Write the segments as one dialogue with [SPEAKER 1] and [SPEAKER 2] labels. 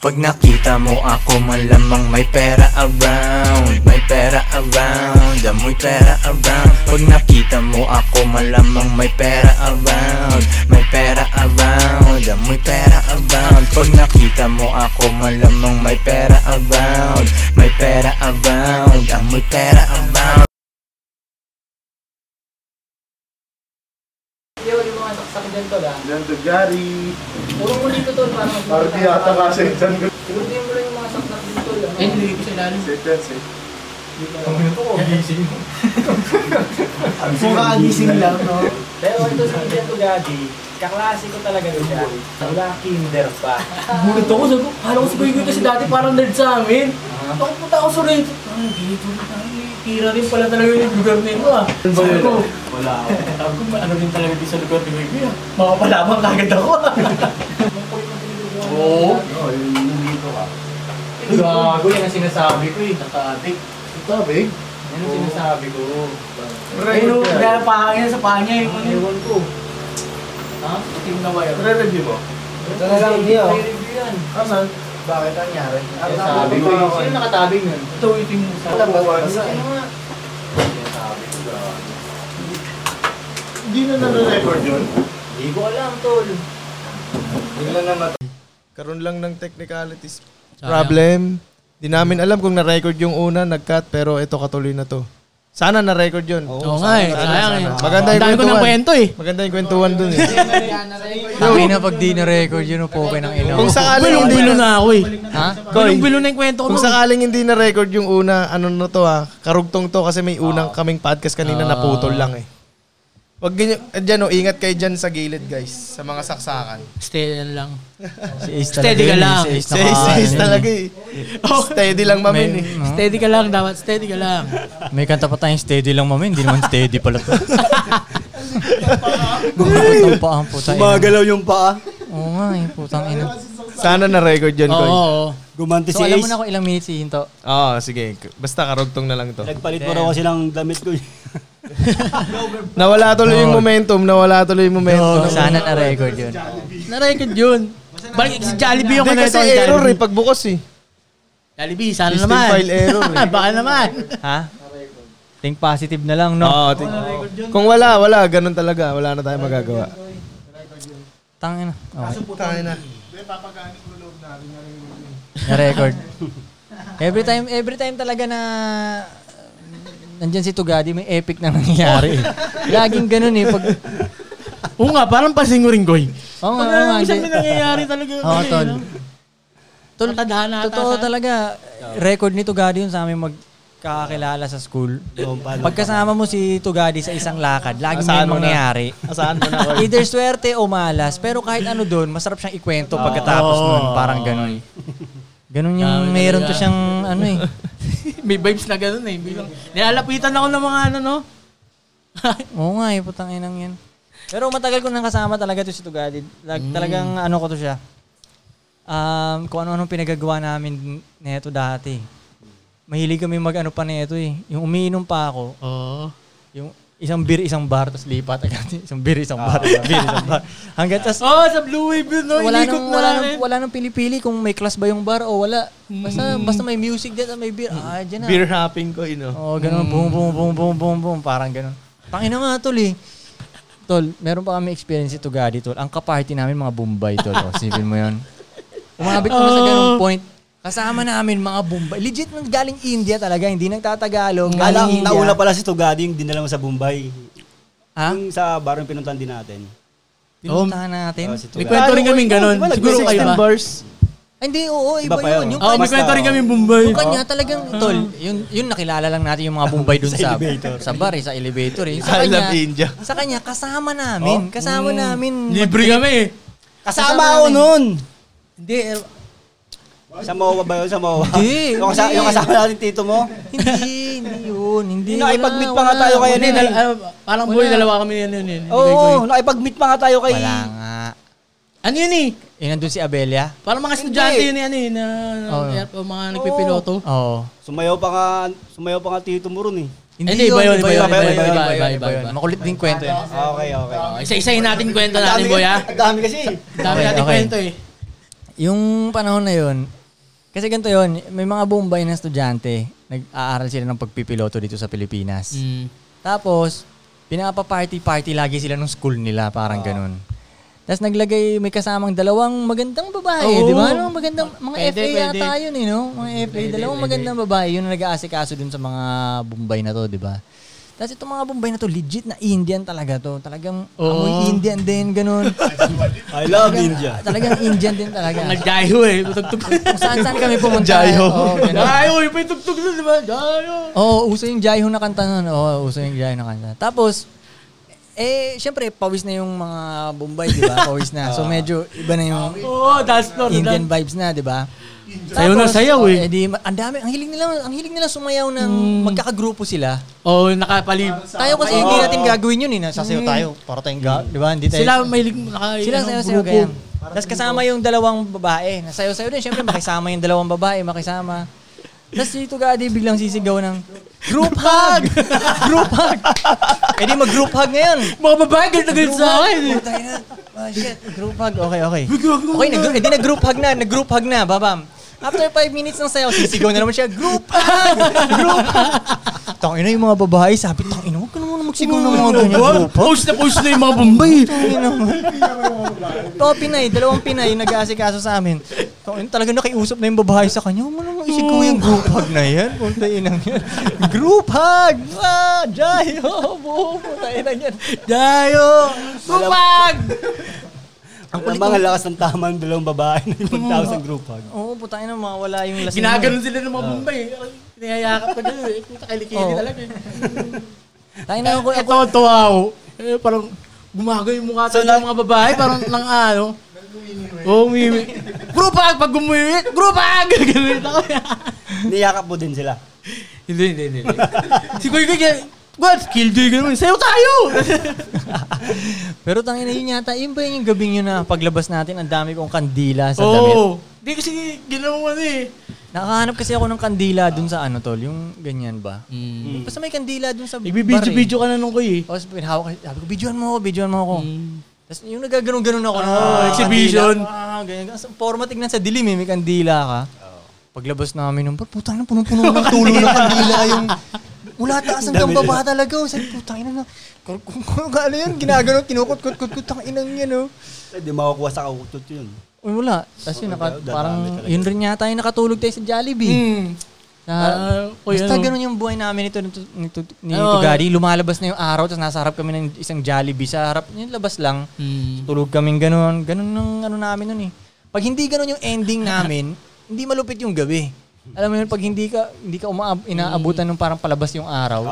[SPEAKER 1] Pag nakita mo ako malamang may pera around May pera around, amoy pera around Pag nakita mo ako malamang may pera around May pera around, amoy pera around Pag nakita mo ako malamang may pera around May pera around, amoy pera around
[SPEAKER 2] Yo, yung mga saksak dyan to lang.
[SPEAKER 3] Yan to Gary.
[SPEAKER 2] Puro mo dito to para mag-
[SPEAKER 3] Party yata kasi dyan.
[SPEAKER 2] Siguruhin mo lang yung mga saksak dyan to lang.
[SPEAKER 4] Ay, hindi ko sa ilalim.
[SPEAKER 3] Safe yan, safe.
[SPEAKER 5] Gising lang, no?
[SPEAKER 2] Pero ito si Vincent Tugadi, kaklase ko talaga rin siya. Wala kinder pa.
[SPEAKER 4] Gulit ako, sabi ko, kala ko si Boy Guitas dati parang nerd sa amin. Ako punta ako sa rent. Ang dito, ay, tira rin pala talaga yung lugar na ito ah. Sabi ko, wala ako. Sabi ko, ano rin talaga dito sa lugar ni eh. Boy Guitas. Makapalabang kagad ako. ah." Oo.
[SPEAKER 3] Oo, yung movie ko ah.
[SPEAKER 4] Gago, yan ang sinasabi ko eh, nakatik.
[SPEAKER 3] Ito, big.
[SPEAKER 4] Yan ang sinasabi ko.
[SPEAKER 3] Ayun,
[SPEAKER 4] Pero, kaya pangin sa panya eh. Ano yun?
[SPEAKER 2] Ewan ko.
[SPEAKER 4] Ha? Itim na wire.
[SPEAKER 3] Re-review mo.
[SPEAKER 2] Ito
[SPEAKER 5] na lang, Dio.
[SPEAKER 4] ah.
[SPEAKER 2] Review yan.
[SPEAKER 6] Ano?
[SPEAKER 3] Asan?
[SPEAKER 5] Bakit ang nangyari?
[SPEAKER 3] Ang
[SPEAKER 4] Sinasabi ko eh. Sino nakatabing nun? Ito, itim mo sa...
[SPEAKER 5] Alam ba?
[SPEAKER 2] Ano
[SPEAKER 5] Basta eh.
[SPEAKER 2] nga?
[SPEAKER 3] Hindi na nare-record yun.
[SPEAKER 2] Hindi ko alam, tol.
[SPEAKER 6] Karoon lang ng technicalities problem. Di namin alam kung na-record yung una, nag-cut, pero ito katuloy na to. Sana na-record yun.
[SPEAKER 4] Oo nga eh, sayang eh.
[SPEAKER 6] Maganda yung
[SPEAKER 4] Ang dami ko ng
[SPEAKER 6] kwentuhan.
[SPEAKER 4] kwento eh.
[SPEAKER 6] Maganda yung kwentuhan dun eh.
[SPEAKER 7] Tangin na pag di na-record yun, upo kayo ng ino.
[SPEAKER 6] kung sakaling
[SPEAKER 4] Bilong
[SPEAKER 6] hindi
[SPEAKER 4] bilo
[SPEAKER 6] na,
[SPEAKER 4] na ako eh.
[SPEAKER 7] Ha?
[SPEAKER 4] Bilong bilo na yung kwento ko.
[SPEAKER 6] kung
[SPEAKER 4] nun.
[SPEAKER 6] sakaling hindi na-record yung una, ano na to ah, karugtong to kasi may
[SPEAKER 7] Ah.
[SPEAKER 6] unang kaming podcast kanina naputol lang eh. Wag ganyan, eh, dyan oh, ingat kayo dyan sa gilid guys, sa mga saksakan.
[SPEAKER 4] Steady lang.
[SPEAKER 7] Si Ace
[SPEAKER 4] Steady ka
[SPEAKER 7] yun,
[SPEAKER 4] lang.
[SPEAKER 7] si Ace
[SPEAKER 6] Says,
[SPEAKER 7] naka-
[SPEAKER 6] says
[SPEAKER 7] ano
[SPEAKER 6] talaga
[SPEAKER 7] yun
[SPEAKER 6] eh.
[SPEAKER 4] Oh.
[SPEAKER 6] Steady lang mamin eh.
[SPEAKER 7] eh. Huh?
[SPEAKER 4] Steady ka lang dapat. Steady ka lang.
[SPEAKER 7] May kanta pa tayong steady lang mami, hindi naman steady pala to. Gumakot ang paa, putang ina.
[SPEAKER 5] Gumagalaw yung paa.
[SPEAKER 7] Oo nga eh, putang ina.
[SPEAKER 6] Sana na-record yun,
[SPEAKER 4] Oo.
[SPEAKER 6] Koy. Oo,
[SPEAKER 4] oo.
[SPEAKER 5] Gumanti
[SPEAKER 7] So
[SPEAKER 5] si
[SPEAKER 7] alam mo
[SPEAKER 5] Ace.
[SPEAKER 7] na kung ilang minutes hihinto.
[SPEAKER 6] sige. Basta karugtong na lang to.
[SPEAKER 5] Nagpalit mo raw kasi ng damit ko.
[SPEAKER 6] Nawala tuloy yung momentum, nawala tuloy yung
[SPEAKER 4] Oh,
[SPEAKER 6] momentum.
[SPEAKER 7] So, sana na-record yun.
[SPEAKER 4] Na-record yun. Balik si Jollibee ako
[SPEAKER 6] Hindi
[SPEAKER 4] na
[SPEAKER 6] kasi
[SPEAKER 4] ito. ang
[SPEAKER 6] error eh,
[SPEAKER 4] Jollibee.
[SPEAKER 6] pagbukas eh.
[SPEAKER 4] Jollibee, sana
[SPEAKER 6] System
[SPEAKER 4] naman.
[SPEAKER 6] file error eh.
[SPEAKER 4] Baka naman.
[SPEAKER 7] Ha? Think positive na lang, no?
[SPEAKER 4] Oh,
[SPEAKER 6] Oo, ting- Oh. Kung wala, wala. Ganun talaga. Wala na tayo magagawa.
[SPEAKER 7] Tangin na. Okay.
[SPEAKER 6] Tayo na.
[SPEAKER 7] Na-record. Every time, every time talaga na nandyan si Tugadi, may epic na nangyayari. eh. Laging ganun eh. Pag,
[SPEAKER 4] Oo nga, parang pasingo rin, Goy.
[SPEAKER 7] oo nga,
[SPEAKER 4] Pag
[SPEAKER 7] oo nga.
[SPEAKER 4] ano, isang
[SPEAKER 7] di-
[SPEAKER 4] may nangyayari talaga.
[SPEAKER 7] Oo,
[SPEAKER 4] Goy,
[SPEAKER 7] tol.
[SPEAKER 4] no?
[SPEAKER 7] Tol,
[SPEAKER 4] Natadahan ata
[SPEAKER 7] totoo
[SPEAKER 4] sa-
[SPEAKER 7] talaga. Record ni Tugadi yun sa amin magkakakilala sa school. Pagkasama mo si Tugadi sa isang lakad, laging may
[SPEAKER 6] Asahan mo na.
[SPEAKER 7] mangyayari.
[SPEAKER 6] Asahan mo na. Koy.
[SPEAKER 7] Either swerte o malas, pero kahit ano doon, masarap siyang ikwento pagkatapos nun. Parang ganun. Ganun yung
[SPEAKER 4] Grabe
[SPEAKER 7] mayroon to
[SPEAKER 4] talaga.
[SPEAKER 7] siyang ano eh.
[SPEAKER 4] May vibes na ganun eh. Bilang, nilalapitan ako ng mga ano, no?
[SPEAKER 7] Oo nga eh, putang inang yan. Pero matagal ko nang kasama talaga to si Tugadi. Lag,
[SPEAKER 4] Mm.
[SPEAKER 7] Talagang ano ko to siya. Um, kung ano-anong pinagagawa namin neto dati. Mahilig kami mag-ano pa neto eh. Yung umiinom pa ako,
[SPEAKER 4] Oo.
[SPEAKER 7] yung isang beer, isang bar, tapos lipat agad. Isang beer, isang bar, beer, isang bar. Hanggang tas
[SPEAKER 4] Oh, sa Blue Wave yun, no?
[SPEAKER 7] wala
[SPEAKER 4] Inikot
[SPEAKER 7] nang,
[SPEAKER 4] na
[SPEAKER 7] wala, nang,
[SPEAKER 4] rin.
[SPEAKER 7] wala nang pili-pili kung may class ba yung bar o wala. Basta, basta may music dyan at may beer. Ah, dyan na.
[SPEAKER 6] Beer hopping ko, you know.
[SPEAKER 7] Oo, ganun. Boom, boom, boom, boom, boom, boom. Parang ganun. Tangina nga, tol eh. Tol, meron pa kami experience si Tugadi, tol. Ang kaparty namin, mga Bombay, tol. O, sipin mo yun. Umabot kami sa ganung point. Kasama namin mga Bombay. Legit nang galing India talaga, hindi nagtatagalog. Galing
[SPEAKER 5] Alam,
[SPEAKER 7] India.
[SPEAKER 5] nauna pala si Tugadi yung dinala mo sa Bombay.
[SPEAKER 7] Ha?
[SPEAKER 5] Yung sa barang pinuntahan din natin.
[SPEAKER 7] Pinuntahan natin.
[SPEAKER 5] Oh, si
[SPEAKER 4] May
[SPEAKER 5] Tugadi.
[SPEAKER 4] kwento rin kami
[SPEAKER 6] eh.
[SPEAKER 4] ganun.
[SPEAKER 5] Diba,
[SPEAKER 4] Siguro kayo
[SPEAKER 6] 16
[SPEAKER 4] ba?
[SPEAKER 6] bars.
[SPEAKER 7] Ay, hindi, oo, iba,
[SPEAKER 5] Iba pa
[SPEAKER 7] yun.
[SPEAKER 5] yun.
[SPEAKER 7] Yung
[SPEAKER 4] Oo, Mm. may
[SPEAKER 5] Basta,
[SPEAKER 4] kwento rin
[SPEAKER 5] oh.
[SPEAKER 4] kami Bombay.
[SPEAKER 7] Yung kanya talagang, tol, yun, yun nakilala lang natin yung mga Bombay dun sa, sa bar, eh, sa elevator. Eh. Sa,
[SPEAKER 6] I
[SPEAKER 7] kanya,
[SPEAKER 6] love India.
[SPEAKER 7] sa kanya, kasama namin. Kasama namin.
[SPEAKER 4] Oh. Mm. Libre kami eh.
[SPEAKER 5] Kasama ako nun!
[SPEAKER 7] Hindi, eh,
[SPEAKER 5] Sa Mowa ba yun? Sa Mowa?
[SPEAKER 7] Hindi,
[SPEAKER 5] yung, kasama,
[SPEAKER 7] hindi.
[SPEAKER 5] yung kasama natin tito mo?
[SPEAKER 7] hindi, hindi yun. Hindi,
[SPEAKER 5] Hindi,
[SPEAKER 7] wala,
[SPEAKER 5] nakipag-meet pa nga
[SPEAKER 7] wala.
[SPEAKER 5] tayo kaya
[SPEAKER 4] Hindi,
[SPEAKER 5] nun. eh.
[SPEAKER 4] dal- ah, parang boy, dalawa kami yun yun. yun.
[SPEAKER 5] Oo, oh, nakipag-meet pa nga tayo kay...
[SPEAKER 7] Wala nga.
[SPEAKER 4] Ano yun eh?
[SPEAKER 7] Eh, nandun si Abelia.
[SPEAKER 4] Parang mga estudyante
[SPEAKER 5] Hindi.
[SPEAKER 4] yun eh, ano yun, na, na-
[SPEAKER 7] Oo.
[SPEAKER 4] air- o mga nagpipiloto.
[SPEAKER 7] Oo.
[SPEAKER 5] Sumayaw pa nga, sumayaw pa nga tito mo ron eh.
[SPEAKER 4] Hindi, iba yun, iba yun, iba yun, iba yun, iba yun, iba yun.
[SPEAKER 7] Makulit din kwento yun.
[SPEAKER 5] Ah, Okay, okay.
[SPEAKER 4] Oh, isa-isahin natin kwento natin, boy, ha?
[SPEAKER 5] Ang dami kasi.
[SPEAKER 4] Dami
[SPEAKER 7] Okay,
[SPEAKER 4] natin
[SPEAKER 7] okay.
[SPEAKER 4] kwento eh.
[SPEAKER 7] Yung panahon na yun, kasi ganito yun, may mga Bombay na estudyante, nag-aaral sila ng pagpipiloto dito sa Pilipinas.
[SPEAKER 4] Mm.
[SPEAKER 7] Tapos, pinapa-party-party lagi sila ng school nila, parang
[SPEAKER 4] Ah.
[SPEAKER 7] ganun. Tapos naglagay, may kasamang dalawang magandang babae,
[SPEAKER 4] Oo.
[SPEAKER 7] di ba? No, magandang, mga
[SPEAKER 4] Pwede,
[SPEAKER 7] FA
[SPEAKER 4] pwede.
[SPEAKER 7] yata yun, eh, no? Mga FA,
[SPEAKER 4] Pwede,
[SPEAKER 7] dalawang
[SPEAKER 4] pwede.
[SPEAKER 7] magandang babae, yun ang nag-aasikaso dun sa mga Bombay na to, di ba? Tapos itong mga Bombay na to, legit na Indian talaga to. Talagang amoy Indian din, ganun.
[SPEAKER 5] I love India.
[SPEAKER 7] talagang Indian din talaga.
[SPEAKER 4] Nagdayo eh. Patugtog.
[SPEAKER 7] Kung saan-saan kami pumunta.
[SPEAKER 6] Jayo.
[SPEAKER 7] Oo, ganun.
[SPEAKER 4] Dayo,
[SPEAKER 6] eh.
[SPEAKER 4] yung pitugtog na, di ba? Dayo.
[SPEAKER 7] Oo, uso yung Jaiho na kanta nun. Oo, uso yung Jaiho na kanta. Tapos, eh, syempre, pawis na yung mga Bombay, di ba? Pawis na.
[SPEAKER 4] Ah.
[SPEAKER 7] So, medyo iba na yung
[SPEAKER 6] Oh,
[SPEAKER 4] Oo, dance floor.
[SPEAKER 7] Indian vibes na, di ba?
[SPEAKER 4] Sayaw na
[SPEAKER 7] Tapos,
[SPEAKER 4] sayaw
[SPEAKER 7] oh,
[SPEAKER 4] eh. Hmm.
[SPEAKER 7] edi, ma- ang dami, ang hiling nila, ang hiling nila sumayaw ng magkakagrupo sila.
[SPEAKER 4] Oo, Oh, nakapalib.
[SPEAKER 7] Tayo kasi
[SPEAKER 4] Ah,
[SPEAKER 7] hindi natin gagawin yun eh, nasasayaw tayo para tayong ga, di ba? Hindi tayo.
[SPEAKER 4] Hmm. Sila may lig- naka,
[SPEAKER 7] sila
[SPEAKER 4] ano,
[SPEAKER 7] sayaw-sayaw
[SPEAKER 4] grupo.
[SPEAKER 7] ganyan. Tapos kasama yung dalawang babae. Nasayaw-sayaw din. Siyempre, makisama yung dalawang babae. Makisama. Tapos si Tugadi biglang sisigaw ng group hug! group hug! Eh di mag-group hug ngayon.
[SPEAKER 4] Mga babae, ganit na ganit sa akin. eh.
[SPEAKER 7] Oh, tayo na. Oh, shit. Group hug. Okay, okay. Okay, nag edi nag-group hug na. Nag-group hug na. Babam. After 5 minutes ng sayaw, sisigaw na naman siya, group hug! Group hug! Tangina yung mga babae, sabi, tangina, huwag ka naman magsigaw ng mga ganyan group hug.
[SPEAKER 4] Post na post na yung mga Bombay.
[SPEAKER 7] To, Pinay. Dalawang Pinay yung nag-aasikaso sa amin. To, yun, talaga nakiusap na yung babae sa kanya. Huwag mo naman isig ko yung group hug na yan. Punta inang yan. Group hug! Ah, Jayo! Buo! Punta inang yan. Jayo!
[SPEAKER 4] Bumag!
[SPEAKER 5] Ang mga lakas ng tama ng dalawang babae na yung magtao sa group ah. hug.
[SPEAKER 7] Oo, puta ina, mawala yung lasing.
[SPEAKER 4] Ginaganon sila ng mga Bombay. Niyayakap ka dyan eh. Puta, kilikili
[SPEAKER 7] Oo.
[SPEAKER 4] talaga eh.
[SPEAKER 7] Tayo na ako.
[SPEAKER 4] Ito, tuwa ako. Eh, parang gumago yung mukha tayo ng mga babae. Parang nang ano. Oo, oh, umiwi. Grupag! Pag ah, umuwi, grupag! Ganun ako.
[SPEAKER 5] Niyakap mo din sila.
[SPEAKER 4] Hindi, hindi, hindi. hindi. si Kuya Kuya, God, kill do ganun. Sayo tayo!
[SPEAKER 7] Pero tangina yun yata. Yun ba yun yung gabing yun na paglabas natin, ang dami kong kandila sa damit.
[SPEAKER 4] Oo. Hindi kasi ginawa mo ano eh.
[SPEAKER 7] Nakahanap kasi ako ng kandila dun sa ano tol, yung ganyan ba?
[SPEAKER 4] Mm.
[SPEAKER 7] Basta may kandila dun sa bar eh.
[SPEAKER 4] Nagbibidyo-video ka na nung kuya eh.
[SPEAKER 7] Tapos pinahawak ko, sabi ko, videoan mo ako, videoan mo ako. Tapos yung nagaganon-ganon ako. ng
[SPEAKER 4] Mm. Ah,
[SPEAKER 7] mga
[SPEAKER 4] exhibition.
[SPEAKER 7] kandila. Ah, ganyan. Kasi forma tignan sa dilim eh, may kandila ka. Paglabas namin ng bar, putang na punong-puno ng tulo ng kandila yung mula taas hanggang baba talaga. oh. Sabi, putang ina na. Kung kung- kung ano yun, ginagano, kinukot-kot-kot-kot, tang inang yan oh.
[SPEAKER 5] Hindi Eh, makukuha sa kautot yun.
[SPEAKER 7] Uy, wala. Tapos yun, naka,
[SPEAKER 5] dadami
[SPEAKER 7] parang
[SPEAKER 5] talaga.
[SPEAKER 7] yun rin yata yung nakatulog tayo sa Jollibee.
[SPEAKER 4] Hmm. Ah,
[SPEAKER 7] Na,
[SPEAKER 4] uy,
[SPEAKER 7] basta
[SPEAKER 4] ano?
[SPEAKER 7] ganun yung buhay namin nito, nito, nito ni
[SPEAKER 4] Ano,
[SPEAKER 7] Tugari. Lumalabas na yung araw, tapos nasa harap kami ng isang Jollibee. Sa harap, yun labas lang.
[SPEAKER 4] Hmm.
[SPEAKER 7] Tulog kaming ganun. Ganun ng ano namin nun eh. Pag hindi ganun yung ending namin, hindi malupit yung gabi. Alam mo yun, pag hindi ka hindi ka umaab, inaabutan ng parang palabas yung araw,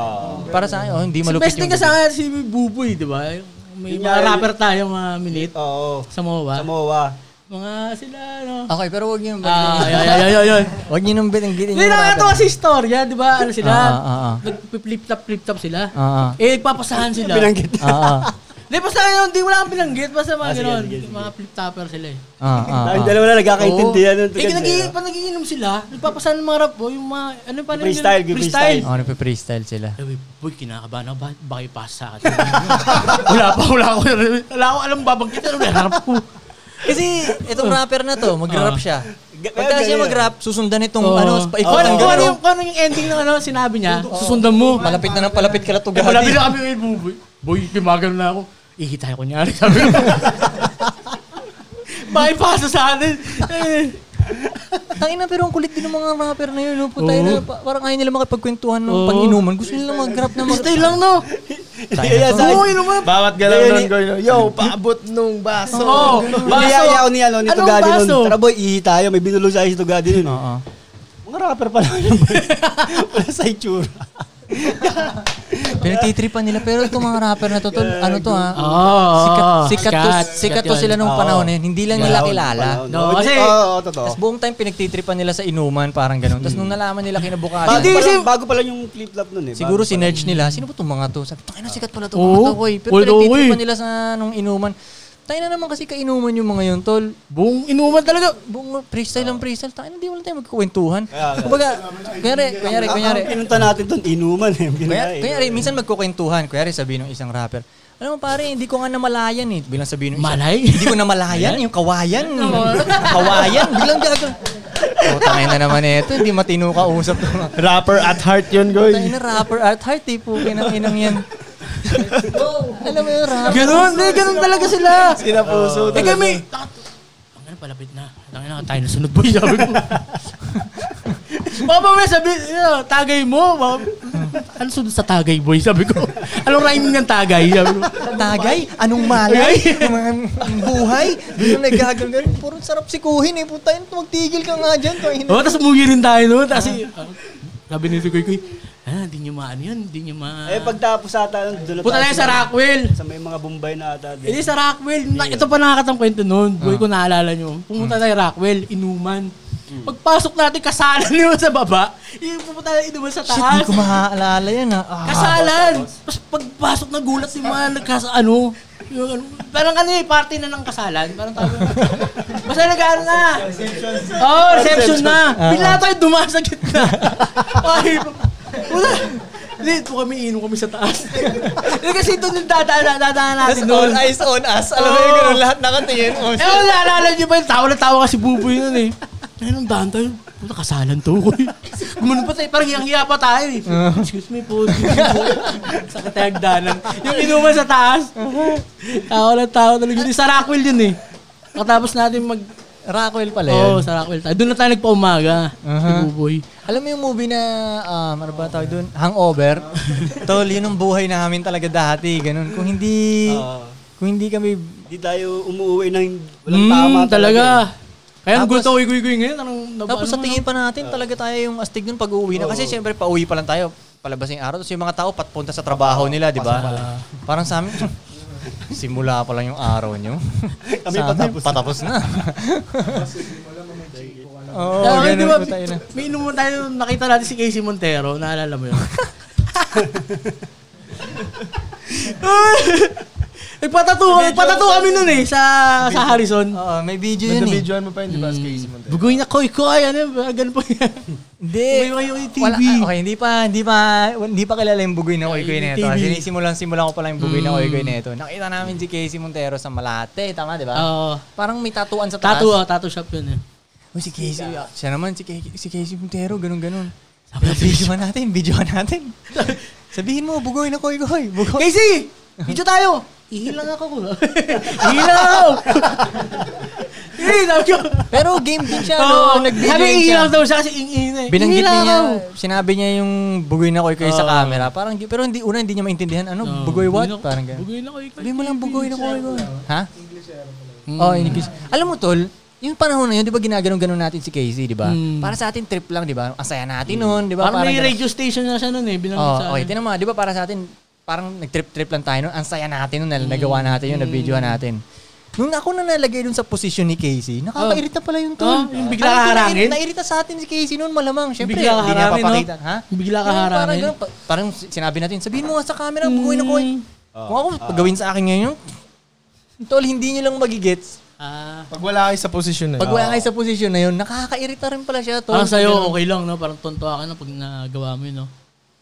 [SPEAKER 7] para sa akin, oh, hindi
[SPEAKER 4] Hmm. Si
[SPEAKER 7] malupit
[SPEAKER 4] best
[SPEAKER 7] yung
[SPEAKER 4] din ka
[SPEAKER 7] gabi.
[SPEAKER 4] sa akin, si Buboy, di ba? May
[SPEAKER 5] Yun
[SPEAKER 4] mga
[SPEAKER 5] nga, yun.
[SPEAKER 4] rapper tayo mga minit.
[SPEAKER 5] Oo.
[SPEAKER 4] Sa MOA.
[SPEAKER 5] Samoa.
[SPEAKER 4] Mga sila, ano.
[SPEAKER 7] Okay, pero wag yun.
[SPEAKER 4] Ah, ay, ay, ay, ay, ay.
[SPEAKER 7] Wag yun ang binanggitin
[SPEAKER 4] Hindi
[SPEAKER 7] yung
[SPEAKER 4] na ito
[SPEAKER 7] rapper.
[SPEAKER 4] kasi istorya, di ba? Ano sila?
[SPEAKER 7] Ah, ah, ah.
[SPEAKER 4] Nag-flip-top, flip-top sila.
[SPEAKER 7] Ah, ah.
[SPEAKER 4] Eh, nagpapasahan sila.
[SPEAKER 5] Binanggit.
[SPEAKER 7] Ah,
[SPEAKER 4] Hindi, basta yun, hindi wala kang binanggit. Basta mga
[SPEAKER 5] Ah, sige,
[SPEAKER 4] gano'n.
[SPEAKER 5] sige, sige.
[SPEAKER 4] Mga flip-topper sila eh.
[SPEAKER 7] ah, ah, ah,
[SPEAKER 5] Ang
[SPEAKER 7] ah.
[SPEAKER 5] dalawa na nagkakaintindihan nun.
[SPEAKER 4] Eh, nag pag nagiinom sila, nagpapasahan ng mga rap boy, yung mga, ano pa rin
[SPEAKER 5] Freestyle,
[SPEAKER 4] yun? Ah.
[SPEAKER 5] freestyle.
[SPEAKER 7] Oh, nagpe-freestyle sila.
[SPEAKER 4] Sabi, boy, kinakabahan ako. Bakit ba kayo pass sa akin? wala pa, wala ko. Wala ko alam babangkit. Ano nangarap ko?
[SPEAKER 7] Kasi itong rapper na to, mag-rap siya. Pagka
[SPEAKER 5] ganyan.
[SPEAKER 7] siya mag-rap, susundan itong
[SPEAKER 4] Ah. Oo.
[SPEAKER 7] ano, paikot
[SPEAKER 4] Oo,
[SPEAKER 7] ng
[SPEAKER 4] kung ano
[SPEAKER 7] gano'n.
[SPEAKER 4] yung, kung ano yung ending ng ano, sinabi niya, susundan mo.
[SPEAKER 7] Malapit na ng palapit ka na to
[SPEAKER 4] Eh,
[SPEAKER 7] gahati.
[SPEAKER 4] malapit na kami, eh, boy. Boy, gumagano na ako. Ihitay ko niya. Sabi ko. Bypassa sa atin. Eh.
[SPEAKER 7] Tangina pero ang kulit din ng mga rapper na yun. No? Puta
[SPEAKER 4] Oo.
[SPEAKER 7] na, pa- parang ayaw nila makipagkwentuhan ng
[SPEAKER 4] Oo.
[SPEAKER 7] pag-inuman. Gusto nila mag-rap na mag-
[SPEAKER 4] Stay lang, no?
[SPEAKER 7] Tangina to.
[SPEAKER 4] Oo, yun naman.
[SPEAKER 3] Bawat galaw nun,
[SPEAKER 4] eh,
[SPEAKER 3] Goy, no? Yo, paabot nung baso.
[SPEAKER 4] Oo.
[SPEAKER 5] Niyaya ako niya, no, ni
[SPEAKER 4] Anong
[SPEAKER 5] Tugadi nun.
[SPEAKER 4] baso?
[SPEAKER 5] Tara boy, ihi tayo. May binulong sa akin si Tugadi nun.
[SPEAKER 7] Oo.
[SPEAKER 5] Mga rapper pala yun. Wala sa itsura.
[SPEAKER 7] Pinagtitripan nila. Pero itong mga rapper na to, tol, ano to ha?
[SPEAKER 4] Ah, Oo.
[SPEAKER 7] Sikat, sikat, to, sikat to
[SPEAKER 4] yun.
[SPEAKER 7] sila nung
[SPEAKER 5] Oo.
[SPEAKER 7] panahon na yun. Hindi lang nila kilala.
[SPEAKER 4] No, kasi-
[SPEAKER 5] Oo, oo, totoo.
[SPEAKER 7] Tapos buong time pinagtitripan nila sa inuman, parang ganun. Tapos
[SPEAKER 4] Hmm.
[SPEAKER 7] nung nalaman nila kinabukasan,
[SPEAKER 5] Bago, pala, bago pala yung flip-flop nun eh.
[SPEAKER 7] Siguro
[SPEAKER 5] Bago
[SPEAKER 7] Ah. sinerge nila, sino ba itong mga to? Sabi, tangin na sikat pala itong
[SPEAKER 4] Oo.
[SPEAKER 7] mga to, koy. Pero
[SPEAKER 4] Wala,
[SPEAKER 7] pinagtitipan
[SPEAKER 4] koy.
[SPEAKER 7] nila sa nung inuman. Tayo na naman kasi kainuman yung mga yun, tol.
[SPEAKER 4] Buong inuman talaga.
[SPEAKER 7] Buong freestyle ang freestyle. Tayo na, di wala tayong magkukwentuhan. Kumbaga, kunyari, kunyari, kunyari.
[SPEAKER 5] Ang pinunta natin doon, inuman eh.
[SPEAKER 7] Kaya,
[SPEAKER 5] Binaya eh.
[SPEAKER 7] kaya rin, minsan magkukwentuhan. Kaya rin, sabihin ng isang rapper, alam mo pare, hindi ko nga namalayan eh. Bilang sabihin ng isa,
[SPEAKER 4] Malay?
[SPEAKER 7] hindi ko namalayan, yung kawayan. kawayan, bilang gagawin. Oh, tangin na naman eh. Ito, hindi matino ka usap.
[SPEAKER 6] Rapper at heart yun,
[SPEAKER 7] Tangin
[SPEAKER 6] Goy.
[SPEAKER 7] na rapper at heart eh. Pukin ang inang yan. alam mo yung rapper.
[SPEAKER 4] Ganun, eh, ganun talaga sila.
[SPEAKER 6] Sinapuso
[SPEAKER 4] Eh kami, ang ganun palapit na. Ang ganun, tayo na sunod boy, sabi ko. Mama, may sabi, yeah, tagay mo. Mama. Ano sunod sa tagay boy, sabi ko. Anong rhyming ng tagay, sabi ko.
[SPEAKER 7] Tagay, anong malay, ang buhay. Bilang nagagawin ka rin. Puro sarap sikuhin eh. Putain, magtigil ka nga dyan. Tangin
[SPEAKER 4] Oh, tapos umuwi rin tayo noon. Kasi, ah, sabi ni Kuy Kuy, ah, hindi nyo maano yun, hindi nyo ma...
[SPEAKER 5] Eh, pagtapos ata, doon na
[SPEAKER 4] Punta tayo sa Rockwell.
[SPEAKER 5] Sa may mga Bombay na ata.
[SPEAKER 4] Hindi
[SPEAKER 5] din.
[SPEAKER 4] sa Rockwell. Na, ito pa nakakatang kwento noon. Boy ko naalala nyo. Pumunta tayo Rockwell, inuman. Pagpasok natin, kasalan yun sa baba. Yung pupunta tayo inuman sa
[SPEAKER 7] Shit, hindi
[SPEAKER 4] taas.
[SPEAKER 7] ko maaalala yan ah. Ah.
[SPEAKER 4] Kasalan! Tapos pagpasok na gulat si Man, nagkas, ano, yung, ano, parang ano eh, party na ng kasalan. Parang tawag Basta nag-ano na. Oh, reception na. Bigla tayo dumaan sa gitna. Ay, wala. Late po kami, inom kami sa taas. Eh, Kasi doon yung dadaan, dadaan natin doon.
[SPEAKER 7] eyes on us.
[SPEAKER 4] Alam mo yun, ganun,
[SPEAKER 7] lahat nakatingin. Oh,
[SPEAKER 4] Eh, wala, naalala niyo ba yung tawa na tawa kasi buboy nun eh. Ay, nung daan tayo, puta kasalan to. Gumanon pa tayo, parang hiyang-hiya pa tayo eh.
[SPEAKER 7] Ah.
[SPEAKER 4] Excuse me po. excuse me po. sa katayagdanan. Yung inuman sa taas. Tawa na tawa talaga yun. Sa Rockwell yun eh. Katapos natin mag...
[SPEAKER 7] Rockwell pala yun.
[SPEAKER 4] Oo, oh, sa Rockwell tayo. Doon na tayo nagpaumaga. Si
[SPEAKER 7] Aha.
[SPEAKER 4] Buboy.
[SPEAKER 7] Alam mo yung movie na, um, ano ba tawag doon? Hangover. Tol, yun ang buhay namin talaga dati. Ganun. Kung hindi,
[SPEAKER 5] Ah.
[SPEAKER 7] kung hindi kami,
[SPEAKER 5] Hindi tayo umuwi ng walang
[SPEAKER 4] Mm,
[SPEAKER 5] tama
[SPEAKER 4] talaga. Kaya ang
[SPEAKER 7] Tapos-
[SPEAKER 4] gusto ko iguy-guy ngayon. Anong,
[SPEAKER 7] tapos sa tingin pa natin, talaga tayo yung astig nun pag uuwi na. Kasi siyempre, pauwi pa lang tayo. Palabas yung araw. Tapos yung mga tao, patpunta sa trabaho nila, di ba? Parang sa amin, simula pa lang yung araw nyo.
[SPEAKER 5] Kami
[SPEAKER 7] Sa amin,
[SPEAKER 5] patapos.
[SPEAKER 7] patapos na. Oo,
[SPEAKER 4] Oh,
[SPEAKER 7] ganun
[SPEAKER 4] di ba,
[SPEAKER 7] po tayo na.
[SPEAKER 4] may inuman tayo, nakita natin si Casey Montero, naalala mo yun? nagpatato, nagpatato kami nun eh, sa, sa Harrison.
[SPEAKER 7] Oo, may video yun eh.
[SPEAKER 6] Nandabidyoan mo pa yun, di ba? Sa Casey Montero.
[SPEAKER 4] Bugoy na koy koy, ano, ganun po yan.
[SPEAKER 7] Hindi.
[SPEAKER 4] Bugoy kayo yung TV.
[SPEAKER 7] Wala, ah, okay, hindi pa, hindi pa, hindi pa kilala yung bugoy na Oikoy Neto.
[SPEAKER 4] TV.
[SPEAKER 7] Sinisimulan, simulan ko pala yung bugoy na Oikoy Neto. Nakita namin si Casey Montero sa Malate, tama, di ba?
[SPEAKER 4] Oo.
[SPEAKER 7] Parang may tatuan sa taas.
[SPEAKER 4] tattoo, oh, tattoo shop yun eh.
[SPEAKER 7] Uy, si Casey, ah, siya naman, si, Casey- si Casey Montero, ganun, ganun. Sabi natin, videoan natin, videoan natin. Sabihin mo, bugoy na koy koy, bugoy.
[SPEAKER 4] Casey! Video tayo! Ihilang ako. Ihilang ako! Eh, sabi ko.
[SPEAKER 7] Pero game din siya,
[SPEAKER 4] Oo,
[SPEAKER 7] no? Nag-video
[SPEAKER 4] sabi
[SPEAKER 7] din siya.
[SPEAKER 4] ihilang daw siya kasi ingin eh.
[SPEAKER 7] Binanggit
[SPEAKER 4] Ihilang
[SPEAKER 7] niya,
[SPEAKER 4] ako.
[SPEAKER 7] sinabi niya yung bugoy na koy koy sa
[SPEAKER 4] Oo.
[SPEAKER 7] camera. Parang, pero hindi, una hindi niya maintindihan, ano,
[SPEAKER 4] Oo.
[SPEAKER 7] bugoy what?
[SPEAKER 4] Bugoy na-
[SPEAKER 7] Parang ganun.
[SPEAKER 4] Bugoy ano na koy koy.
[SPEAKER 7] Sabi mo lang bugoy na kuya ko. Ha? Oh, English. Alam mo tol, yung panahon na yun, di ba ginaganong-ganon natin si Casey, di ba?
[SPEAKER 4] Mm.
[SPEAKER 7] Para sa atin trip lang, di ba? Ang saya natin nun, di ba?
[SPEAKER 4] Parang may
[SPEAKER 7] ganun.
[SPEAKER 4] radio station na siya nun eh. Binanggit
[SPEAKER 7] Oh,
[SPEAKER 4] sa
[SPEAKER 7] okay.
[SPEAKER 4] akin.
[SPEAKER 7] Tinan mo, di ba para sa atin, parang nag-trip-trip lang tayo nun. Ang saya natin nun, na nagawa
[SPEAKER 4] Mm.
[SPEAKER 7] natin yun, na-videoan natin. Nung ako na nalagay dun sa posisyon ni Casey, nakakairita pala yung tol.
[SPEAKER 4] Oh, yung
[SPEAKER 7] Alam
[SPEAKER 4] bigla
[SPEAKER 7] ko,
[SPEAKER 4] ka harangin?
[SPEAKER 7] nairi- Nairita sa atin si Casey nun, malamang. Siyempre,
[SPEAKER 4] Bigla ka
[SPEAKER 7] hindi niya
[SPEAKER 4] harangin, no?
[SPEAKER 7] papakita. Ha?
[SPEAKER 4] Bigla ka
[SPEAKER 7] Yung Parang,
[SPEAKER 4] harangin.
[SPEAKER 7] ganun, pa- parang sinabi natin, sabihin mo nga sa
[SPEAKER 4] Mm.
[SPEAKER 7] camera, bugoy na ko. Kung ako, gawin sa akin ngayon, tol, hindi niyo lang magigets.
[SPEAKER 4] Ah.
[SPEAKER 6] Pag wala kayo sa posisyon eh. na yun.
[SPEAKER 7] Mm. Pag wala kayo sa posisyon na yun, nakakairita rin pala siya, tol.
[SPEAKER 4] Parang sa'yo, okay lang, no? Parang tontuwa ka na pag nagawa mo yun, no?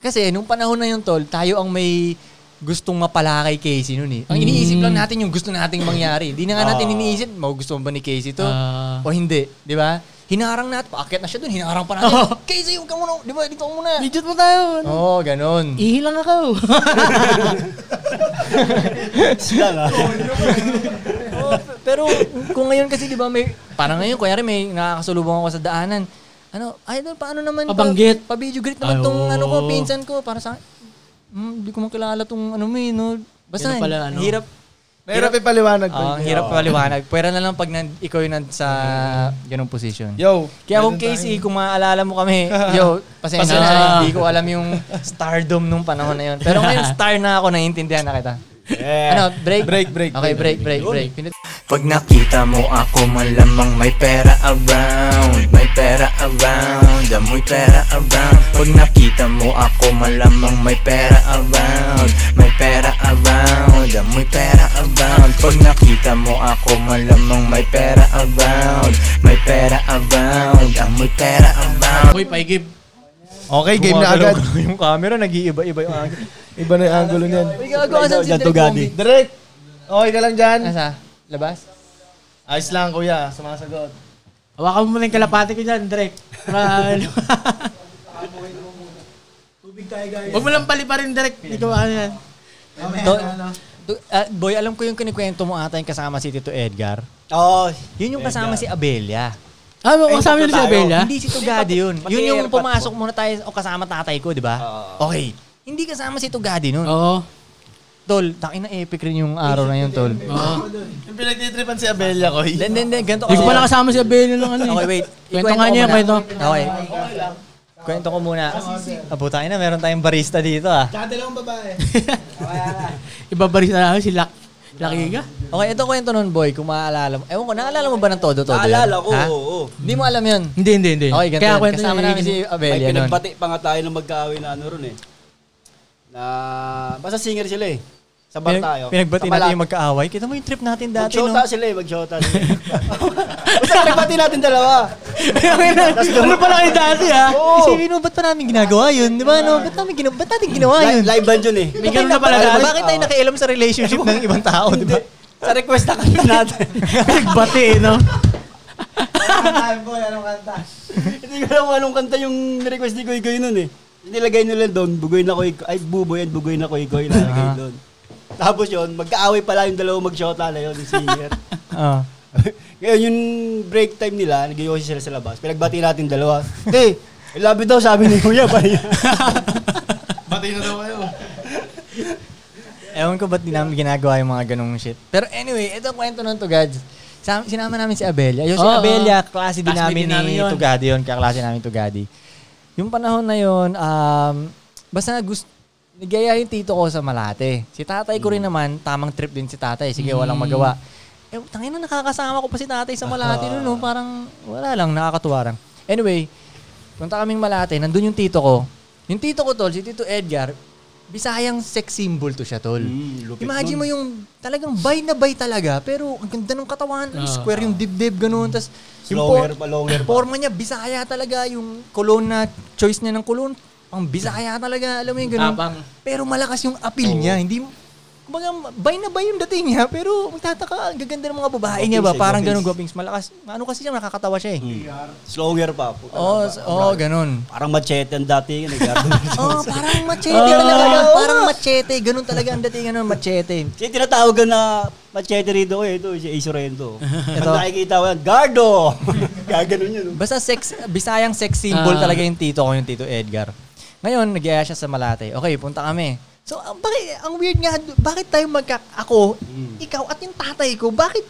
[SPEAKER 7] Kasi nung panahon na yun, tol, tayo ang may gustong mapala kay Casey noon eh. Ang iniisip lang natin yung gusto nating mangyari. Hindi na nga natin iniisip, magugustuhan ba ni Casey to?
[SPEAKER 4] Ah.
[SPEAKER 7] o hindi, di ba? Hinarang natin, paakyat na siya doon, hinarang pa natin. Casey, huwag ka muna, di ba, dito ka muna.
[SPEAKER 4] Midget mo tayo.
[SPEAKER 7] Oo, oh, ganun.
[SPEAKER 4] Ihilang ako.
[SPEAKER 5] Sila nga.
[SPEAKER 7] Oo, p- pero kung ngayon kasi, di ba, may, parang ngayon, kunyari may nakakasulubong ako sa daanan. ano, idol, paano naman?
[SPEAKER 4] Pabanggit.
[SPEAKER 7] Pa, pa-video greet naman
[SPEAKER 4] Ay,
[SPEAKER 7] tong ano ko,
[SPEAKER 4] oo.
[SPEAKER 7] pinsan ko, para sa Hmm, hindi ko makilala tong ano mo eh, no? Basta,
[SPEAKER 4] Yan pala, ano.
[SPEAKER 7] hirap.
[SPEAKER 6] Mahirap ipaliwanag ko.
[SPEAKER 7] Ah, ang hirap paliwanag. Pwera na lang pag nan, ikaw yung nasa ganung position.
[SPEAKER 6] Yo,
[SPEAKER 7] Kaya kung Casey, kung maaalala mo kami, yo, pasensya na,
[SPEAKER 4] Pasensya.
[SPEAKER 7] hindi ko alam yung stardom nung panahon na yun. Pero ngayon, star na ako, naiintindihan na kita. Ano, break?
[SPEAKER 6] Break, break,
[SPEAKER 7] Okay, break, break, break. Pinut-
[SPEAKER 1] Pag nakita mo ako malamang may pera around May pera around, amoy pera around Pag nakita mo ako malamang may pera around May pera around, around Amoy pera around Pag nakita mo ako malamang may pera around May pera around Amoy pera around
[SPEAKER 4] Uy, paigib.
[SPEAKER 6] Okay, game na agad.
[SPEAKER 7] yung camera, nag-iiba-iba yung angle.
[SPEAKER 6] Iba na yung angulo niyan.
[SPEAKER 7] Uy, gagawa saan si
[SPEAKER 5] Dyan to,
[SPEAKER 7] Direk
[SPEAKER 5] Gadi.
[SPEAKER 7] Bombi?
[SPEAKER 6] Direk! Okay ka lang dyan?
[SPEAKER 7] Nasa? Labas?
[SPEAKER 6] Ayos lang, kuya. Sumasagot.
[SPEAKER 4] Hawakan mo muna yung kalapati ko dyan, Drake. Para ano. Huwag mo lang paliparin, Drake. Ikaw ano yan.
[SPEAKER 7] Do, do- ah, boy, alam ko yung kinikwento mo ata yung kasama si Tito Edgar.
[SPEAKER 5] Oo.
[SPEAKER 7] Yun yung kasama si Abelia.
[SPEAKER 4] Ah, mo, kasama nyo si Abel, ha?
[SPEAKER 7] Hindi si Tugadi yun.
[SPEAKER 5] pati
[SPEAKER 7] Yun yung
[SPEAKER 5] airpot
[SPEAKER 7] pumasok muna tayo o kasama tatay ko, di ba? Okay. Hindi kasama si Tugadi nun.
[SPEAKER 4] Oo.
[SPEAKER 7] Tol, takin na epic rin yung araw na yun, Tol.
[SPEAKER 4] Oo.
[SPEAKER 6] Yung pinagtitripan si eh. Abelia, koy.
[SPEAKER 7] Then, then, then, ganito
[SPEAKER 4] Hindi ko pala kasama si Abel nung ano. eh.
[SPEAKER 7] Okay, wait.
[SPEAKER 4] Kwento nga niya, kwento.
[SPEAKER 7] Okay. Kwento ko muna. Abutang na, Ah, meron tayong barista dito ah.
[SPEAKER 4] Ibabaris na namin si Lak. Laki ka?
[SPEAKER 7] Okay, ito kwento nun, boy, kung maaalala mo. Ewan ko, naalala mo ba ng todo, todo yan?
[SPEAKER 5] Naalala ko,
[SPEAKER 7] Ha?
[SPEAKER 5] oo. oo.
[SPEAKER 7] Hindi mo alam yun.
[SPEAKER 4] Hindi, hindi, hindi.
[SPEAKER 7] Okay, ganito.
[SPEAKER 4] Kaya
[SPEAKER 7] Kaya
[SPEAKER 4] kwento
[SPEAKER 7] Kasama
[SPEAKER 4] niya,
[SPEAKER 7] namin si
[SPEAKER 4] ganito.
[SPEAKER 7] Abelia
[SPEAKER 5] May
[SPEAKER 7] nun.
[SPEAKER 5] pinagbati pa nga tayo ng magkaaway na ano ron eh. Na, basta singer sila eh. Sa bar
[SPEAKER 7] Pinag-
[SPEAKER 5] tayo.
[SPEAKER 7] pinagbati
[SPEAKER 5] Sa
[SPEAKER 7] natin
[SPEAKER 5] Malak-
[SPEAKER 7] yung magkaaway. Kita mo yung trip natin dati, no?
[SPEAKER 5] Mag-shota sila eh, mag-shota sila. Basta pinagbati natin dalawa.
[SPEAKER 7] ano pala kayo dati, ha?
[SPEAKER 5] Oo.
[SPEAKER 7] Isipin mo, ba't pa namin ginagawa yun? Di ba, no? Ba't, namin ginawa, ba't natin ginawa
[SPEAKER 5] Li-
[SPEAKER 7] Ano yun?
[SPEAKER 5] Live band yun eh.
[SPEAKER 4] May ganun na pala
[SPEAKER 7] Bakit-
[SPEAKER 4] dati.
[SPEAKER 7] Bakit tayo nakialam sa relationship ng ibang tao, di ba?
[SPEAKER 5] Sa request na kami natin.
[SPEAKER 4] Pinagbati, eh, no?
[SPEAKER 5] Hindi ko alam kung anong kanta yung request ni Goy Goy nun eh. Nilagay nila doon, bugoy na koy, ay buboy at bugoy na koy goy, nilagay doon. Tapos yun, magkaaway pala yung dalawa mag-shota na yun, yung singer.
[SPEAKER 7] Oo.
[SPEAKER 5] Ngayon, yung break time nila, nag-iossi sila sa labas. Pinagbati natin dalawa. Hey, I love you daw, sabi ni Kuya. Bati na daw kayo.
[SPEAKER 7] Ewan ko ba't di namin ginagawa yung mga ganong shit. Pero anyway, ito ang kwento nun, Tugads. Sam, sinama namin si Abelia. Yung si
[SPEAKER 4] Oo,
[SPEAKER 7] Abelia, klase din
[SPEAKER 4] Classmate
[SPEAKER 7] namin
[SPEAKER 4] din namin
[SPEAKER 7] ni
[SPEAKER 4] yun.
[SPEAKER 7] Tugadi yun. Kaklase namin Tugadi. Yung panahon na yun, um, basta gusto, nagaya yung tito ko sa Malate. Si tatay ko
[SPEAKER 5] Mm.
[SPEAKER 7] rin naman, tamang trip din si tatay. Sige, walang magawa. Eh, tangin na nakakasama ko pa si tatay sa
[SPEAKER 5] Ah.
[SPEAKER 7] Malate noon. no? Parang wala lang, nakakatuwa lang. Anyway, punta kaming Malate, nandun yung tito ko. Yung tito ko, tol, si Tito Edgar, Bisayang sex symbol to siya, tol.
[SPEAKER 5] Mm,
[SPEAKER 7] Imagine mo yung talagang bay na bay talaga, pero ang ganda ng katawan, ang square yung dibdib, ganun. Tapos,
[SPEAKER 5] Ah. Slower pa, longer pa.
[SPEAKER 7] Forma niya, Bisaya talaga. Yung cologne na, choice niya ng cologne, pang Bisaya talaga. Alam mo yung ganun.
[SPEAKER 4] Tapang.
[SPEAKER 7] Pero malakas yung appeal niya. Hindi, kumbaga, bay na bay yung dating niya, pero magtataka, ang gaganda ng mga babae niya ba?
[SPEAKER 5] Guwapings eh,
[SPEAKER 7] Parang ganun,
[SPEAKER 5] guwapings.
[SPEAKER 7] guwapings. Malakas. Ano kasi siya, nakakatawa siya eh.
[SPEAKER 5] Slower pa. Puta
[SPEAKER 7] Oo,
[SPEAKER 5] na Ano ba?
[SPEAKER 7] oh, ganun.
[SPEAKER 5] Parang machete ang dati. eh, Nag-garden.
[SPEAKER 7] Oh, parang machete
[SPEAKER 5] Ah.
[SPEAKER 7] talaga. yun. Parang machete. Ganun talaga ang dating ano, machete.
[SPEAKER 5] Siya tinatawag ko na machete rito ko eh. Ito, si Ace Orendo. Pag
[SPEAKER 7] Ito.
[SPEAKER 5] nakikita ko yan, Gardo! Gaganon yun. oh.
[SPEAKER 7] Basta sex, bisayang sex symbol
[SPEAKER 4] Ah.
[SPEAKER 7] talaga yung tito ko, yung tito Edgar. Ngayon, nag siya sa Malate. Okay, punta kami. So, ang, bakit, ang weird nga, bakit tayo magka, ako, ikaw at yung tatay ko, bakit?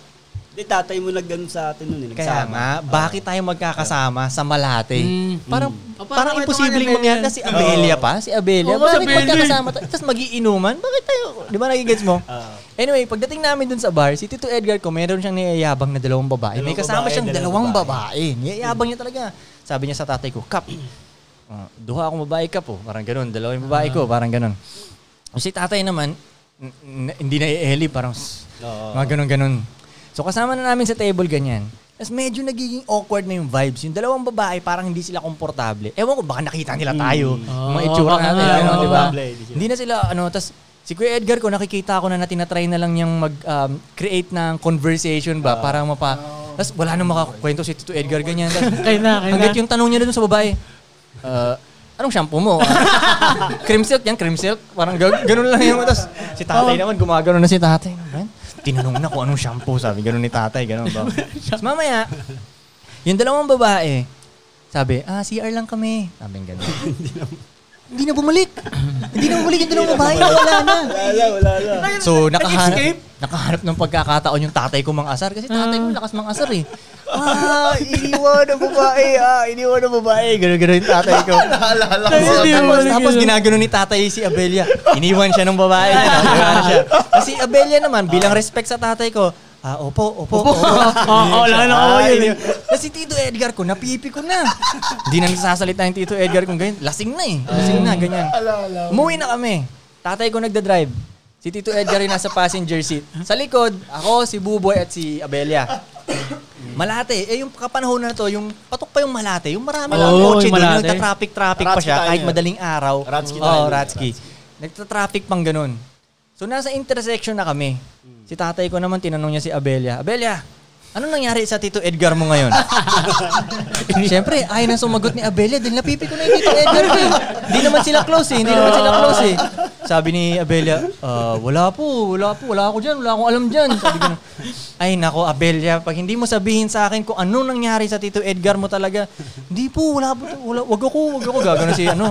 [SPEAKER 5] Hindi, tatay mo nagganon sa atin nun. Eh.
[SPEAKER 7] Kaya nga, bakit tayo magkakasama sa Malate?
[SPEAKER 4] Mm.
[SPEAKER 7] eh. Parang,
[SPEAKER 4] Oh,
[SPEAKER 7] parang
[SPEAKER 4] parang ito nga
[SPEAKER 7] imposibleng
[SPEAKER 4] ni
[SPEAKER 7] mangyari na
[SPEAKER 4] Abelia.
[SPEAKER 7] si Abelia pa, si Abelia.
[SPEAKER 4] Oo, si
[SPEAKER 7] bakit
[SPEAKER 4] Abelia.
[SPEAKER 7] magkakasama tayo? Tapos magiinuman? Bakit tayo? Di ba nagigets mo? Anyway, pagdating namin dun sa bar, si Tito Edgar ko, meron siyang niyayabang na dalawang babae. May
[SPEAKER 5] Dalawang
[SPEAKER 7] kasama
[SPEAKER 5] babae,
[SPEAKER 7] siyang dalawang
[SPEAKER 5] dalawang
[SPEAKER 7] babae. Niyayabang niya talaga. Sabi niya sa tatay ko, Kap, ah, duha akong babae ka po. Parang ganun. Dalawang babae ko, parang ganun. Si tatay naman, n- n- hindi na ieli, parang "Sss."
[SPEAKER 5] Oo.
[SPEAKER 7] mga ganun-ganun. So kasama na namin sa table ganyan. Tapos medyo nagiging awkward na yung vibes. Yung dalawang babae, parang hindi sila komportable. Ewan ko, baka nakita nila tayo.
[SPEAKER 4] Hmm. Oo,
[SPEAKER 7] mga itsura
[SPEAKER 4] baka
[SPEAKER 7] natin,
[SPEAKER 4] nga,
[SPEAKER 7] ano,
[SPEAKER 4] oo.
[SPEAKER 7] di ba?
[SPEAKER 5] Komportable, hindi sila.
[SPEAKER 7] Hindi na sila, ano, tas si Kuya Edgar ko, nakikita ko na, na tinatry na lang niyang mag-create ng conversation
[SPEAKER 4] Ah.
[SPEAKER 7] ba, para mapa... Tapos wala nang makakwento si Tito Edgar, ganyan. Tas,
[SPEAKER 4] Kaya na, kaya na.
[SPEAKER 7] Hanggat yung tanong niya doon sa babae, ah, anong shampoo mo? ah?" cream silk yan, cream silk. Parang ga- ganun lang yung Tapos si tatay naman, gumagano na si tatay. Ano ba yan? Tinanong na kung anong shampoo, sabi. Ganun ni tatay, ganun ba? Tapos mamaya, yung dalawang babae, sabi, ah, CR lang kami. Sabi ng ganun. Hindi na bumalik. Hindi na bumalik yung dalawang babae. Wala na.
[SPEAKER 5] Wala, wala, wala.
[SPEAKER 7] So, nakahanap, nakahanap ng pagkakataon yung tatay ko mang asar. Kasi tatay ko lakas mang asar eh. Ah, iniwan na babae. Ah, iniwan na babae. Ganun-ganun yung tatay ko.
[SPEAKER 6] Naalala ko.
[SPEAKER 7] tapos,
[SPEAKER 4] Hindi
[SPEAKER 7] tapos,
[SPEAKER 4] mo
[SPEAKER 7] tapos
[SPEAKER 4] alam.
[SPEAKER 7] ginagano ni tatay si Abelia. Iniwan siya ng babae. Iniwan siya. Kasi Abelia naman, bilang respect sa tatay ko, ah, opo, opo, opo.
[SPEAKER 4] Oo, wala na ako yun. eh.
[SPEAKER 7] Kasi Tito Edgar ko, napipi ko na. Hindi na nagsasalita yung Tito Edgar kung ganyan. Lasing na eh. Lasing na, ganyan. Umuwi na kami. Tatay ko nagda-drive. Si Tito Edgar yung nasa passenger seat. Sa likod, ako, si Buboy at si Abelia. Malate. Eh, yung kapanahon na to, yung patok pa yung malate. Yung marami lang
[SPEAKER 4] Oo,
[SPEAKER 7] kotse doon.
[SPEAKER 4] yung Malate.
[SPEAKER 7] Nagta-traffic-traffic pa
[SPEAKER 3] Ratski
[SPEAKER 7] siya
[SPEAKER 3] tayo
[SPEAKER 7] kahit
[SPEAKER 3] ngayon.
[SPEAKER 7] madaling araw.
[SPEAKER 3] Ratski
[SPEAKER 7] Oo,
[SPEAKER 3] tayo ngayon.
[SPEAKER 7] Ratski. Nagta-traffic pang ganun. So, nasa intersection na kami. Si tatay ko naman, tinanong niya si Abelia, Abelia, ano nangyari sa Tito Edgar mo ngayon? Siyempre, ayaw na sumagot ni Abelia dahil napipi ko na yung Tito Edgar ko eh. Hindi naman sila close eh. Hindi naman sila close eh. Sabi ni Abelia, "Ah, wala po, wala po, wala ako dyan, wala akong alam dyan. Sabi ko na, ay nako Abelia, pag hindi mo sabihin sa akin kung ano nangyari sa Tito Edgar mo talaga, hindi po, wala po, to, wala, wag ako, wag ako, gagano si ano.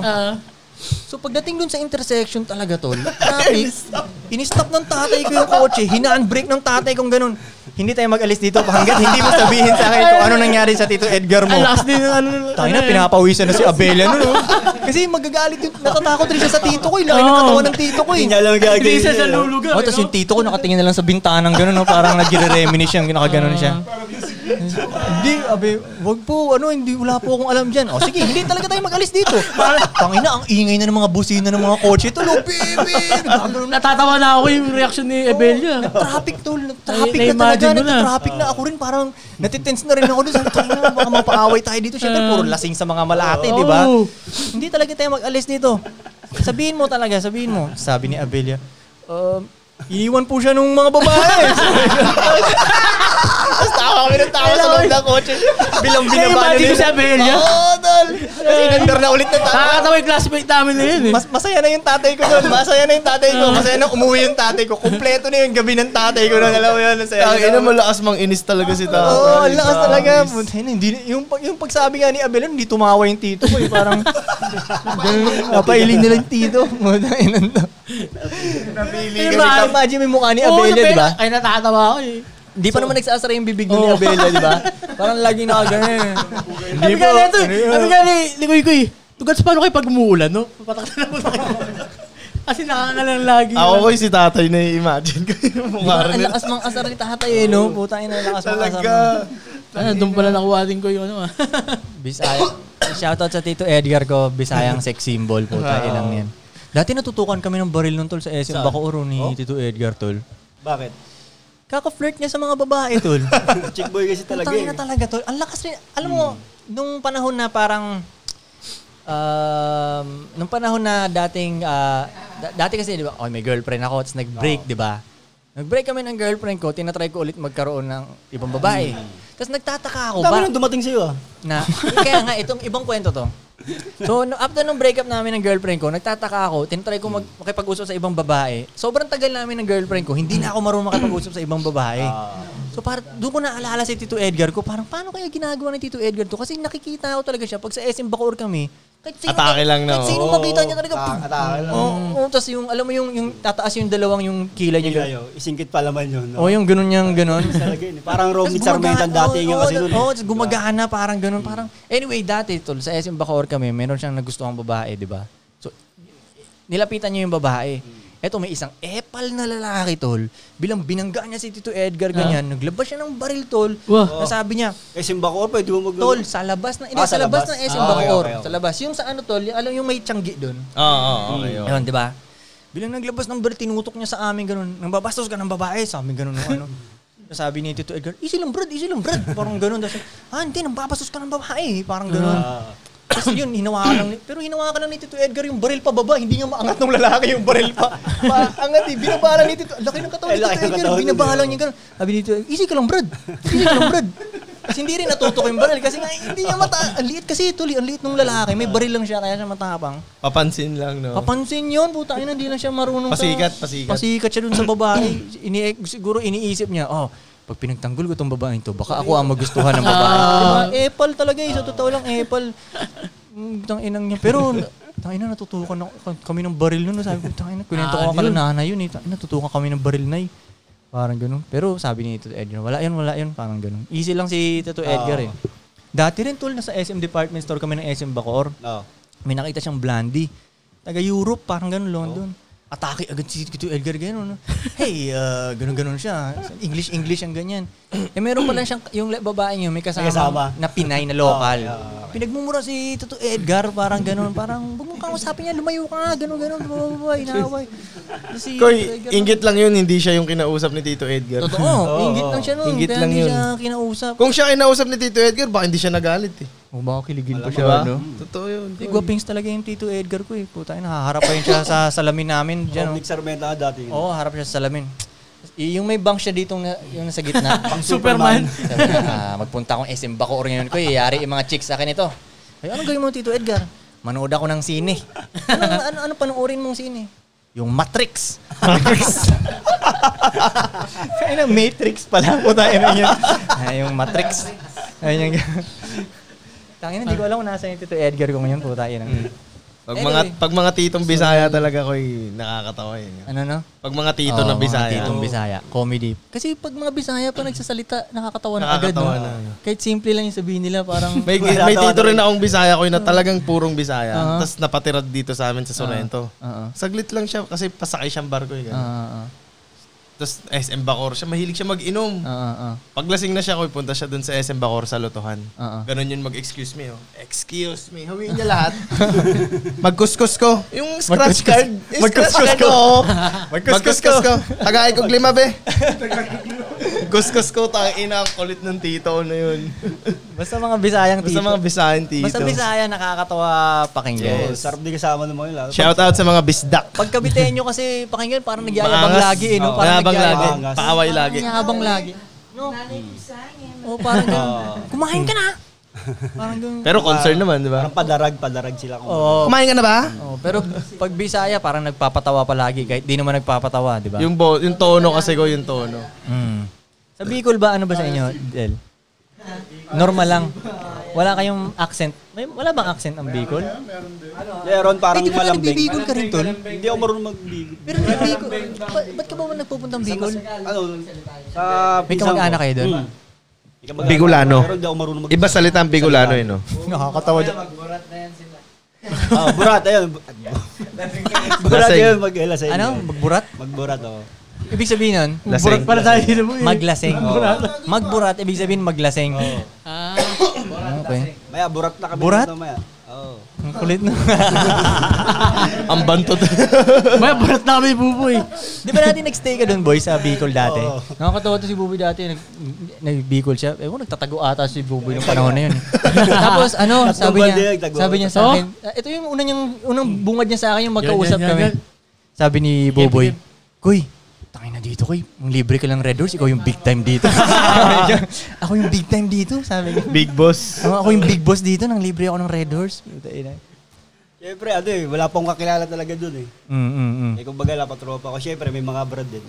[SPEAKER 7] So pagdating dun sa intersection talaga tol, traffic, in-stop ng tatay ko yung kotse, hinaan brake ng tatay kong ganun. Hindi tayo mag-alis dito hanggat hindi mo sabihin sa akin kung ano nangyari sa Tito Edgar mo.
[SPEAKER 4] Ang lakas din ng ano.
[SPEAKER 7] Tayo
[SPEAKER 4] ano
[SPEAKER 7] na,
[SPEAKER 4] eh.
[SPEAKER 7] pinapawisan na si Abela nun, no? Kasi magagalit yun. Natatakot rin siya sa tito ko. eh. Laki ng
[SPEAKER 4] Oo.
[SPEAKER 7] katawan ng tito ko. eh.
[SPEAKER 5] Hindi niya alam ang gagawin
[SPEAKER 4] Hindi siya
[SPEAKER 5] niya,
[SPEAKER 4] sa
[SPEAKER 5] no?
[SPEAKER 4] lulugar. eh,
[SPEAKER 7] Oh, tapos
[SPEAKER 4] no?
[SPEAKER 7] yung tito ko nakatingin na lang sa bintanang gano'n, no? parang nagre-reminis siya, nakaganon siya. hindi, abe, wag po, ano, hindi, wala po akong alam dyan. O sige, hindi talaga tayo mag-alis dito. Tangina, ang ingay na ng mga busina ng mga kotse. Tulo, baby! Gagano na.
[SPEAKER 4] Natatawa na ako yung reaction ni Ebelia.
[SPEAKER 7] Traffic tol, traffic
[SPEAKER 4] Ay,
[SPEAKER 7] na talaga,
[SPEAKER 4] na-imagine mo na.
[SPEAKER 7] nag-traffic na. Ako rin parang natitense na rin ako doon. Sabi ko, "Tangina, baka mapaaway tayo dito.
[SPEAKER 4] Ah.
[SPEAKER 7] Siyempre, puro lasing sa mga malate, di ba?
[SPEAKER 4] Oo.
[SPEAKER 7] Hindi talaga tayo mag-alis dito. Sabihin mo talaga, sabihin mo. Sabi ni Abelia, um, iniwan po siya nung mga babae.
[SPEAKER 3] Tapos tawa kami ng tawa sa loob ng kotse.
[SPEAKER 7] Bilang binaba
[SPEAKER 4] Na-imagine ko si
[SPEAKER 7] nila.
[SPEAKER 4] Abelia. Eh.
[SPEAKER 3] Oo, tol. Kasi number na ulit na tawa.
[SPEAKER 4] Nakakatawa yung classmate namin na yun eh.
[SPEAKER 7] Mas masaya na yung tatay ko doon. Masaya na yung tatay ko. Masaya na umuwi yung tatay ko. Kumpleto na yung gabi ng tatay ko. Noon. Alam mo yun, masaya na.
[SPEAKER 6] Tangin na malakas mang inis talaga si Diba? tao.
[SPEAKER 7] Oo, ang lakas talaga. Puntay na, hindi, yung, pag- yung pagsabi nga ni Abel, hindi tumawa yung tito ko. eh. Parang, ganun, napailing nila yung tito. Puntay na to.
[SPEAKER 4] Eh,
[SPEAKER 7] Kasi
[SPEAKER 4] ma-
[SPEAKER 7] imagine may mukha ni
[SPEAKER 4] Oo,
[SPEAKER 7] Abel,
[SPEAKER 4] yung
[SPEAKER 7] di ba?
[SPEAKER 4] pe- Ay, natatawa ako eh.
[SPEAKER 7] Hindi pa naman nagsasaray yung bibig ni Abela, di ba? Parang laging nakaganan.
[SPEAKER 4] Sabi nga nito, eh.
[SPEAKER 7] Ano
[SPEAKER 4] sabi nga ni, ni Kuy Kuy, tugats paano kayo pag umuulan, no? Papatak na po tayo. Kasi nakangalan lagi.
[SPEAKER 6] Ako ko si tatay na imagine ko yung mukha
[SPEAKER 7] Ang
[SPEAKER 6] nila.
[SPEAKER 7] lakas mang asar ni tatay eh, no? Putang ina, ang lakas mang asar.
[SPEAKER 6] Talaga.
[SPEAKER 7] nun.
[SPEAKER 4] Ano, doon pala nakuha din ko yung ano ah.
[SPEAKER 7] Bisaya. Shoutout sa Tito Edgar ko, Bisayang sex symbol po tayo lang yan. Dati natutukan kami ng baril nun tol sa SM Bako Oro ni Tito Edgar tol.
[SPEAKER 5] Bakit?
[SPEAKER 7] Kaka-flirt niya sa mga babae tol.
[SPEAKER 5] Chick boy kasi talaga
[SPEAKER 7] Putangin
[SPEAKER 5] eh.
[SPEAKER 7] na talaga Hmm. tol. Ang lakas rin. Alam mo, nung panahon na parang um, nung panahon na dating ah, da- dati kasi di ba, oh, may girlfriend ako, tapos nag-break, di ba? Nag-break kami ng girlfriend ko, tinatry ko ulit magkaroon ng ibang babae. Tapos nagtataka ako
[SPEAKER 5] Ang
[SPEAKER 7] ba?
[SPEAKER 5] dami nang dumating sa'yo ah.
[SPEAKER 7] na kaya nga itong ibang kwento to. So no, after nung breakup namin ng girlfriend ko, nagtataka ako, tinatry ko mag, makipag-usap sa ibang babae. Sobrang tagal namin ng girlfriend ko, hindi na ako marunong makipag-usap sa ibang babae. So para doon ko naalala si Tito Edgar ko, parang paano kaya ginagawa ni Tito Edgar to? Kasi nakikita ko talaga siya pag sa SM Bacoor kami. Kahit sino,
[SPEAKER 6] Atake lang na,
[SPEAKER 7] Kahit sino
[SPEAKER 5] oo.
[SPEAKER 7] makita niya hmm. talaga.
[SPEAKER 5] Atake- atake lang.
[SPEAKER 7] Oo, oo, tas yung, alam mo yung, yung tataas yung dalawang yung kilay
[SPEAKER 5] Hindi
[SPEAKER 7] niya.
[SPEAKER 5] kayo. Isingkit pa laman yun.
[SPEAKER 7] O
[SPEAKER 5] No?
[SPEAKER 7] yung ganun niyang ganun.
[SPEAKER 5] Talaga yun. eh. Parang
[SPEAKER 7] Tas
[SPEAKER 5] Romy
[SPEAKER 7] gumagana-
[SPEAKER 5] Charmentan dati nga
[SPEAKER 7] oo,
[SPEAKER 5] kasi
[SPEAKER 7] oo,
[SPEAKER 5] nun.
[SPEAKER 7] Oo,
[SPEAKER 5] eh.
[SPEAKER 7] tas gumagana, parang ganun. Parang, anyway, dati, tol, sa SM Bacoor kami, meron siyang nagustuhang babae, di ba? So, nilapitan niya yung babae. Eto, may isang epal na lalaki, tol. Bilang binangga niya si Tito Edgar, ganyan. Naglabas siya ng baril, tol.
[SPEAKER 4] Wah.
[SPEAKER 7] Nasabi niya,
[SPEAKER 5] Eh, Simba ko, pwede mo mag-
[SPEAKER 7] tol, sa labas na, hindi,
[SPEAKER 5] Ah,
[SPEAKER 7] sa
[SPEAKER 5] sa
[SPEAKER 7] labas
[SPEAKER 5] labas.
[SPEAKER 7] na SM
[SPEAKER 5] Ah, okay,
[SPEAKER 7] Bacoor.
[SPEAKER 5] okay, okay.
[SPEAKER 7] Sa labas. Yung sa ano, tol, yung, alam yung may tiyanggi doon.
[SPEAKER 6] Oo, oo, okay. oo.
[SPEAKER 7] Ayun, di ba? Bilang naglabas ng bar, tinutok niya sa amin ganun. Nang babastos ka ng babae, sa amin ganun. Ano. Sabi ni Tito Edgar, easy lang brad, easy lang brad. Parang ganun. Tapos, ah, hindi, nang babastos ka ng babae. Parang ganun. Tapos yun, hinawakan lang. ni- Pero hinawakan lang ni Tito Edgar yung baril pababa. Hindi nga maangat ng lalaki yung baril pa. Maangat eh. Binabalan ni Tito. Laki ng katawan ni
[SPEAKER 5] Eh, laki
[SPEAKER 7] Tito
[SPEAKER 5] ng
[SPEAKER 7] Edgar.
[SPEAKER 5] katawan niya,
[SPEAKER 7] Binabalan
[SPEAKER 5] di ba?
[SPEAKER 7] niya ganun. Sabi ni Tito, easy ka lang brad. Easy ka lang brad. Kasi hindi rin natutok yung baril. Kasi nga, hindi niya mata... Ang liit kasi tuloy. Ang liit ng lalaki. May baril lang siya, kaya siya matapang.
[SPEAKER 6] Papansin lang, no?
[SPEAKER 7] Papansin yun, puta ina, hindi na siya marunong
[SPEAKER 6] Pasikat,
[SPEAKER 7] sa...
[SPEAKER 6] pasikat.
[SPEAKER 7] Pasikat siya dun sa babae. Ini, siguro iniisip niya, oh, pag pinagtanggol ko tong babaeng to, baka ako ang magustuhan ng babae.
[SPEAKER 6] Ah.
[SPEAKER 7] diba? Epal talaga eh, sa totoo lang, epal. Mm, Tang inang niya. Pero, tang ina, natutukan ako, kami ng baril nun. Sabi ko, tang ina, kunento ko
[SPEAKER 4] Ah,
[SPEAKER 7] nga kala nanay yun eh. Tang ina, natutukan kami ng baril na eh. Parang ganun. Pero sabi ni Tito Edgar, wala yun, wala yun. Parang ganun. Easy lang si Tito
[SPEAKER 6] Ah.
[SPEAKER 7] Edgar eh. Dati rin, tol, nasa SM department store kami ng SM Bacoor
[SPEAKER 5] No.
[SPEAKER 7] may nakita siyang Blandy. Taga Europe, parang ganun, London. Atake agad si Tito Edgar, ganun. no? Hey, uh, ganun-ganun siya. English-English ang ganyan. Eh, meron pala siyang, yung la- babae niyo, may kasama,
[SPEAKER 5] May kasama.
[SPEAKER 7] na Pinay na local.
[SPEAKER 5] Oh, yeah, okay.
[SPEAKER 7] Pinagmumura si Tito Edgar, parang ganun. Parang, huwag mong kang usapin niya, lumayo ka nga, gano'n, gano'n, bababa, inaaway. Kasi,
[SPEAKER 6] Koy, inggit lang yun, hindi siya yung kinausap ni Tito Edgar.
[SPEAKER 7] Totoo, inggit lang siya nun,
[SPEAKER 6] Inggit
[SPEAKER 7] kaya
[SPEAKER 6] lang
[SPEAKER 7] hindi
[SPEAKER 6] yun.
[SPEAKER 7] siya kinausap.
[SPEAKER 6] Kung siya kinausap ni Tito Edgar, baka hindi siya nagalit eh.
[SPEAKER 7] O Oh, baka kiligin pa siya,
[SPEAKER 6] Diba?
[SPEAKER 7] ano?
[SPEAKER 6] Totoo yun.
[SPEAKER 7] Eh, guwapings talaga yung Tito Edgar ko eh. Puta, eh, nakaharap pa yun siya sa salamin namin. Diyan, oh.
[SPEAKER 5] Public servant ako dati. yun.
[SPEAKER 7] Oo, harap siya sa salamin. Y- Yung may bank siya dito, na, yung nasa gitna. Pang
[SPEAKER 4] Superman.
[SPEAKER 7] Sabi niya, ah, magpunta akong SM Bacoor ngayon ko, iyari yung mga chicks sa akin ito. Ay, anong gawin mo, Tito Edgar? Manood ako ng sine. Ano, ano, ano panoorin mong sine? Yung Matrix. Matrix. Kaya na Matrix pala. Puta, yun yun. Ay, yung Matrix. Ayun yung... Tangina, hindi ko alam kung nasa yung Tito Edgar ko ngayon. Puta, yun.
[SPEAKER 6] Pag mga,
[SPEAKER 7] Anyway.
[SPEAKER 6] pag mga titong Bisaya talaga, Koy, nakakatawa yun.
[SPEAKER 7] Ano no?
[SPEAKER 6] Pag mga tito na Bisaya.
[SPEAKER 7] Titong Bisaya. Comedy. Kasi pag mga Bisaya pa nagsasalita, nakakatawa na agad.
[SPEAKER 6] Nakakatawa
[SPEAKER 7] no?
[SPEAKER 6] na.
[SPEAKER 7] Kahit simple lang yung sabihin nila, parang...
[SPEAKER 6] May, may tito rin akong Bisaya ko na talagang purong Bisaya.
[SPEAKER 7] Ah.
[SPEAKER 6] Tapos napatira dito sa amin sa Sorrento.
[SPEAKER 7] Oo.
[SPEAKER 6] Saglit lang siya kasi pasakay siyang barko. Eh, ganun.
[SPEAKER 7] Ah, ah,
[SPEAKER 6] Tapos SM Bacor siya. Mahilig siya mag-inom.
[SPEAKER 7] ah, ah,
[SPEAKER 6] Paglasing na siya, koy, punta siya dun sa SM Bacor sa Lotohan.
[SPEAKER 7] Oo.
[SPEAKER 6] Ganon yun mag-excuse me. Oh. Excuse me. Hawiin niya lahat. Magkuskus ko. Yung scratch card. yung scratch
[SPEAKER 3] Magkuskus
[SPEAKER 6] card
[SPEAKER 3] ko.
[SPEAKER 6] oo. Magkuskus ko. Tagay kong lima, be. Magkuskus ko. Tang ina, ang kulit ng tito na yun.
[SPEAKER 7] Basta mga Bisayang tito.
[SPEAKER 6] Basta mga Bisayan tito.
[SPEAKER 7] Basta Bisaya, nakakatawa pakinggan.
[SPEAKER 5] Oo, Eh, Sarap din kasama ng mga yun. ah. lalo.
[SPEAKER 6] Shout out sa mga bisdak.
[SPEAKER 7] Pag Kabiteño kasi pakinggan, parang nagyayabang
[SPEAKER 6] Maangas.
[SPEAKER 7] lagi eh, no?
[SPEAKER 6] Oo.
[SPEAKER 7] Parang
[SPEAKER 6] Yabang lagi.
[SPEAKER 7] nagyayabang.
[SPEAKER 5] Maangas.
[SPEAKER 6] Paaway lagi.
[SPEAKER 7] Nagyayabang lagi. No? Oh, parang ganun. Kumain ka na! Parang ganun.
[SPEAKER 6] Pero concern naman, diba? di ba?
[SPEAKER 5] Parang padarag, padarag sila.
[SPEAKER 7] Oo.
[SPEAKER 6] Kumain ka na ba?
[SPEAKER 7] Oh, pero pag Bisaya, parang nagpapatawa palagi. Kahit di naman nagpapatawa, di ba?
[SPEAKER 6] Yung, bo- yung tono kasi ko, yung tono.
[SPEAKER 7] Mm. Sa Bicol ba, ano ba sa inyo, Del? Normal lang. Wala kayong accent. May, wala bang accent ang Bicol?
[SPEAKER 5] Meron parang
[SPEAKER 7] Eh, di ba na
[SPEAKER 5] malambing.
[SPEAKER 7] nagbibigol ka rin, Tol?
[SPEAKER 5] Hindi ako marunong magbigol.
[SPEAKER 7] Pero na Bicol, ba- ba't ka ba nagpupuntang Bicol?
[SPEAKER 5] Ano? Sa
[SPEAKER 7] May kamag-anak kayo doon?
[SPEAKER 6] Bigolano.
[SPEAKER 5] Pero hindi ako marunong mag-
[SPEAKER 6] Iba salita ang Bigolano yun, no?
[SPEAKER 7] Nakakatawa dyan.
[SPEAKER 5] Ah, burat, ayun. burat
[SPEAKER 6] Lasing.
[SPEAKER 5] yun, mag-ela sa inyo.
[SPEAKER 7] Ano? Magburat?
[SPEAKER 5] Magburat, oo.
[SPEAKER 7] Ibig sabihin nun?
[SPEAKER 6] Lasing.
[SPEAKER 4] Pala tayo dito mo eh.
[SPEAKER 7] Maglaseng. Magburat, ibig sabihin maglaseng. Ah. Okay.
[SPEAKER 5] Maya, burat na kami.
[SPEAKER 7] Burat?
[SPEAKER 5] dito Maya. Oo.
[SPEAKER 7] Ang kulit na.
[SPEAKER 6] Ang bantot.
[SPEAKER 4] May barat na kami buboy.
[SPEAKER 7] Di ba natin nagstay ka doon, boy, sa Bicol dati? Nakakatawa to si Buboy dati. Nag, nag-Bicol siya. Ewan, nagtatago ata si Buboy nung panahon na yun. Tapos, ano, sabi
[SPEAKER 5] din,
[SPEAKER 7] niya,
[SPEAKER 5] nagtago.
[SPEAKER 7] sabi niya sa akin, "Ah, ito yung unang, yung, unang bungad niya sa akin yung magkausap
[SPEAKER 6] Yan, yan,
[SPEAKER 7] kami.
[SPEAKER 6] yan,
[SPEAKER 7] Sabi ni Buboy, Kuy, tangin na dito, Kuy. Ang libre ka lang Red Horse, ikaw yung big time dito. Sabi niya, ako yung big time dito, sabi niya.
[SPEAKER 6] Big boss.
[SPEAKER 7] "Oo, ako yung big boss dito, nang libre ako ng Red Horse.
[SPEAKER 5] Siyempre, ano eh, wala pong kakilala talaga doon eh.
[SPEAKER 7] Mm, mm, mm.
[SPEAKER 5] Eh, kumbaga, lapatropa ko. Siyempre, may mga brad din.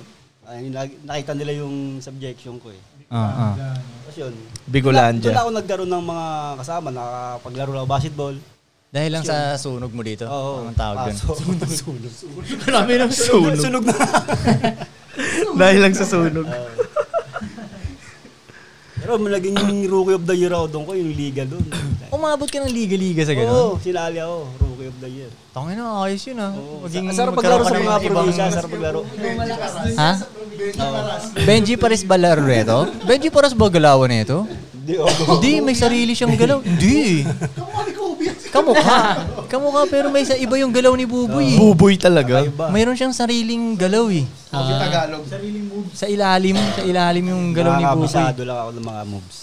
[SPEAKER 5] Ay, nag- nakita nila yung subjection ko eh.
[SPEAKER 7] Ah, ah.
[SPEAKER 5] Tapos yun.
[SPEAKER 6] Bigolan
[SPEAKER 5] Doon
[SPEAKER 6] dyan.
[SPEAKER 5] ako nagkaroon ng mga kasama. Nakapaglaro lang ako basketball.
[SPEAKER 7] Dahil lang sa sunog mo dito,
[SPEAKER 5] Oo.
[SPEAKER 7] ang tawag doon.
[SPEAKER 5] Paso. Sunog.
[SPEAKER 6] Marami ng Ah, sunog. Sunog na. Dahil lang sa sunog.
[SPEAKER 5] Pero naging rookie of the year ako doon ko, yung liga doon.
[SPEAKER 7] Umabot ka ng liga-liga sa ganun.
[SPEAKER 5] Oo, sinali ako, rookie of the year.
[SPEAKER 7] Tangin na, ayos yun ah. Maging
[SPEAKER 5] Sa- sarap
[SPEAKER 7] magkaroon
[SPEAKER 5] paglaro sa
[SPEAKER 7] ka ng
[SPEAKER 5] mga
[SPEAKER 7] ibang-
[SPEAKER 5] probinsya, sarap paglaro.
[SPEAKER 7] Ha? Benji Pares ba laro ito? Benji Pares ba galawan na ito?
[SPEAKER 5] Hindi, oo.
[SPEAKER 7] Hindi, may sarili siyang galaw. Hindi. Kamukha. Kamukha pero may sa iba yung galaw ni Buboy. eh.
[SPEAKER 6] Buboy talaga.
[SPEAKER 7] Mayroon siyang sariling galaw eh.
[SPEAKER 6] Tagalog.
[SPEAKER 7] Sa ilalim, sa ilalim yung galaw ni Buboy.
[SPEAKER 5] Nakakabisado lang ako ng mga moves.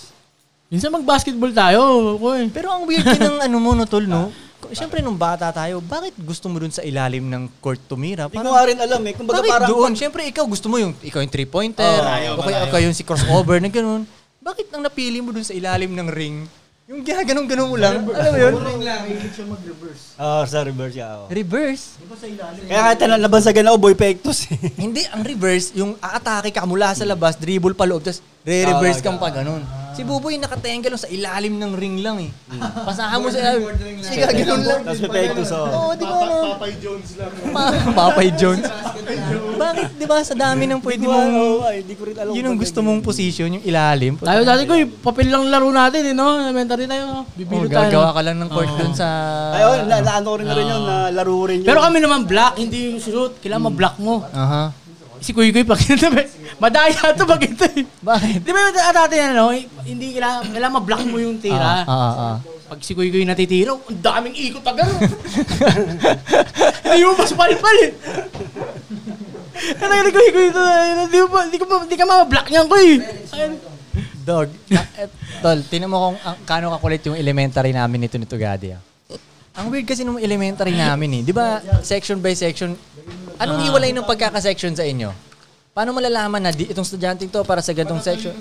[SPEAKER 4] Minsan mag-basketball tayo. Koy.
[SPEAKER 7] Pero ang weird din ng ano mo no, tol, no? Siyempre, nung bata tayo, bakit gusto mo dun sa ilalim ng court tumira?
[SPEAKER 5] Hindi ko nga rin alam eh. Kumbaga
[SPEAKER 7] Bakit
[SPEAKER 5] parang...
[SPEAKER 7] doon? Siyempre, ikaw gusto mo yung, ikaw yung three-pointer, o kaya ikaw yung si crossover na ganun. Bakit ang napili mo doon sa ilalim ng ring? Yung gano'n-gano'n mo lang. Alam mo yun?
[SPEAKER 5] Oo, sa reverse siya ako.
[SPEAKER 7] Reverse.
[SPEAKER 5] ah, oh. Kaya kahit na nabansagan ako, boy pektos eh.
[SPEAKER 7] Hindi, ang reverse, yung aatake ka mula sa labas, dribble pa loob, tapos re-reverse kang pa ganun. Si Buboy nakatenga lang sa ilalim ng ring lang eh. Pasahan mo sa ilalim. Sige, ganun lang.
[SPEAKER 5] Tapos may oh. pektos ako.
[SPEAKER 7] Oo, di ba? Papay Jones lang. Papay Jones. Bakit, di ba, sa dami ng pwede mong...
[SPEAKER 5] Hindi ko rin alam.
[SPEAKER 7] Yun ang gusto mong position, yung ilalim.
[SPEAKER 4] Tayo dati ko, papel lang laro natin eh, no? Elementary tayo, no?
[SPEAKER 7] ano,
[SPEAKER 4] Bibiro
[SPEAKER 7] Oh,
[SPEAKER 4] tayo.
[SPEAKER 7] gagawa ka lang ng court dun sa...
[SPEAKER 5] Ayun, na, naano ko rin na rin yun,
[SPEAKER 7] Ah.
[SPEAKER 5] na laro ko rin yun.
[SPEAKER 4] Pero kami naman black, hindi yung suot. Kailangan ma-black mo.
[SPEAKER 7] Hmm. Aha.
[SPEAKER 4] Si Kuy Kuy, pag ito, madaya to pag ito eh.
[SPEAKER 7] Bakit?
[SPEAKER 4] Di ba yung dati ano, hindi kailangan, kailangan ma-block mo yung
[SPEAKER 7] Ah,
[SPEAKER 4] tira.
[SPEAKER 7] ah, ah.
[SPEAKER 4] Pag si Kuy Kuy natitiro, ang daming ikot agad.
[SPEAKER 7] ah.
[SPEAKER 4] Hindi mo mas palit-palit. Ano yung Kuy Kuy ito? eh, Hindi mo pa- hindi ko pa- hindi ka mabablock niyan, Kuy. Ayun.
[SPEAKER 7] Dog. Ah, eh, Tol, tinan mo kung ang, kano kakulit yung elementary namin nito ni Tugadi. ah. Ang weird kasi nung elementary namin eh. Di ba, section by section, anong iwalay ng pagkakasection sa inyo? Paano malalaman na di, itong estudyante to para sa ganitong section?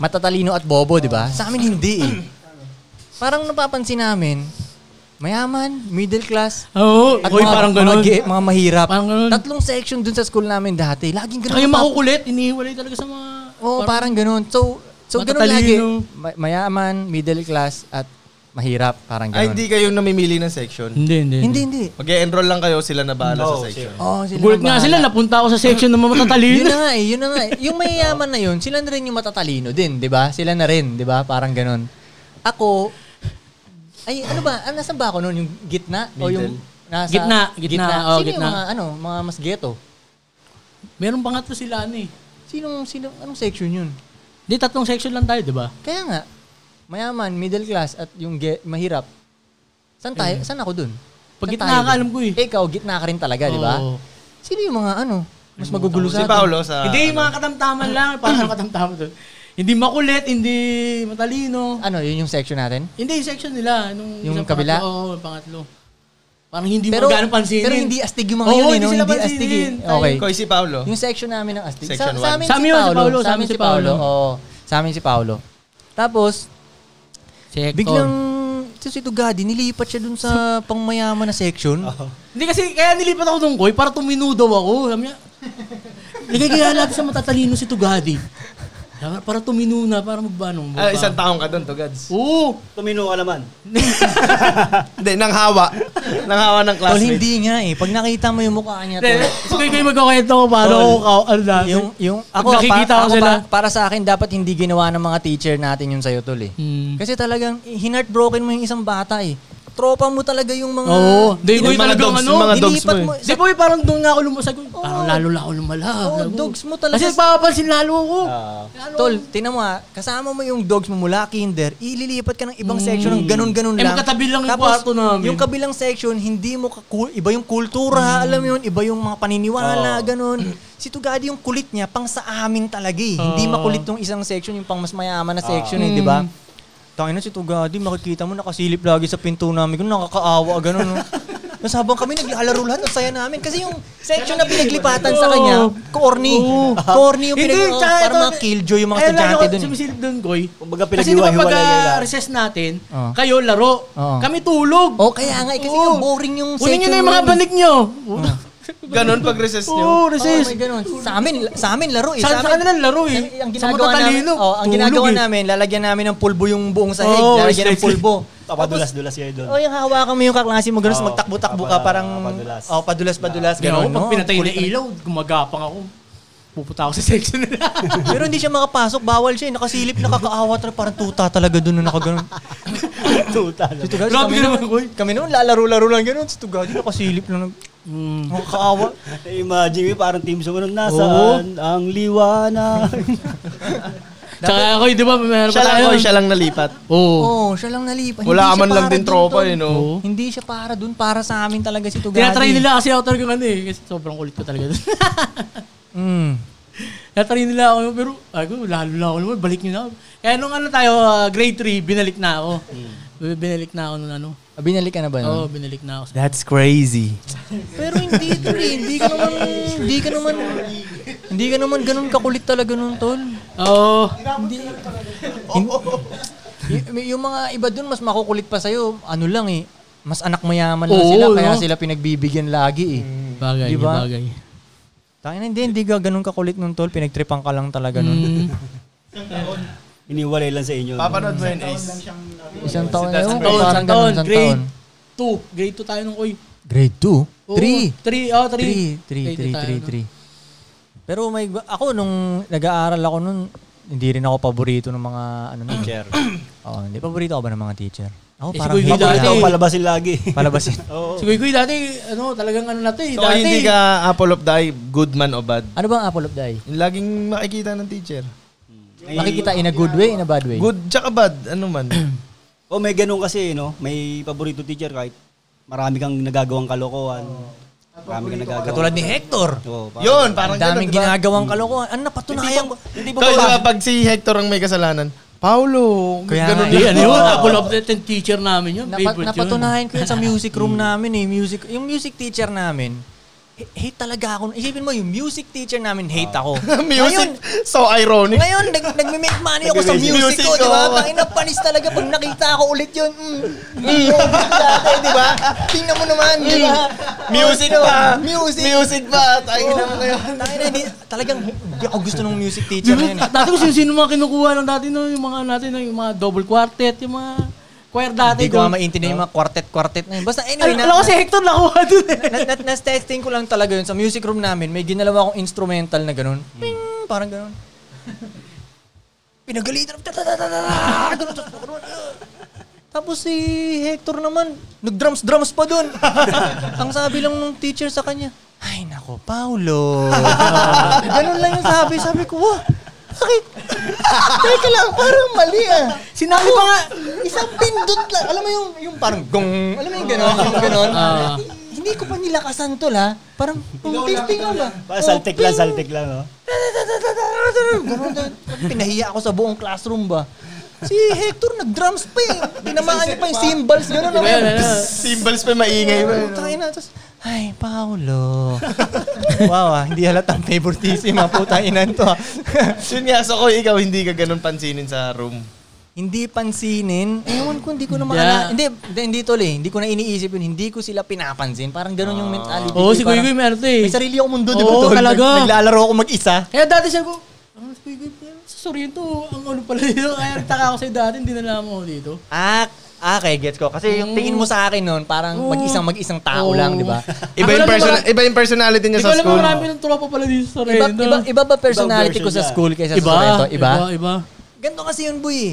[SPEAKER 7] Matatalino at bobo, di ba? Sa amin hindi eh. Parang napapansin namin, mayaman, middle class,
[SPEAKER 4] Oo,
[SPEAKER 7] at
[SPEAKER 4] Kuy,
[SPEAKER 7] mga,
[SPEAKER 4] parang
[SPEAKER 7] mga,
[SPEAKER 4] ganun.
[SPEAKER 7] ge- mga mahirap.
[SPEAKER 4] Parang ganun.
[SPEAKER 7] Tatlong section dun sa school namin dati. Laging ganun.
[SPEAKER 4] Kayo
[SPEAKER 7] ang tap-
[SPEAKER 4] makukulit, inihiwalay talaga sa mga...
[SPEAKER 7] Oo, parang, ganun. So, so ganun lagi.
[SPEAKER 4] Matatalino.
[SPEAKER 7] Ma- mayaman, middle class, at mahirap. Parang ganun.
[SPEAKER 6] Ay, hindi kayo namimili ng section.
[SPEAKER 4] Hindi, hindi.
[SPEAKER 7] Hindi, hindi.
[SPEAKER 6] Mag-enroll lang kayo, sila na bahala sa section.
[SPEAKER 7] Oo, sila
[SPEAKER 4] Gulat
[SPEAKER 7] ang
[SPEAKER 4] nga
[SPEAKER 7] bahala.
[SPEAKER 4] sila, napunta ako sa section ng mga
[SPEAKER 7] Yun
[SPEAKER 4] matatalino.
[SPEAKER 7] na nga eh, yun na nga eh. Yung mayayaman na yun, sila na rin yung matatalino din, di ba? Sila na rin, di ba? Parang ganun. Ako, ay ano ba, ah, nasan ba ako noon? Yung gitna? O yung nasa,
[SPEAKER 4] Gitna, gitna, oo,
[SPEAKER 7] Sino yung
[SPEAKER 4] gitna.
[SPEAKER 7] mga, ano, mga mas ghetto?
[SPEAKER 4] Meron pa nga to sila ano eh.
[SPEAKER 7] Sinong, sino, anong section yun?
[SPEAKER 4] Hindi, tatlong section lang tayo, di ba?
[SPEAKER 7] Kaya nga, mayaman, middle class, at yung ge- mahirap, saan tayo, saan ako dun?
[SPEAKER 4] Pag
[SPEAKER 7] Saan
[SPEAKER 4] gitna
[SPEAKER 7] tayo
[SPEAKER 4] ka,
[SPEAKER 7] dun?
[SPEAKER 4] alam ko eh.
[SPEAKER 7] Ikaw, gitna ka rin talaga, di ba?
[SPEAKER 4] Oo.
[SPEAKER 7] Sino yung mga ano, mas magugulo
[SPEAKER 6] Si
[SPEAKER 7] sa atin?
[SPEAKER 6] Paolo sa... ano?
[SPEAKER 4] hindi,
[SPEAKER 7] ano?
[SPEAKER 4] yung mga katamtaman lang. Parang katamtaman to. Hindi makulit, hindi matalino.
[SPEAKER 7] Ano, yun yung section natin?
[SPEAKER 4] Hindi, yung section nila. Nung
[SPEAKER 7] Yung
[SPEAKER 4] isang
[SPEAKER 7] kabila?
[SPEAKER 4] pangatlo, Oo, yung pangatlo. Parang hindi mo gano'ng pansinin.
[SPEAKER 7] Pero hindi astig yung mga
[SPEAKER 4] Oo,
[SPEAKER 7] yun, eh,
[SPEAKER 4] hindi
[SPEAKER 7] no?
[SPEAKER 4] sila
[SPEAKER 7] Hindi
[SPEAKER 4] pansinin.
[SPEAKER 7] astig. eh.
[SPEAKER 4] Tayo.
[SPEAKER 7] Okay.
[SPEAKER 6] Koy, si Paolo.
[SPEAKER 7] Yung section namin ng astig.
[SPEAKER 6] Section
[SPEAKER 7] sa, sa amin si
[SPEAKER 4] Sa amin yun, si
[SPEAKER 7] Paolo.
[SPEAKER 4] Paolo,
[SPEAKER 7] Sa amin si Paolo. Oo. Sa amin si Paolo. Tapos,
[SPEAKER 4] Sector.
[SPEAKER 7] biglang si si Tugadi, nilipat siya dun sa pangmayaman na section.
[SPEAKER 4] Hindi kasi, kaya nilipat ako nung koy, para tuminudaw ako. Sabi niya, nagagaya lahat sa matatalino si Tugadi. Sabi, para tuminuna, para magbanong.
[SPEAKER 6] Ah, isang taong ka doon, to Gads.
[SPEAKER 4] Oo.
[SPEAKER 5] Tumino ka naman.
[SPEAKER 6] Hindi, nang hawa. nang hawa ng
[SPEAKER 7] Tol,
[SPEAKER 6] classmate.
[SPEAKER 7] hindi nga eh. Pag nakita mo yung mukha niya, tol,
[SPEAKER 4] Sige, kayo magkakwento ko paano ako ka- ano dati.
[SPEAKER 7] Oh, yung, yung,
[SPEAKER 4] Pag
[SPEAKER 7] ako,
[SPEAKER 4] nakikita
[SPEAKER 7] para,
[SPEAKER 4] ko
[SPEAKER 7] ako
[SPEAKER 4] sila.
[SPEAKER 7] pa- para sa akin, dapat hindi ginawa ng mga teacher natin yun sa'yo, tol eh.
[SPEAKER 4] Hmm.
[SPEAKER 7] Kasi talagang, eh, hinartbroken mo yung isang bata eh. Tropa mo talaga yung mga...
[SPEAKER 4] Oo. Di,
[SPEAKER 7] Hindi-
[SPEAKER 4] Koy, talagang ano.
[SPEAKER 6] mga dogs
[SPEAKER 7] Dilipat
[SPEAKER 6] mo eh.
[SPEAKER 7] mo. eh.
[SPEAKER 4] Di ba, parang doon nga ako lumusag. Parang
[SPEAKER 7] Oo.
[SPEAKER 4] lalo lang ako lumala.
[SPEAKER 7] Oo,
[SPEAKER 4] Sabi ko,
[SPEAKER 7] Oh, dogs mo talaga. Ah.
[SPEAKER 4] Kasi papapansin lalo ako. Lalo
[SPEAKER 7] Ano? Tol,
[SPEAKER 4] ako.
[SPEAKER 7] tinan mo ha, kasama mo yung dogs mo mula kinder, ililipat ka ng ibang section ng ganun-ganun
[SPEAKER 4] Eh,
[SPEAKER 7] lang.
[SPEAKER 4] magkatabi lang yung
[SPEAKER 7] Tapos,
[SPEAKER 4] kwarto namin.
[SPEAKER 7] Yung kabilang section, hindi mo kakul, iba yung kultura,
[SPEAKER 4] Hmm.
[SPEAKER 7] alam mo yun, iba yung mga paniniwala, ganun. Si Tugadi yung kulit niya, pang sa amin talaga eh. Hindi makulit yung isang section, yung pang mas mayaman na
[SPEAKER 4] Ah.
[SPEAKER 7] section eh, di ba? Tangina si Tugadi, makikita mo nakasilip lagi sa pinto namin, ganun, nakakaawa, ganun. no? Tapos habang kami naglalaro lahat, ang saya namin. Kasi yung section na pinaglipatan sa kanya, corny. Corny yung pinag...
[SPEAKER 4] Hindi, tsaka
[SPEAKER 7] para
[SPEAKER 4] ito-
[SPEAKER 7] mga killjoy yung mga
[SPEAKER 4] Ayun, lalo
[SPEAKER 7] estudyante
[SPEAKER 4] ako
[SPEAKER 7] dun. eh.
[SPEAKER 4] Sumisilip dun, Koy.
[SPEAKER 5] Kumbaga
[SPEAKER 4] Kasi di ba pag
[SPEAKER 5] pinaghiwa-hiwalay nila.
[SPEAKER 4] ah, recess natin,
[SPEAKER 7] Oo.
[SPEAKER 4] kayo laro,
[SPEAKER 7] Oo.
[SPEAKER 4] kami tulog.
[SPEAKER 7] Oh, kaya nga. eh, Kasi
[SPEAKER 4] Oo.
[SPEAKER 7] yung boring yung
[SPEAKER 4] Kunin nyo na yung
[SPEAKER 7] mo
[SPEAKER 4] mga
[SPEAKER 7] yun.
[SPEAKER 4] banig nyo.
[SPEAKER 6] Ganon pag recess
[SPEAKER 4] Oo,
[SPEAKER 6] nyo.
[SPEAKER 7] Oo,
[SPEAKER 4] recess.
[SPEAKER 7] may ganun. Sa amin, sa amin laro eh.
[SPEAKER 4] Saan sa
[SPEAKER 7] amin-
[SPEAKER 4] kanilang laro eh?
[SPEAKER 7] Ang
[SPEAKER 4] Sa
[SPEAKER 7] ginagawa namin,
[SPEAKER 4] matatalino.
[SPEAKER 7] oh, ang
[SPEAKER 4] Tulog
[SPEAKER 7] ginagawa
[SPEAKER 4] eh. Oh,
[SPEAKER 7] namin, lalagyan namin ng pulbo yung buong sahig.
[SPEAKER 4] Oo,
[SPEAKER 7] lalagyan ng
[SPEAKER 4] exactly.
[SPEAKER 7] pulbo.
[SPEAKER 5] Papadulas-dulas kayo doon.
[SPEAKER 7] Oh, yung hawakan mo yung kaklase mo, ganun,
[SPEAKER 5] Oo,
[SPEAKER 7] magtakbo-takbo ka,
[SPEAKER 5] papa-
[SPEAKER 7] parang,
[SPEAKER 5] papadulas.
[SPEAKER 7] oh, padulas-padulas,
[SPEAKER 4] Kaya ako,
[SPEAKER 7] ganun. Oh.
[SPEAKER 4] oh, pag
[SPEAKER 7] no?
[SPEAKER 4] pinatay na
[SPEAKER 7] Kulit talaga.
[SPEAKER 4] ilaw, gumagapang ako. Pupunta ako sa section nila.
[SPEAKER 7] Pero hindi siya makapasok, bawal siya, eh. nakasilip, nakakaawa, talaga, parang tuta talaga doon na nakaganon.
[SPEAKER 5] Tuta
[SPEAKER 7] Si Tugadi,
[SPEAKER 4] Grabe
[SPEAKER 7] kami
[SPEAKER 4] ka naman, Koy.
[SPEAKER 7] noon, kami noon, lalaro-laro lang ganun. Si Tugadi, nakasilip lang. Nakakaawa.
[SPEAKER 5] Imagine mo, parang team sumunod na
[SPEAKER 4] Oo.
[SPEAKER 5] saan ang liwanag.
[SPEAKER 4] Tsaka ako, eh, di ba, meron pa
[SPEAKER 6] Siya lang,
[SPEAKER 4] tayo.
[SPEAKER 7] oh,
[SPEAKER 6] Koy, siya lang nalipat.
[SPEAKER 4] Oo.
[SPEAKER 7] Oo, Oh, siya lang nalipat. Hindi
[SPEAKER 6] Wala ka man
[SPEAKER 7] siya
[SPEAKER 6] lang
[SPEAKER 7] para
[SPEAKER 6] din
[SPEAKER 7] dun,
[SPEAKER 6] tropa
[SPEAKER 7] tol.
[SPEAKER 6] eh, no?
[SPEAKER 7] Hindi siya para dun, para sa amin talaga si Tugadi.
[SPEAKER 4] Tinatry nila kasi ako talagang ano eh. Kasi sobrang kulit ko talaga doon.
[SPEAKER 7] Mm.
[SPEAKER 4] Tinatry nila ako. Pero, ay, ko, lalo na ako naman. Balik nyo na ako. Kaya nung ano tayo, ah, grade 3, binalik na ako. Binalik na ako nung ano.
[SPEAKER 7] Hmm. Ah, Binalik ka na ba?
[SPEAKER 4] Oo,
[SPEAKER 7] nun?
[SPEAKER 4] binalik na ako.
[SPEAKER 6] That's crazy.
[SPEAKER 7] Pero hindi tol, eh. hindi ka naman, hindi ka naman, hindi ka naman ganun kakulit talaga nun, tol.
[SPEAKER 4] Oo.
[SPEAKER 7] Y- yung mga iba dun, mas makukulit pa sa'yo, ano lang eh, mas anak mayaman lang
[SPEAKER 4] Oo,
[SPEAKER 7] sila, kaya
[SPEAKER 4] no? Mm.
[SPEAKER 7] sila pinagbibigyan lagi eh.
[SPEAKER 4] Bagay,
[SPEAKER 7] Di ba?
[SPEAKER 4] bagay.
[SPEAKER 7] Tangina, hindi, hindi ka ganun kakulit nun, tol. Pinagtripan ka lang talaga nun.
[SPEAKER 4] Mm.
[SPEAKER 5] Iniwalay lang sa inyo.
[SPEAKER 6] Papanood mo yun, Ace.
[SPEAKER 7] Isang taon na yun.
[SPEAKER 4] Isang taon,
[SPEAKER 7] Parang ganun,
[SPEAKER 4] isang taon.
[SPEAKER 7] isang
[SPEAKER 4] Grade
[SPEAKER 7] taon.
[SPEAKER 4] 2. Grade 2 tayo nung koy.
[SPEAKER 7] Grade 2? 3?
[SPEAKER 4] Oo, Three, oh, three.
[SPEAKER 7] Three, three,
[SPEAKER 4] Grade two
[SPEAKER 7] three,
[SPEAKER 4] tayo
[SPEAKER 7] three,
[SPEAKER 4] nun.
[SPEAKER 7] three. Pero may ako nung nag-aaral ako nun, hindi rin ako paborito ng mga ano nun. Teacher. Oo, hindi paborito ako ba ng mga teacher? Ako
[SPEAKER 4] Eh, si
[SPEAKER 7] parang hate
[SPEAKER 4] Kuya Gil
[SPEAKER 7] lang
[SPEAKER 4] dati.
[SPEAKER 5] Ikaw palabasin lagi.
[SPEAKER 7] palabasin.
[SPEAKER 5] Oo.
[SPEAKER 4] Si Kuy Kuy dati, ano, talagang ano na to eh.
[SPEAKER 6] So,
[SPEAKER 4] dati,
[SPEAKER 6] hindi ka apple of the eye, good man o bad.
[SPEAKER 7] ano bang apple of the eye?
[SPEAKER 6] Yung laging makikita ng teacher.
[SPEAKER 7] Makikita in a good way, in a bad way?
[SPEAKER 6] Good tsaka bad, ano man.
[SPEAKER 5] Oh, may ganun kasi, no? May paborito teacher kahit marami kang nagagawang kalokohan. Marami kang nagagawang.
[SPEAKER 7] Katulad ni Hector.
[SPEAKER 5] Oo, parang-
[SPEAKER 6] Yun,
[SPEAKER 7] Ang diba?
[SPEAKER 6] parang ganun,
[SPEAKER 7] daming
[SPEAKER 6] di ba?
[SPEAKER 7] ginagawang kalokohan. Ano napatunayan ko?
[SPEAKER 6] So, di
[SPEAKER 7] diba,
[SPEAKER 6] ba, pag si Hector ang may kasalanan, Paolo,
[SPEAKER 7] Kaya nga,
[SPEAKER 6] ganun din.
[SPEAKER 7] eh.
[SPEAKER 4] Yan ano yun, apple of the ten teacher namin yun.
[SPEAKER 7] Napa-
[SPEAKER 4] favorite yun.
[SPEAKER 7] napatunayan ko yun sa music room namin eh. Music, yung music teacher namin, h- hate talaga ako. Isipin mo, yung music teacher namin, hate ako.
[SPEAKER 6] Music, so ironic.
[SPEAKER 7] Ngayon, nag, nagme-make money ako sa music,
[SPEAKER 6] Music
[SPEAKER 7] ko, di ba?
[SPEAKER 6] ko.
[SPEAKER 7] Tangina, panis talaga pag nakita ako ulit yun. Mm, mm, yung music dati, di ba? Tingnan mo naman, di ba?
[SPEAKER 6] Music
[SPEAKER 7] Oh,
[SPEAKER 6] pa.
[SPEAKER 7] Music.
[SPEAKER 6] Music ba? Tayo na mo ngayon.
[SPEAKER 7] Tangina, di, talagang hindi ako gusto ng music teacher na yun eh.
[SPEAKER 4] Diba? Dati ko sino-sino mga kinukuha ng dati no, yung mga natin, no, yung mga double quartet, yung mga choir dati.
[SPEAKER 7] Hindi ko
[SPEAKER 4] no.
[SPEAKER 7] nga maintindihan yung mga quartet-quartet na yun. Basta anyway,
[SPEAKER 4] Al- Alam ko si Hector nakuha dun eh.
[SPEAKER 7] na, na, nas-testing ko lang talaga yun. Sa music room namin, may ginalawa akong instrumental na ganun. Ping! Parang ganun. Pinagalitan. tatatatatata, ganun, tapos ganun, ah. Tapos si Hector naman, nag-drums-drums pa dun. Ang sabi lang ng teacher sa kanya, ay nako, Paolo. ganun lang yung sabi. Sabi ko, wah, bakit? Teka lang, parang mali ah.
[SPEAKER 4] Sinabi pa nga,
[SPEAKER 7] Isang pindot lang. Alam mo yung, yung parang gong. Alam mo yung gano'n? Yung gano'n?
[SPEAKER 4] Ah.
[SPEAKER 7] Hindi ko pa nilakasan to la. Parang, kung testing lang ah. ba?
[SPEAKER 5] Parang saltik lang, saltik lang, no?
[SPEAKER 7] Ganun na. Pinahiya ako sa buong classroom ba? Si Hector nag-drums pa eh. Tinamaan niya pa yung cymbals. Ganun na yun.
[SPEAKER 6] Symbols pa maingay pa.
[SPEAKER 7] Tayo na. Tapos, ay, Paolo. wow ah, hindi halata ang favoritism ah. Putang inan to ah.
[SPEAKER 6] Yun nga, so ko ikaw hindi ka ganun pansinin sa room.
[SPEAKER 7] hindi pansinin. Ewan ko, hindi ko na
[SPEAKER 4] Yeah.
[SPEAKER 7] maalala. Hindi, hindi, hindi tol eh. Hindi ko na iniisip yun. Hindi ko sila pinapansin. Parang ganun yung mentality.
[SPEAKER 4] Ah. Oo,
[SPEAKER 7] ko eh.
[SPEAKER 4] si Kuy Kuy
[SPEAKER 7] Parang,
[SPEAKER 4] may ano to eh.
[SPEAKER 7] May sarili akong mundo, di ba? tol?
[SPEAKER 4] Oo, talaga.
[SPEAKER 7] Nag- Naglalaro ako mag-isa.
[SPEAKER 4] Kaya dati siya ko, ano si Kuy Kuy, sa Sorrento, ang ano pala dito. Kaya nagtaka ako sa'yo dati, hindi nalaman ko dito.
[SPEAKER 7] Ah, okay, gets ko. Kasi yung tingin mo sa akin noon, parang
[SPEAKER 4] Oo.
[SPEAKER 7] mag-isang mag-isang tao
[SPEAKER 4] Mm. Oo.
[SPEAKER 7] lang, di ba?
[SPEAKER 6] Iba yung,
[SPEAKER 4] Ako lang
[SPEAKER 6] persona-
[SPEAKER 4] naman-
[SPEAKER 6] iba yung personality niya
[SPEAKER 4] Hindi
[SPEAKER 6] sa
[SPEAKER 4] ko alam kung
[SPEAKER 6] school.
[SPEAKER 4] marami ng tropa pala dito sa
[SPEAKER 7] Iba,
[SPEAKER 4] Sorrento.
[SPEAKER 7] iba, iba ba personality
[SPEAKER 5] Ibang
[SPEAKER 7] ko sa
[SPEAKER 5] version
[SPEAKER 7] school kaysa sa Soreto? Iba?
[SPEAKER 4] Iba, Mm. iba.
[SPEAKER 7] Ganito kasi yun, boy. eh.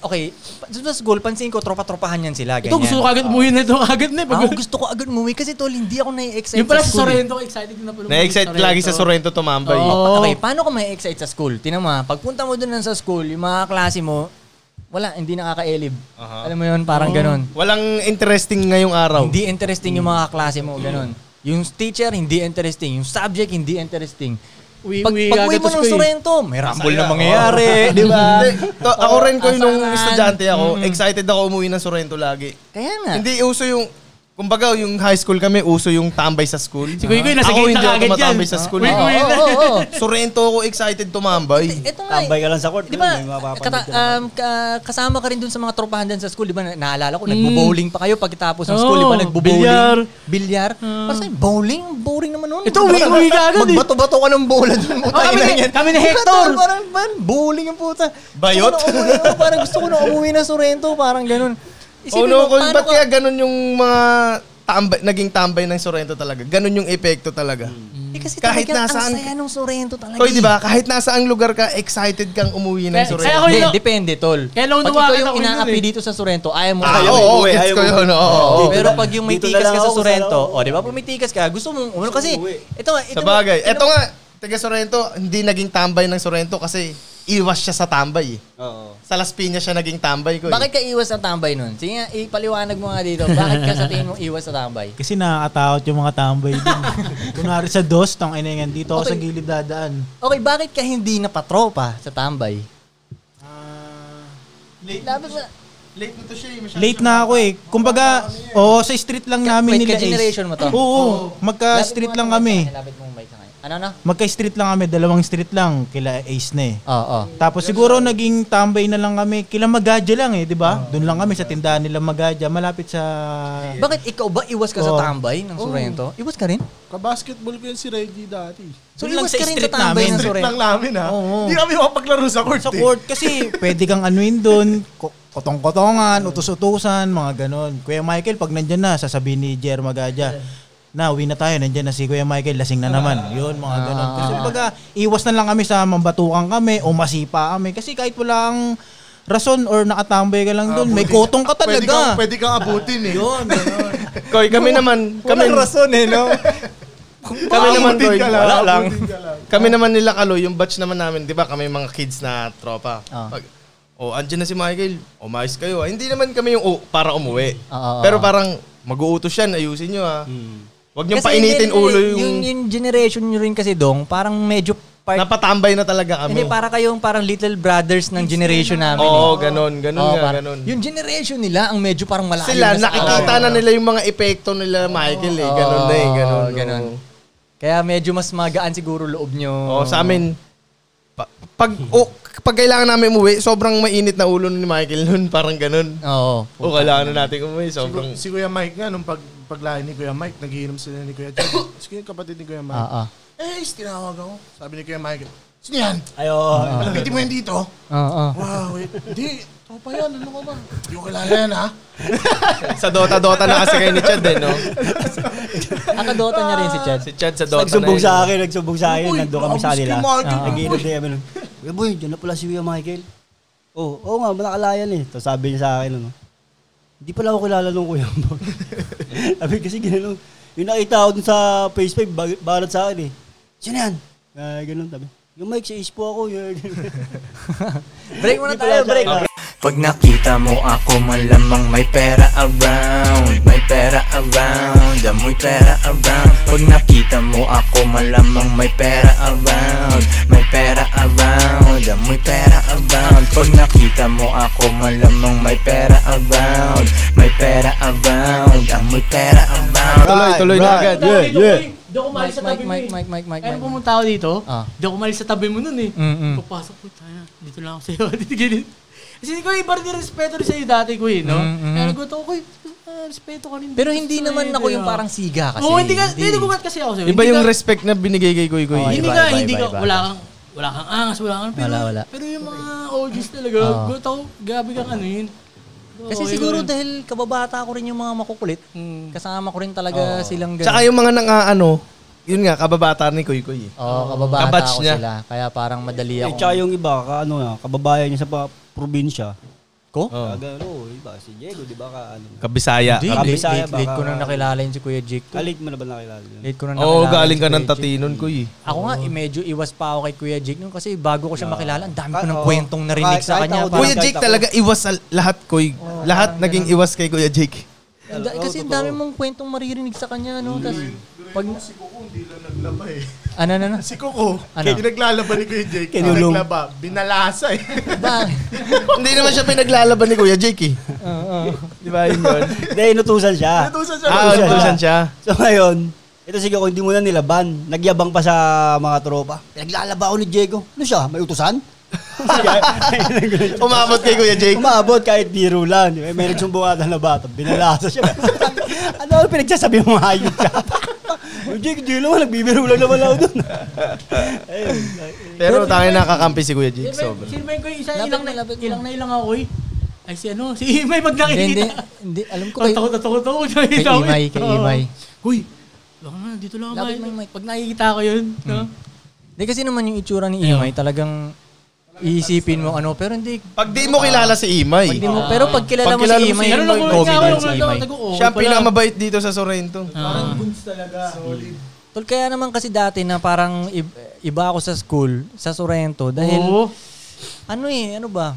[SPEAKER 7] Okay, pa- sa school, pansin ko, tropa-tropahan yan sila. Ganyan.
[SPEAKER 4] Ito gusto ko agad umuwi na ito, agad na eh. Pag-
[SPEAKER 7] Ako gusto ko agad umuwi kasi tol, hindi ako na-excite
[SPEAKER 4] Yung pala
[SPEAKER 7] sa
[SPEAKER 4] sa
[SPEAKER 7] school. eh.
[SPEAKER 4] Sorrento, excited na pala.
[SPEAKER 6] Na-excite lagi sa Sorrento tumambay.
[SPEAKER 4] Oo.
[SPEAKER 7] Pa- Okay, paano ka may excite sa school? Tinan mo ha, pagpunta mo dun lang sa school, yung mga klase mo, wala, hindi nakaka-elib. Alam mo yun, parang ganun.
[SPEAKER 6] Walang interesting ngayong araw.
[SPEAKER 7] Hindi interesting yung mga klase mo, ganun. Yung teacher, hindi interesting. Yung subject, hindi interesting.
[SPEAKER 4] Uwi-
[SPEAKER 7] Pag,
[SPEAKER 4] uwi
[SPEAKER 7] pag uwi
[SPEAKER 4] agad
[SPEAKER 7] mo
[SPEAKER 4] sa
[SPEAKER 7] ng
[SPEAKER 4] school.
[SPEAKER 7] Sorrento, may rumble na
[SPEAKER 6] Masaya.
[SPEAKER 7] mangyayari, di ba?
[SPEAKER 6] Hindi, to, ako rin ko nung
[SPEAKER 7] asahan.
[SPEAKER 6] estudyante ako, excited ako umuwi ng Sorrento lagi.
[SPEAKER 7] Kaya nga.
[SPEAKER 6] Hindi uso yung, kumbaga yung high school kami, uso yung tambay sa school.
[SPEAKER 4] Si Kuy Kuy, nasa
[SPEAKER 6] Ako
[SPEAKER 4] gate na
[SPEAKER 6] hindi ako
[SPEAKER 4] agad yan.
[SPEAKER 6] tumatambay sa school.
[SPEAKER 4] Kuy Kuy
[SPEAKER 7] Oo,
[SPEAKER 4] na.
[SPEAKER 7] oo, oo.
[SPEAKER 6] Sorrento ako excited tumambay.
[SPEAKER 7] Ito nga, eh.
[SPEAKER 5] Tambay ka lang sa court.
[SPEAKER 7] Di ba,
[SPEAKER 5] yun, may mapapanood
[SPEAKER 7] kata-
[SPEAKER 5] ka lang.
[SPEAKER 7] um, ka- kasama ka rin dun sa mga tropahan dyan sa school, di ba? na- Naalala ko, nagbo-bowling pa kayo pagkatapos ng school, di ba?
[SPEAKER 4] Oo,
[SPEAKER 7] Nagbo-bowling.
[SPEAKER 4] Hmm. Oh, bilyar. Hmm.
[SPEAKER 7] Bilyar. Parang sa'yo, bowling? Boring naman nun.
[SPEAKER 4] Ito, uwi- uwi ka agad eh. Ah,
[SPEAKER 7] Magbato-bato ka ng bola dun. Oh,
[SPEAKER 4] kami ni- kami ni Hector.
[SPEAKER 7] Parang, parang bowling yung puta.
[SPEAKER 6] Bayot?
[SPEAKER 7] Gusto ko na umuwi, oh, parang gusto ko na umuwi na Sorrento, parang ganun.
[SPEAKER 6] Oh
[SPEAKER 7] Isipin
[SPEAKER 6] no,
[SPEAKER 7] mo,
[SPEAKER 6] kung
[SPEAKER 7] paano
[SPEAKER 6] ba't
[SPEAKER 7] ka-
[SPEAKER 6] kaya ganun yung mga tambay, naging tambay ng Sorrento talaga. Ganun yung epekto talaga.
[SPEAKER 7] Eh, kasi
[SPEAKER 6] kahit
[SPEAKER 7] talagang
[SPEAKER 6] nasaan-
[SPEAKER 7] ang saya ng Sorrento talaga.
[SPEAKER 6] Oy, di
[SPEAKER 7] eh.
[SPEAKER 6] ba? Kahit nasa ang lugar ka, excited kang umuwi ng
[SPEAKER 4] Kaya-
[SPEAKER 6] Sorrento.
[SPEAKER 4] kaya ako-
[SPEAKER 7] Hindi,
[SPEAKER 4] Kaya-
[SPEAKER 7] depende, tol.
[SPEAKER 4] Kaya lang
[SPEAKER 7] Pag
[SPEAKER 4] unawakan
[SPEAKER 7] ikaw yung
[SPEAKER 4] ako yun
[SPEAKER 7] inaapi
[SPEAKER 4] eh.
[SPEAKER 7] dito sa Sorrento, ayaw mo.
[SPEAKER 6] Ah,
[SPEAKER 7] Ayaw mo.
[SPEAKER 6] oo, oo,
[SPEAKER 5] Ayaw,
[SPEAKER 6] gets ko
[SPEAKER 5] ayaw.
[SPEAKER 6] yun. Oo, oo.
[SPEAKER 5] Dito
[SPEAKER 7] Pero
[SPEAKER 5] na-
[SPEAKER 7] pag yung may
[SPEAKER 5] dito na
[SPEAKER 7] tikas
[SPEAKER 5] lang
[SPEAKER 7] ka sa
[SPEAKER 5] ako,
[SPEAKER 7] Sorrento,
[SPEAKER 5] wala ako.
[SPEAKER 7] o di ba pag may tikas ka, gusto mong, ano kasi,
[SPEAKER 5] Umuwi.
[SPEAKER 7] ito nga, ito
[SPEAKER 6] Sa bagay. Ito nga, taga Sorrento, hindi naging tambay ng Sorrento kasi iwas siya sa tambay. eh.
[SPEAKER 5] Oo.
[SPEAKER 6] Sa Las Piñas siya naging tambay ko. eh.
[SPEAKER 7] Bakit ka iwas sa tambay nun? Sige nga, ipaliwanag mo nga dito. Bakit ka sa tingin mo iwas sa tambay?
[SPEAKER 8] Kasi nakakatakot yung mga tambay din. Kunwari sa dos, tang inengan dito ako sa
[SPEAKER 7] Okay.
[SPEAKER 8] gilid dadaan.
[SPEAKER 7] Okay, bakit ka hindi napatropa sa tambay? Dapat na,
[SPEAKER 6] Late na to siya eh. Masyado
[SPEAKER 8] Late
[SPEAKER 6] siya-
[SPEAKER 8] na ako eh. Kumbaga, oo, sa street lang
[SPEAKER 7] Ka-
[SPEAKER 8] namin
[SPEAKER 7] wait,
[SPEAKER 8] nila Ace.
[SPEAKER 7] ka-generation mo to? Oh.
[SPEAKER 8] Oo, magka-street Ah, lang kami.
[SPEAKER 7] Lapit mong mic sa kanya. Ano, ano?
[SPEAKER 8] Magka-street lang kami, dalawang street lang. Kila Ace na eh.
[SPEAKER 7] Oo, oo.
[SPEAKER 8] Tapos siguro naging tambay na lang kami. Kila Magaja lang eh, di ba? Doon lang kami sa tindahan nila Magaja, malapit sa...
[SPEAKER 7] Bakit ikaw ba iwas ka sa
[SPEAKER 8] Oo.
[SPEAKER 7] tambay ng Sorrento? Iwas ka rin?
[SPEAKER 9] Kabasketball ko yun si Reggie dati.
[SPEAKER 7] So
[SPEAKER 8] Doon lang
[SPEAKER 7] iwas
[SPEAKER 8] sa
[SPEAKER 7] ka rin sa
[SPEAKER 8] street
[SPEAKER 7] tambay
[SPEAKER 8] namin.
[SPEAKER 7] ng
[SPEAKER 8] Street
[SPEAKER 6] Late lang
[SPEAKER 7] Sorrento?
[SPEAKER 6] namin ha.
[SPEAKER 8] Oo.
[SPEAKER 6] Hindi kami makapaglaro sa court
[SPEAKER 8] Sa
[SPEAKER 6] eh.
[SPEAKER 8] court kasi pwede kang anuin doon, ko- kotong-kotongan, utos-utusan, mga ganon. Kuya Michael, pag nandyan na, sasabihin ni Jer Magaja, na uwi na tayo, nandyan na si Kuya Michael, lasing na naman. Yun, mga ganon. Kasi baga, iwas na lang kami sa mambatukan kami o masipa kami. Kasi kahit wala kang rason or nakatambay ka lang doon, may kotong ka
[SPEAKER 9] Pwede kang,
[SPEAKER 8] talaga.
[SPEAKER 9] pwede kang abutin eh.
[SPEAKER 8] Yun, ganon.
[SPEAKER 6] Koy, kami naman. Kami,
[SPEAKER 7] rason eh, no?
[SPEAKER 6] kami naman, Koy.
[SPEAKER 9] ka lang,
[SPEAKER 6] Wala lang.
[SPEAKER 9] abutin ka lang.
[SPEAKER 6] Kami naman nila Kaloy, yung batch naman namin, di ba? Kami mga kids na tropa.
[SPEAKER 7] Ah.
[SPEAKER 6] Pag, o O, andyan na si Michael. Umayos kayo ah. Hindi naman kami yung "Oh, para umuwi.
[SPEAKER 7] Oo.
[SPEAKER 6] Pero parang mag-uutos yan, ayusin nyo ah.
[SPEAKER 9] Hmm.
[SPEAKER 6] Huwag niyong painitin
[SPEAKER 7] hindi-
[SPEAKER 6] ulo yung,
[SPEAKER 7] Yung, yung generation nyo rin kasi, Dong, parang medyo part...
[SPEAKER 6] napatambay na talaga kami.
[SPEAKER 7] Hindi, para kayong parang little brothers ng generation namin. eh.
[SPEAKER 6] Oo, ganun, ganun
[SPEAKER 7] Oo,
[SPEAKER 6] nga,
[SPEAKER 7] parang-
[SPEAKER 6] ganun.
[SPEAKER 7] Yung generation nila ang medyo parang malayo
[SPEAKER 6] Sila,
[SPEAKER 7] na sa
[SPEAKER 6] nakikita
[SPEAKER 7] atin.
[SPEAKER 6] na nila yung mga epekto nila, Michael eh. Ganun na eh, ganun.
[SPEAKER 7] Oo, ganun. Kaya medyo mas magaan siguro loob nyo.
[SPEAKER 6] Oo, Oh, sa amin, pa- pag, o, pag kailangan namin umuwi, sobrang mainit na ulo ni Michael nun, parang ganun.
[SPEAKER 7] Oo.
[SPEAKER 6] O, kailangan na natin umuwi, sobrang...
[SPEAKER 9] Si Kuya Mike nga, nung pag, paglahin ni Kuya Mike, naghihinom sila ni Kuya Chad. Sige, kapatid ni Kuya Mike.
[SPEAKER 7] Ah, ah.
[SPEAKER 9] Eh, tinawag ako. Sabi ni Kuya Michael, sino yan?
[SPEAKER 5] Ayun.
[SPEAKER 9] Alapitin mo yan dito.
[SPEAKER 7] Oo, oo.
[SPEAKER 9] Wow, wait. Hindi, tropa yan. Ano ka ba? Hindi ko kilala yan, ha?
[SPEAKER 6] sa Dota-Dota na kasi kayo ni Chad eh, no?
[SPEAKER 7] Ang kadota niya rin si Chad.
[SPEAKER 6] Si Chad sa Dota na
[SPEAKER 5] Nagsumbong
[SPEAKER 6] yun.
[SPEAKER 5] sa akin, nagsumbong sa akin. Nandun kami sa kanila.
[SPEAKER 7] Ah.
[SPEAKER 5] Nag-iinom na kami. nun. Kuya boy, dyan na pala si Kuya Michael. Oo, oh, oo nga, nakalayan eh. Tapos sabi niya sa akin, ano, hindi pala ako kilala nung Kuya Boy. sabi kasi gano'n, yung nakita ko dun sa Facebook, bag- barat sa akin eh. Sino yan? Uh, ganun, sabi. Yung Mike, sa ispo ako. yun."
[SPEAKER 7] Break muna
[SPEAKER 5] Hindi pala
[SPEAKER 7] tayo,
[SPEAKER 5] siya
[SPEAKER 7] break.
[SPEAKER 5] kilala.
[SPEAKER 1] Pag nakita mo ako malamang may pera around May pera around, amoy pera around Pag nakita mo ako malamang may pera around May pera around, amoy pera around Pag nakita mo ako malamang may pera around May pera around, amoy pera around
[SPEAKER 6] Tuloy, tuloy na agad.
[SPEAKER 4] Yeah, yeah. Hindi ako
[SPEAKER 7] Mike,
[SPEAKER 4] malis sa
[SPEAKER 7] Mike,
[SPEAKER 4] tabi mo
[SPEAKER 7] Mike,
[SPEAKER 4] eh.
[SPEAKER 7] Mike, Mike, Mike,
[SPEAKER 4] Kaya nung
[SPEAKER 7] Mike.
[SPEAKER 4] pumunta ako dito,
[SPEAKER 7] Ah.
[SPEAKER 4] hindi ako malis sa tabi mo nun eh.
[SPEAKER 7] Mm-mm.
[SPEAKER 4] Pagpasok ko, tayo, dito lang ako sa'yo. Dito ganun. Kasi ko iba rin respeto rin sa'yo dati ko eh, no?
[SPEAKER 7] Mm-mm.
[SPEAKER 4] Kaya nagutom ko, ah, respeto ka rin.
[SPEAKER 7] Pero hindi naman ako yung parang siga kasi.
[SPEAKER 4] eh. ah. Oo, hindi ka, hindi nagugat kasi ako sa'yo.
[SPEAKER 6] Iba
[SPEAKER 4] Hindi
[SPEAKER 6] yung
[SPEAKER 4] ka-
[SPEAKER 6] respect na binigay kay Kuy Kuy.
[SPEAKER 7] Oo,
[SPEAKER 4] Hindi
[SPEAKER 7] Oh, iba,
[SPEAKER 4] ka,
[SPEAKER 7] iba,
[SPEAKER 4] hindi
[SPEAKER 7] iba,
[SPEAKER 4] ka,
[SPEAKER 7] iba.
[SPEAKER 4] wala kang, wala kang angas, wala kang, pero,
[SPEAKER 7] Wala, wala.
[SPEAKER 4] pero yung mga OGs talaga,
[SPEAKER 7] Oo.
[SPEAKER 4] oh. gato, gabi kang ano yun.
[SPEAKER 7] Kasi
[SPEAKER 4] Oo,
[SPEAKER 7] siguro
[SPEAKER 4] yun.
[SPEAKER 7] dahil kababata ko rin yung mga makukulit.
[SPEAKER 4] Mm.
[SPEAKER 7] Kasama ko rin talaga silang ganun.
[SPEAKER 6] Tsaka yung mga nang ano, yun nga, kababata ni Kuy Kuy. eh.
[SPEAKER 7] Oo, kababata
[SPEAKER 6] Kabatch
[SPEAKER 7] ko
[SPEAKER 6] niya.
[SPEAKER 7] sila. Kaya parang madali
[SPEAKER 5] Eh,
[SPEAKER 7] ako.
[SPEAKER 5] tsaka yung iba, ka, ano nga, kababayan niya sa pa, probinsya.
[SPEAKER 7] ko?
[SPEAKER 5] Oh. Gano, iba, si Diego, di ba ka, ano,
[SPEAKER 6] Kabisaya.
[SPEAKER 7] Hindi,
[SPEAKER 5] Kabisaya
[SPEAKER 7] late, late,
[SPEAKER 5] baka-
[SPEAKER 7] late ko na nakilala yun si Kuya Jake. to.
[SPEAKER 5] kalit mo na ba nakilala? yun?
[SPEAKER 7] Late ko na nakilala.
[SPEAKER 6] Oo, galing
[SPEAKER 7] si
[SPEAKER 6] ka ng
[SPEAKER 7] Kuya Jake.
[SPEAKER 6] tatinon, Kuy.
[SPEAKER 7] Ako nga, eh, medyo iwas pa ako kay Kuya Jake nun kasi bago ko siya makilala, ang dami ko
[SPEAKER 5] Ka-
[SPEAKER 7] ng
[SPEAKER 5] oo.
[SPEAKER 7] kwentong narinig
[SPEAKER 5] Kahit-
[SPEAKER 7] sa
[SPEAKER 5] kahit
[SPEAKER 7] kanya.
[SPEAKER 5] ako
[SPEAKER 6] Kuya
[SPEAKER 5] Parang
[SPEAKER 6] Jake
[SPEAKER 5] kahit ako-
[SPEAKER 6] talaga iwas sa lahat, Kuy. lahat naging iwas kay Kuya Jake.
[SPEAKER 7] Ang da- kasi ang dami mong kwentong maririnig sa kanya, no? Tas, pag,
[SPEAKER 9] Si Coco, hindi lang naglaba eh.
[SPEAKER 7] ano, ano, ano?
[SPEAKER 9] Si Coco,
[SPEAKER 7] Ano?
[SPEAKER 9] hindi naglalaba ni Kuya Jake.
[SPEAKER 5] Kinulong.
[SPEAKER 9] Naglaba, binalasa eh.
[SPEAKER 7] Ba?
[SPEAKER 6] Hindi naman siya pinaglalaban ni Kuya Jake eh. Di ba yun yun?
[SPEAKER 5] Hindi, inutusan siya.
[SPEAKER 9] Natusan siya.
[SPEAKER 6] ah, utusan siya.
[SPEAKER 5] So ngayon, ito sige ko, hindi mo na nilaban. Nagyabang pa sa mga tropa. Naglalaba ako ni Diego. Ano siya? May utusan?
[SPEAKER 6] Umabot kay Kuya Jake.
[SPEAKER 5] Umabot kahit biro lang. di ba? May nagsumbungatan na bata. Binalasa siya. ano ang pinagsasabi mo hayop ka? Yung Diego, di naman. Nagbibiro lang naman ako dun.
[SPEAKER 6] Pero tayo nakakampi si Kuya Jake.
[SPEAKER 4] Sino
[SPEAKER 6] Sobra.
[SPEAKER 4] ba- Sino ba yung kuya? Isa,
[SPEAKER 7] Lapit
[SPEAKER 4] ilang,
[SPEAKER 7] na,
[SPEAKER 4] na,
[SPEAKER 7] lapit na.
[SPEAKER 4] ilang na ilang ako eh. Ay si ano, si Imay pag
[SPEAKER 7] Hindi, hindi,
[SPEAKER 4] nakikita.
[SPEAKER 7] hindi, alam ko
[SPEAKER 4] Ang
[SPEAKER 7] kayo.
[SPEAKER 4] takot na takot ako. Kay
[SPEAKER 7] Imay, kay Imay.
[SPEAKER 4] Huy, wala na, dito lang ako.
[SPEAKER 7] Lapit mo,
[SPEAKER 4] Imay.
[SPEAKER 7] Imay.
[SPEAKER 4] Pag nakikita ko yun, no?
[SPEAKER 7] Hmm. Hindi kasi naman yung itsura ni Imay, talagang iisipin mo ano, pero hindi.
[SPEAKER 6] Pag di mo kilala si Imay,
[SPEAKER 7] Pag di
[SPEAKER 4] Ah.
[SPEAKER 7] mo, pero pag kilala
[SPEAKER 6] Pag
[SPEAKER 7] mo
[SPEAKER 6] kilala
[SPEAKER 7] si
[SPEAKER 6] mo si
[SPEAKER 7] Imay,
[SPEAKER 6] Imay,
[SPEAKER 4] Ano na ko,
[SPEAKER 7] COVID
[SPEAKER 4] ikaw,
[SPEAKER 7] yan si
[SPEAKER 4] oh, wala Ah.
[SPEAKER 7] Imay.
[SPEAKER 4] na ko.
[SPEAKER 6] siya ang pinakamabait dito sa Sorrento.
[SPEAKER 9] Parang goods talaga. Solid.
[SPEAKER 7] Tol, kaya naman kasi dati na parang ib- iba ako sa school, sa Sorrento, dahil
[SPEAKER 4] Oo.
[SPEAKER 7] ano eh, ano ba?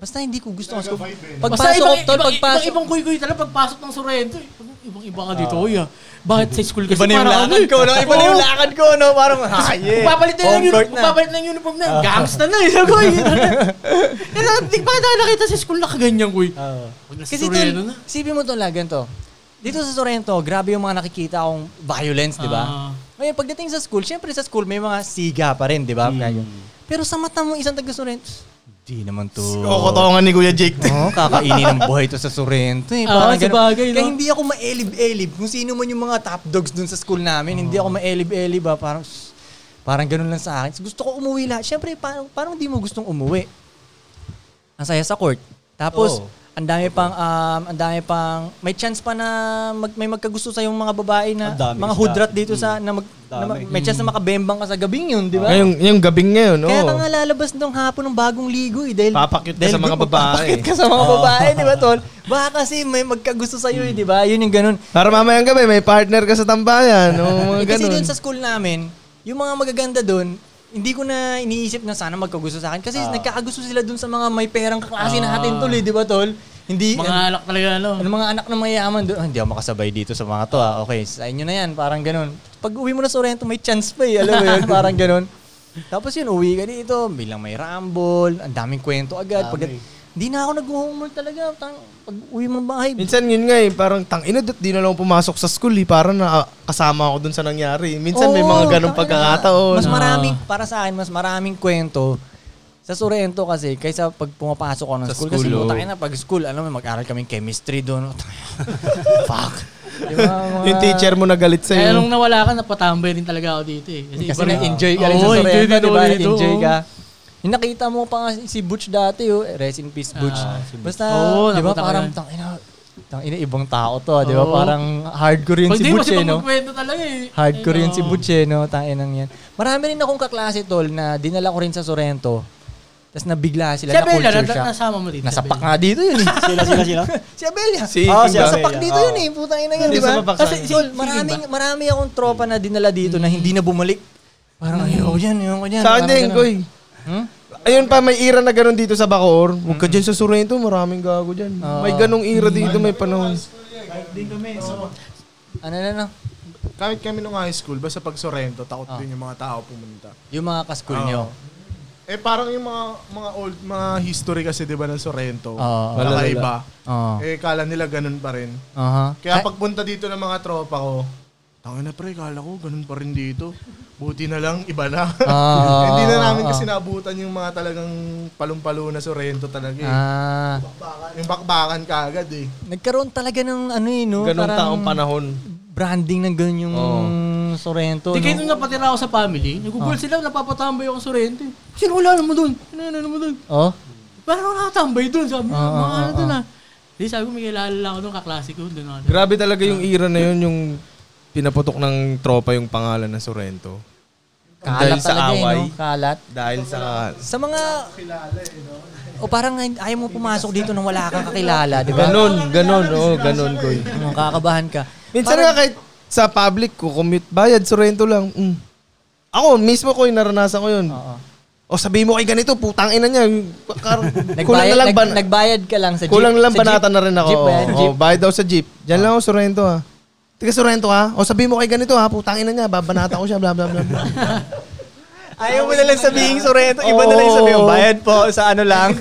[SPEAKER 7] Basta hindi ko gusto ang school.
[SPEAKER 4] Basta
[SPEAKER 7] Pagpasok,
[SPEAKER 4] ibang,
[SPEAKER 7] tol,
[SPEAKER 4] ibang, ibang,
[SPEAKER 7] pagpasok.
[SPEAKER 4] ibang kuy-kuy talaga pagpasok ng Sorrento. eh. Ibang iba ka dito, kuya. Bakit sa school kasi
[SPEAKER 6] Iba na yung
[SPEAKER 4] parang ano
[SPEAKER 6] lakad
[SPEAKER 4] eh.
[SPEAKER 6] ko, no? Iba na yung
[SPEAKER 4] Oo.
[SPEAKER 6] lakad ko, no? Parang, ha, yeah.
[SPEAKER 4] Papalit na yung
[SPEAKER 6] Comfort
[SPEAKER 4] uniform, papalit na yung uniform na. Gangsta na eh. Sabi ko, yun. Yan ang, di ba na nakita sa school nakaganyan, kuy? Pag nasa
[SPEAKER 7] Kasi
[SPEAKER 4] Toreno
[SPEAKER 7] tol,
[SPEAKER 4] na.
[SPEAKER 7] isipin mo tol, lang ganito. Dito sa Sorrento, grabe yung mga nakikita akong violence, di ba?
[SPEAKER 4] Ah.
[SPEAKER 7] Ngayon, pagdating sa school, syempre sa school may mga siga pa rin, di ba?
[SPEAKER 4] Hmm.
[SPEAKER 7] Ngayon. Pero sa mata mo isang taga Sorrento, di naman to.
[SPEAKER 6] Kokotongan ni Kuya Jake.
[SPEAKER 7] Oo, kakainin ng buhay to sa Sorrento eh.
[SPEAKER 4] Ah,
[SPEAKER 7] Parang
[SPEAKER 4] sa
[SPEAKER 7] ganun.
[SPEAKER 4] bagay, no?
[SPEAKER 7] Kaya hindi ako maelib-elib. Kung sino man yung mga top dogs dun sa school namin, hindi ako maelib-elib ah. Parang, shh, parang ganun lang sa akin. Gusto ko umuwi lahat. Siyempre, parang, parang di mo gustong umuwi. Ang saya sa court. Tapos, ang dami pang, um, ang dami pang, may chance pa na mag, may magkagusto sa yung mga babae na,
[SPEAKER 5] Ang dami,
[SPEAKER 7] mga
[SPEAKER 5] sila.
[SPEAKER 7] hudrat dito sa, na, mag, na ma-
[SPEAKER 5] Dami.
[SPEAKER 7] may chance na makabembang ka sa gabing yun, di ba?
[SPEAKER 6] Ngayong, yung gabing ngayon, no?
[SPEAKER 7] Kaya ka nga lalabas nung hapon ng bagong ligo eh. Dahil,
[SPEAKER 6] Papakit ka
[SPEAKER 7] dahil
[SPEAKER 6] sa mga
[SPEAKER 7] gusto-
[SPEAKER 6] babae.
[SPEAKER 7] Papakit ka sa mga babae, di ba, Tol? Baka kasi may magkagusto sa'yo eh, di ba? Yun yung ganun.
[SPEAKER 6] Para mamayang gabi, may partner ka sa tambayan, no?
[SPEAKER 7] Eh,
[SPEAKER 6] Mga
[SPEAKER 7] kasi
[SPEAKER 6] ganun.
[SPEAKER 7] doon sa school namin, yung mga magaganda doon, hindi ko na iniisip na sana magkagusto sa akin kasi
[SPEAKER 6] Ah.
[SPEAKER 7] nagkakagusto sila dun sa mga may perang kaklase natin tol eh, di ba tol? Hindi
[SPEAKER 4] Mga alak talaga, ano?
[SPEAKER 7] Ano mga anak na mayayaman doon, "Ah, hindi ako makasabay dito sa mga to ah. Okay, sa inyo na yan, parang ganun. Pag uwi mo na sa Oriento, may chance pa eh. Alam mo yun, parang ganun. Tapos yun, uwi ka dito, bilang may rumble, ang daming kwento agad. Pag, hindi na ako nag-homework talaga. Tang- Pag uwi mo ng bahay,
[SPEAKER 6] Minsan yun nga eh, parang tang ina, dot, di na lang pumasok sa school eh. Parang nakasama ako dun sa nangyari. Minsan may
[SPEAKER 7] Oo,
[SPEAKER 6] mga ganong
[SPEAKER 7] oh, tangina.
[SPEAKER 6] pagkakataon. Ah.
[SPEAKER 7] Mas maraming, para sa akin, mas maraming kwento sa Sorrento kasi kaysa pag pumapasok ako ng
[SPEAKER 6] Sa
[SPEAKER 7] school, kasi
[SPEAKER 6] school, oh.
[SPEAKER 7] putangin na pag school, alam mo, mag-aral kaming chemistry doon. Fuck. Diba, mga-
[SPEAKER 6] Yung teacher mo nagagalit
[SPEAKER 4] Kaya
[SPEAKER 6] sa'yo.
[SPEAKER 4] nung nawala ka, napatambay rin talaga ako dito eh.
[SPEAKER 7] Kasi
[SPEAKER 4] iba rin-
[SPEAKER 7] na-enjoy ka rin
[SPEAKER 4] Oo,
[SPEAKER 7] sa
[SPEAKER 4] enjoy
[SPEAKER 7] Sorrento, di
[SPEAKER 4] din
[SPEAKER 7] ba?
[SPEAKER 4] ako dito,
[SPEAKER 7] Enjoy
[SPEAKER 4] oo.
[SPEAKER 7] ka. Yung nakita mo pa nga si Butch dati, oh. rest in peace Butch.
[SPEAKER 4] Ah,
[SPEAKER 7] Basta,
[SPEAKER 4] Oo,
[SPEAKER 7] di ba,
[SPEAKER 4] nakita ko
[SPEAKER 7] parang
[SPEAKER 4] yan.
[SPEAKER 7] tang ina, tang ina ibang tao to, ah, di ba?
[SPEAKER 4] Oo.
[SPEAKER 7] Parang hardcore yun
[SPEAKER 4] Pag
[SPEAKER 7] si
[SPEAKER 4] di mo
[SPEAKER 7] Butch,
[SPEAKER 4] siya
[SPEAKER 7] eh, no?
[SPEAKER 4] magkwento talaga eh.
[SPEAKER 7] Hardcore
[SPEAKER 4] Ayun,
[SPEAKER 7] yun si
[SPEAKER 4] oo.
[SPEAKER 7] Butch eh, no? Tainang yan. Marami rin akong kaklase, tol, na dinala ko rin sa Sorrento. Tapos nabigla sila
[SPEAKER 4] Si Abella,
[SPEAKER 7] na culture
[SPEAKER 4] na-
[SPEAKER 7] shock.
[SPEAKER 4] nasama mo dito.
[SPEAKER 7] Nasapak nga dito yun eh.
[SPEAKER 5] Sila, sila, sila.
[SPEAKER 7] si Abelia.
[SPEAKER 6] Si
[SPEAKER 5] Oh, si
[SPEAKER 6] Kimba.
[SPEAKER 7] Nasapak dito yun eh. Putang ina yun, di ba? Kasi, tol, maraming, marami akong tropa na dinala dito na hindi na bumalik. Parang, ayaw yan, ayaw ko yan.
[SPEAKER 6] Sa akin
[SPEAKER 7] Parang
[SPEAKER 6] din,
[SPEAKER 7] ganun.
[SPEAKER 6] Koy.
[SPEAKER 7] Hmm?
[SPEAKER 6] Ayun pa, may ira na ganun dito sa Bacoor. Huwag
[SPEAKER 7] Mm.
[SPEAKER 6] ka dyan sa Sorrento, maraming gago dyan. May ganong ira dito, may panahon.
[SPEAKER 7] Ano na no?
[SPEAKER 9] Kahit kami nung high school, basta pag Sorrento, takot
[SPEAKER 7] Ah.
[SPEAKER 9] din yung mga tao pumunta.
[SPEAKER 7] Yung mga ka-school nyo.
[SPEAKER 9] Eh parang yung mga mga old mga history kasi 'di ba ng Sorrento.
[SPEAKER 7] Oo.
[SPEAKER 9] kakaiba.
[SPEAKER 7] Oo.
[SPEAKER 9] Eh kala nila ganun pa rin.
[SPEAKER 7] Aha.
[SPEAKER 9] Kaya pagpunta dito ng mga tropa ko, tanga na pre, kala ko ganun pa rin dito. Buti na lang, iba na.
[SPEAKER 7] Ah,
[SPEAKER 9] Hindi na namin
[SPEAKER 7] ah,
[SPEAKER 9] kasi naabutan yung mga talagang palumpalo na Sorrento talaga eh.
[SPEAKER 7] Ah.
[SPEAKER 9] Yung bakbakan ka agad eh.
[SPEAKER 7] Nagkaroon talaga ng ano eh, no?
[SPEAKER 6] Ganong
[SPEAKER 7] Parang
[SPEAKER 6] taong panahon.
[SPEAKER 7] Branding ng ganun yung Sorrento,
[SPEAKER 4] Di kayo
[SPEAKER 7] no?
[SPEAKER 4] nung napatira ako sa family, nagugol sila, napapatambay ako sa Sorrento. eh. Sino wala naman doon? Ano ano naman doon?
[SPEAKER 7] Oh?
[SPEAKER 4] Parang ako nakatambay doon. Sabi ko, mga ano doon ah. Di sabi ko, may kilala lang ako doon, kaklase ko. Doon ako.
[SPEAKER 6] Grabe talaga
[SPEAKER 9] Ah.
[SPEAKER 6] yung ira na yun, yung pinaputok ng tropa yung pangalan ng Sorrento.
[SPEAKER 7] Kalat
[SPEAKER 6] Dahil sa
[SPEAKER 7] talaga eh,
[SPEAKER 6] away.
[SPEAKER 7] no? Kalat.
[SPEAKER 6] Dahil sa...
[SPEAKER 7] Sa mga... O parang ay- ayaw mo pumasok dito nang wala kang kakilala, di ba?
[SPEAKER 6] Ganon, ganon, oo, ganon, Koy.
[SPEAKER 7] Ano, Kakakabahan ka.
[SPEAKER 6] Minsan nga kahit sa public ko, commute, bayad, Sorrento lang. Mm. Ako, mismo ko, naranasan ko yun. O sabi mo kay ganito, putang ina niya. yung- kar- kulang
[SPEAKER 7] Nagbayad,
[SPEAKER 6] na lang
[SPEAKER 7] nag-
[SPEAKER 6] ban
[SPEAKER 7] nagbayad ka lang sa jeep.
[SPEAKER 6] kulang na lang
[SPEAKER 7] sa jeep.
[SPEAKER 6] banata na rin ako.
[SPEAKER 7] Jeep ba yan?
[SPEAKER 6] Oo,
[SPEAKER 7] Jeep. Ah.
[SPEAKER 6] bayad daw sa jeep. Diyan lang ako ah. Sorrento ha. Tiga Sorrento ha. ah. O sabi mo kay ganito ha, putang ina niya, babanata ko siya, bla bla bla. bla.
[SPEAKER 7] Ayaw mo na lang sabihin Sorrento. Iba na lang yung sabihin. Bayad po sa ano lang.